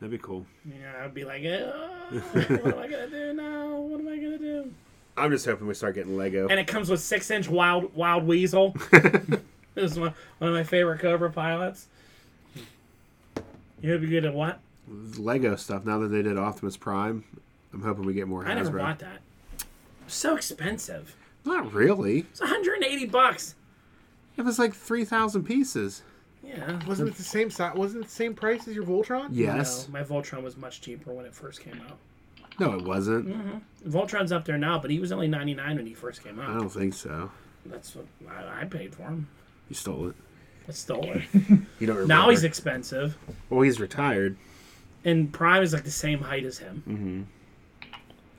[SPEAKER 3] That'd be cool.
[SPEAKER 1] you know, I'd be like, oh, what am I gonna do now? What am I gonna do?
[SPEAKER 3] I'm just hoping we start getting Lego.
[SPEAKER 1] And it comes with six-inch wild wild weasel. this is one, one of my favorite Cobra pilots. You'd be good at what?
[SPEAKER 3] Lego stuff. Now that they did Optimus Prime, I'm hoping we get more Hasbro.
[SPEAKER 1] I never bought that. So expensive.
[SPEAKER 3] Not really.
[SPEAKER 1] It's 180 bucks.
[SPEAKER 3] It was like three thousand pieces.
[SPEAKER 1] Yeah.
[SPEAKER 4] Wasn't it the same size? Wasn't it the same price as your Voltron?
[SPEAKER 3] Yes.
[SPEAKER 1] No, my Voltron was much cheaper when it first came out.
[SPEAKER 3] No, it wasn't.
[SPEAKER 1] Voltron's up there now, but he was only 99 when he first came
[SPEAKER 3] I
[SPEAKER 1] out.
[SPEAKER 3] don't think so.
[SPEAKER 1] That's what I, I paid for him.
[SPEAKER 3] You stole it.
[SPEAKER 1] I stole it.
[SPEAKER 3] You don't remember.
[SPEAKER 1] now he's expensive,
[SPEAKER 3] well, he's retired.
[SPEAKER 1] and Prime is like the same height as him.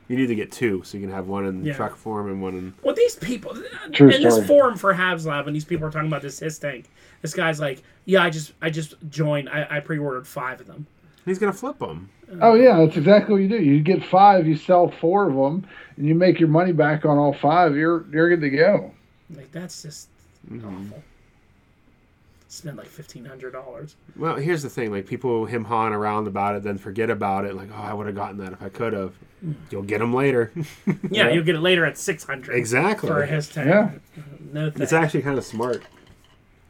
[SPEAKER 3] You need to get two, so you can have one in
[SPEAKER 1] Yeah.
[SPEAKER 3] truck form and one in.
[SPEAKER 1] Well, these people
[SPEAKER 2] True
[SPEAKER 1] in this
[SPEAKER 2] story.
[SPEAKER 1] forum for Habs Lab, and these people are talking about this his tank. This guy's like, yeah, I just I just joined. I, I pre-ordered five of them.
[SPEAKER 3] He's gonna flip them.
[SPEAKER 2] Oh yeah, that's exactly what you do. You get five, you sell four of them, and you make your money back on all five. You're you're good to go.
[SPEAKER 1] Like that's just
[SPEAKER 2] Mm-hmm.
[SPEAKER 1] awful. Spend like fifteen hundred dollars.
[SPEAKER 3] Well, here's the thing: like people him hawing around about it, then forget about it. Like, oh, I would have gotten that if I could have. You'll get them later. (laughs)
[SPEAKER 1] Yeah, you'll get it later at six hundred.
[SPEAKER 3] exactly.
[SPEAKER 1] For his tank.
[SPEAKER 2] Yeah.
[SPEAKER 1] No thanks.
[SPEAKER 3] It's actually kind of smart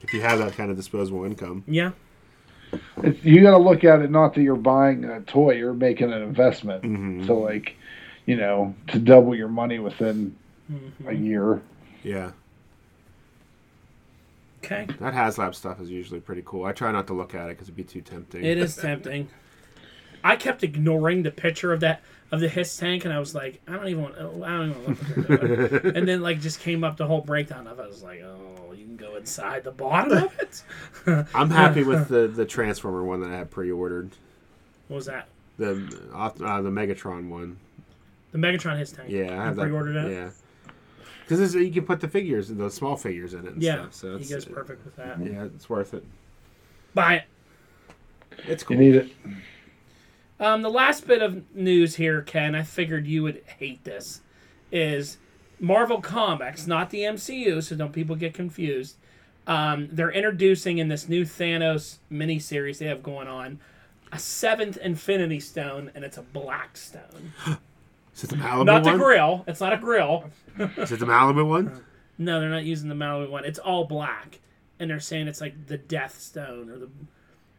[SPEAKER 3] if you have that kind of disposable income.
[SPEAKER 1] yeah.
[SPEAKER 2] It's, you got to look at it not that you're buying a toy, you're making an investment. So like, you know, to double your money within a year.
[SPEAKER 3] Yeah,
[SPEAKER 1] Okay.
[SPEAKER 3] that HasLab stuff is usually pretty cool. I try not to look at it because it'd be too tempting.
[SPEAKER 1] It is tempting. I kept ignoring the picture of that of the his tank, and I was like, I don't even want. oh, I don't even want to
[SPEAKER 3] (laughs)
[SPEAKER 1] look at that. (laughs) and then like just came up the whole breakdown of it. I was like, oh, you can go inside the bottom of
[SPEAKER 3] (laughs)
[SPEAKER 1] it. what
[SPEAKER 3] I'm
[SPEAKER 1] (laughs)
[SPEAKER 3] happy with the the Transformer one that I had pre-ordered.
[SPEAKER 1] was that?
[SPEAKER 3] The uh, the Megatron one.
[SPEAKER 1] The Megatron his tank.
[SPEAKER 3] Yeah, I have
[SPEAKER 1] you pre-ordered
[SPEAKER 3] that.
[SPEAKER 1] it.
[SPEAKER 3] Yeah, because you can put the figures, the small figures in it. And
[SPEAKER 1] Yeah,
[SPEAKER 3] stuff, so
[SPEAKER 1] he
[SPEAKER 3] it's, uh,
[SPEAKER 1] goes perfect with that.
[SPEAKER 3] Yeah, it's worth it.
[SPEAKER 1] Buy it.
[SPEAKER 3] It's
[SPEAKER 2] You
[SPEAKER 3] cool.
[SPEAKER 2] need it.
[SPEAKER 1] Um, the last bit of news here, Ken, I figured you would hate this, is Marvel Comics, not the MCU, so don't people get confused. Um, they're introducing in this new Thanos miniseries they have going on a seventh Infinity Stone, and it's a black stone.
[SPEAKER 3] Is it the Malibu
[SPEAKER 1] Not the
[SPEAKER 3] one?
[SPEAKER 1] grill. It's not a grill.
[SPEAKER 3] Is it the Malibu one?
[SPEAKER 1] No, they're not using the Malibu one. It's all black, and they're saying it's like the Death Stone or the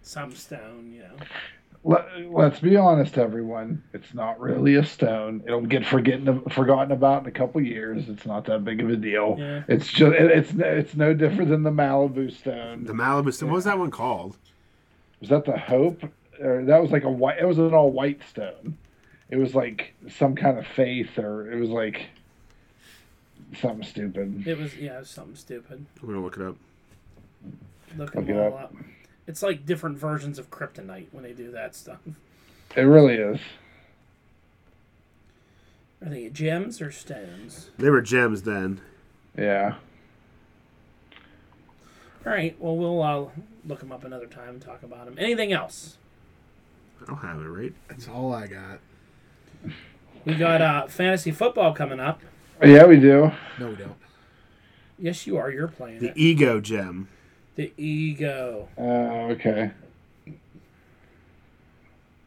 [SPEAKER 1] some stone, you know.
[SPEAKER 2] Let, let's be honest, everyone. It's not really a stone. It'll get forgotten forgotten about in a couple years. It's not that big of a deal.
[SPEAKER 1] Yeah.
[SPEAKER 2] It's just it, it's no- it's no different than the Malibu stone.
[SPEAKER 3] The Malibu. Stone. What was that one called?
[SPEAKER 2] was that the hope or that was like a white it was an all white stone it was like some kind of faith or it was like something stupid
[SPEAKER 1] It was yeah, it was something stupid.
[SPEAKER 3] I'm gonna look it up.
[SPEAKER 1] Look them
[SPEAKER 2] Look it
[SPEAKER 1] all up.
[SPEAKER 2] up.
[SPEAKER 1] It's like different versions of kryptonite when they do that stuff.
[SPEAKER 2] it really is
[SPEAKER 1] Are they gems or stones?
[SPEAKER 3] They were gems then.
[SPEAKER 2] yeah
[SPEAKER 1] All right. Well, we'll uh, look them up another time and talk about them. Anything else?
[SPEAKER 3] I don't have it right.
[SPEAKER 4] That's all I got.
[SPEAKER 1] We got uh, fantasy football coming up.
[SPEAKER 2] Oh, yeah we do
[SPEAKER 4] No, we don't.
[SPEAKER 1] Yes, you are. You're playing
[SPEAKER 3] The
[SPEAKER 1] it.
[SPEAKER 3] ego gem.
[SPEAKER 1] The ego.
[SPEAKER 2] Uh, okay.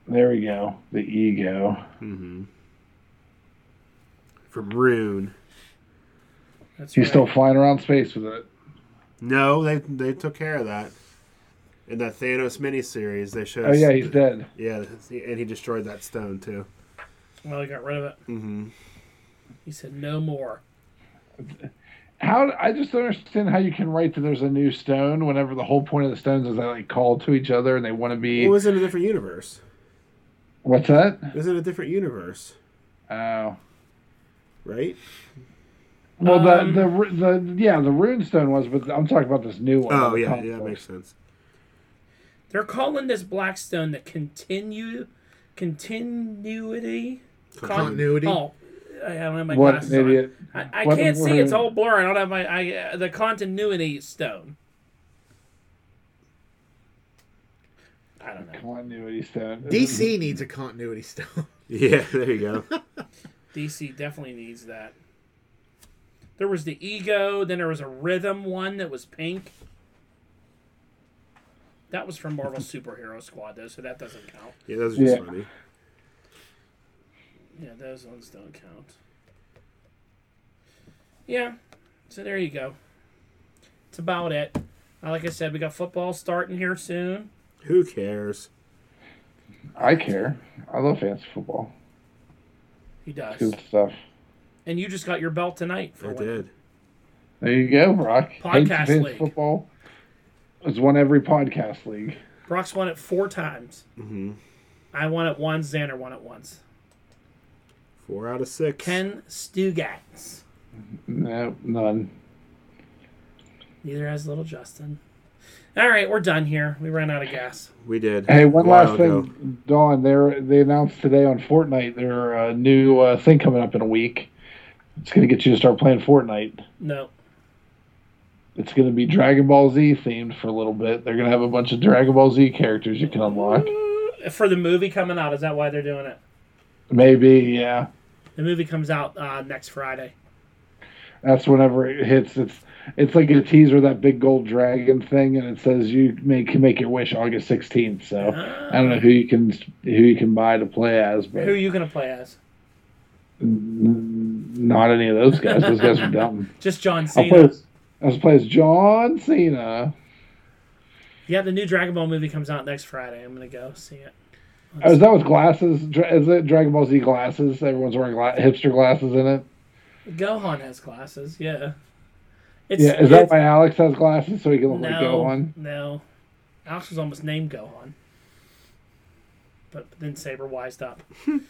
[SPEAKER 2] There we go. The ego.
[SPEAKER 3] Mm-hmm. From Rune.
[SPEAKER 1] That's
[SPEAKER 2] He's
[SPEAKER 1] right.
[SPEAKER 2] still flying around space with it.
[SPEAKER 3] No, they they took care of that. In that Thanos miniseries, they showed.
[SPEAKER 2] Oh yeah, he's dead.
[SPEAKER 3] Yeah, and he destroyed that stone too.
[SPEAKER 1] Well, he got rid of it.
[SPEAKER 3] Mm-hmm.
[SPEAKER 1] He said no more.
[SPEAKER 2] How I just don't understand how you can write that there's a new stone whenever the whole point of the stones is they like call to each other and they want to be.
[SPEAKER 3] It was in a different universe.
[SPEAKER 2] What's that?
[SPEAKER 3] It was in a different universe,
[SPEAKER 2] Oh.
[SPEAKER 3] right?
[SPEAKER 2] Well,
[SPEAKER 1] Um,
[SPEAKER 2] the, the ru- the yeah the rune stone was, but I'm talking about this new one.
[SPEAKER 3] Oh yeah, yeah, that makes sense.
[SPEAKER 1] They're calling this black stone the continue continuity.
[SPEAKER 4] Continuity.
[SPEAKER 1] Oh, I I don't have my
[SPEAKER 2] What
[SPEAKER 1] glasses
[SPEAKER 2] an idiot!
[SPEAKER 1] on. I, I
[SPEAKER 2] What-
[SPEAKER 1] can't see. It's
[SPEAKER 2] what-
[SPEAKER 1] all blurry. I don't have my I, uh, the continuity stone. I don't know.
[SPEAKER 2] Continuity stone.
[SPEAKER 4] DC needs a continuity stone.
[SPEAKER 3] Yeah, (laughs) there you go.
[SPEAKER 1] DC definitely needs that. There was the ego. Then there was a rhythm one that was pink. That was from
[SPEAKER 2] (laughs)
[SPEAKER 1] Marvel Superhero Squad though, so that doesn't count.
[SPEAKER 3] Yeah, that was just
[SPEAKER 2] Yeah.
[SPEAKER 3] funny.
[SPEAKER 1] Yeah, those ones don't count. Yeah, so there you go. It's about it. Uh, Like I said, we got football starting here soon.
[SPEAKER 3] Who cares?
[SPEAKER 2] I care. I love fancy football.
[SPEAKER 1] He
[SPEAKER 2] It's
[SPEAKER 1] does.
[SPEAKER 2] good stuff.
[SPEAKER 1] And you just got your belt tonight for
[SPEAKER 3] I
[SPEAKER 1] one.
[SPEAKER 3] did.
[SPEAKER 2] There you go, Brock.
[SPEAKER 1] Podcast
[SPEAKER 2] Hates fancy
[SPEAKER 1] league.
[SPEAKER 2] football. It's won every podcast league.
[SPEAKER 1] Brock's won it four times.
[SPEAKER 3] Mm-hmm.
[SPEAKER 1] I won it once. Xander won it once.
[SPEAKER 3] Four out of six.
[SPEAKER 1] Ken Stugatz.
[SPEAKER 2] No, none.
[SPEAKER 1] Neither has little Justin. All right, we're done here. We ran out of gas.
[SPEAKER 3] We did.
[SPEAKER 2] Hey, one
[SPEAKER 3] A while
[SPEAKER 2] last
[SPEAKER 3] ago.
[SPEAKER 2] thing, Dawn. They they announced today on Fortnite their uh, new uh, thing coming up in a week. It's going to get you to start playing Fortnite.
[SPEAKER 1] No.
[SPEAKER 2] It's going to be Dragon Ball Z themed for a little bit. They're going to have a bunch of Dragon Ball Z characters you can unlock.
[SPEAKER 1] For the movie coming out, is that why they're doing it?
[SPEAKER 2] Maybe, yeah.
[SPEAKER 1] The movie comes out uh, next Friday.
[SPEAKER 2] That's whenever it hits. It's it's like a teaser that big gold dragon thing, and it says you make can make your wish August sixteenth. So I don't know who you can who you can buy to play as, but
[SPEAKER 1] Ah. Who are you going to play as?
[SPEAKER 2] n- not any of those guys. Those guys
[SPEAKER 1] (laughs)
[SPEAKER 2] are dumb.
[SPEAKER 1] Just John
[SPEAKER 2] I'll play
[SPEAKER 1] Cena.
[SPEAKER 2] as, I'll play as John Cena.
[SPEAKER 1] Yeah, the new Dragon Ball movie comes out next Friday. I'm gonna go see it.
[SPEAKER 2] Oh, is that with glasses? Dra- Is it Dragon Ball Z glasses? Everyone's wearing gla- hipster glasses in it.
[SPEAKER 1] Gohan has glasses. Yeah. It's,
[SPEAKER 2] Yeah, is that
[SPEAKER 1] it's-
[SPEAKER 2] why Alex has glasses so he can look like
[SPEAKER 1] no,
[SPEAKER 2] Gohan?
[SPEAKER 1] No. Alex was almost named Gohan, but then Saber wised
[SPEAKER 2] (laughs)
[SPEAKER 1] up. All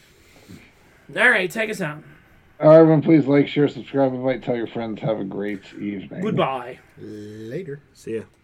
[SPEAKER 1] right, take us out.
[SPEAKER 2] All right, everyone, please like, share, subscribe, invite, tell your friends. Have a great evening.
[SPEAKER 1] Goodbye.
[SPEAKER 4] Later.
[SPEAKER 3] See ya.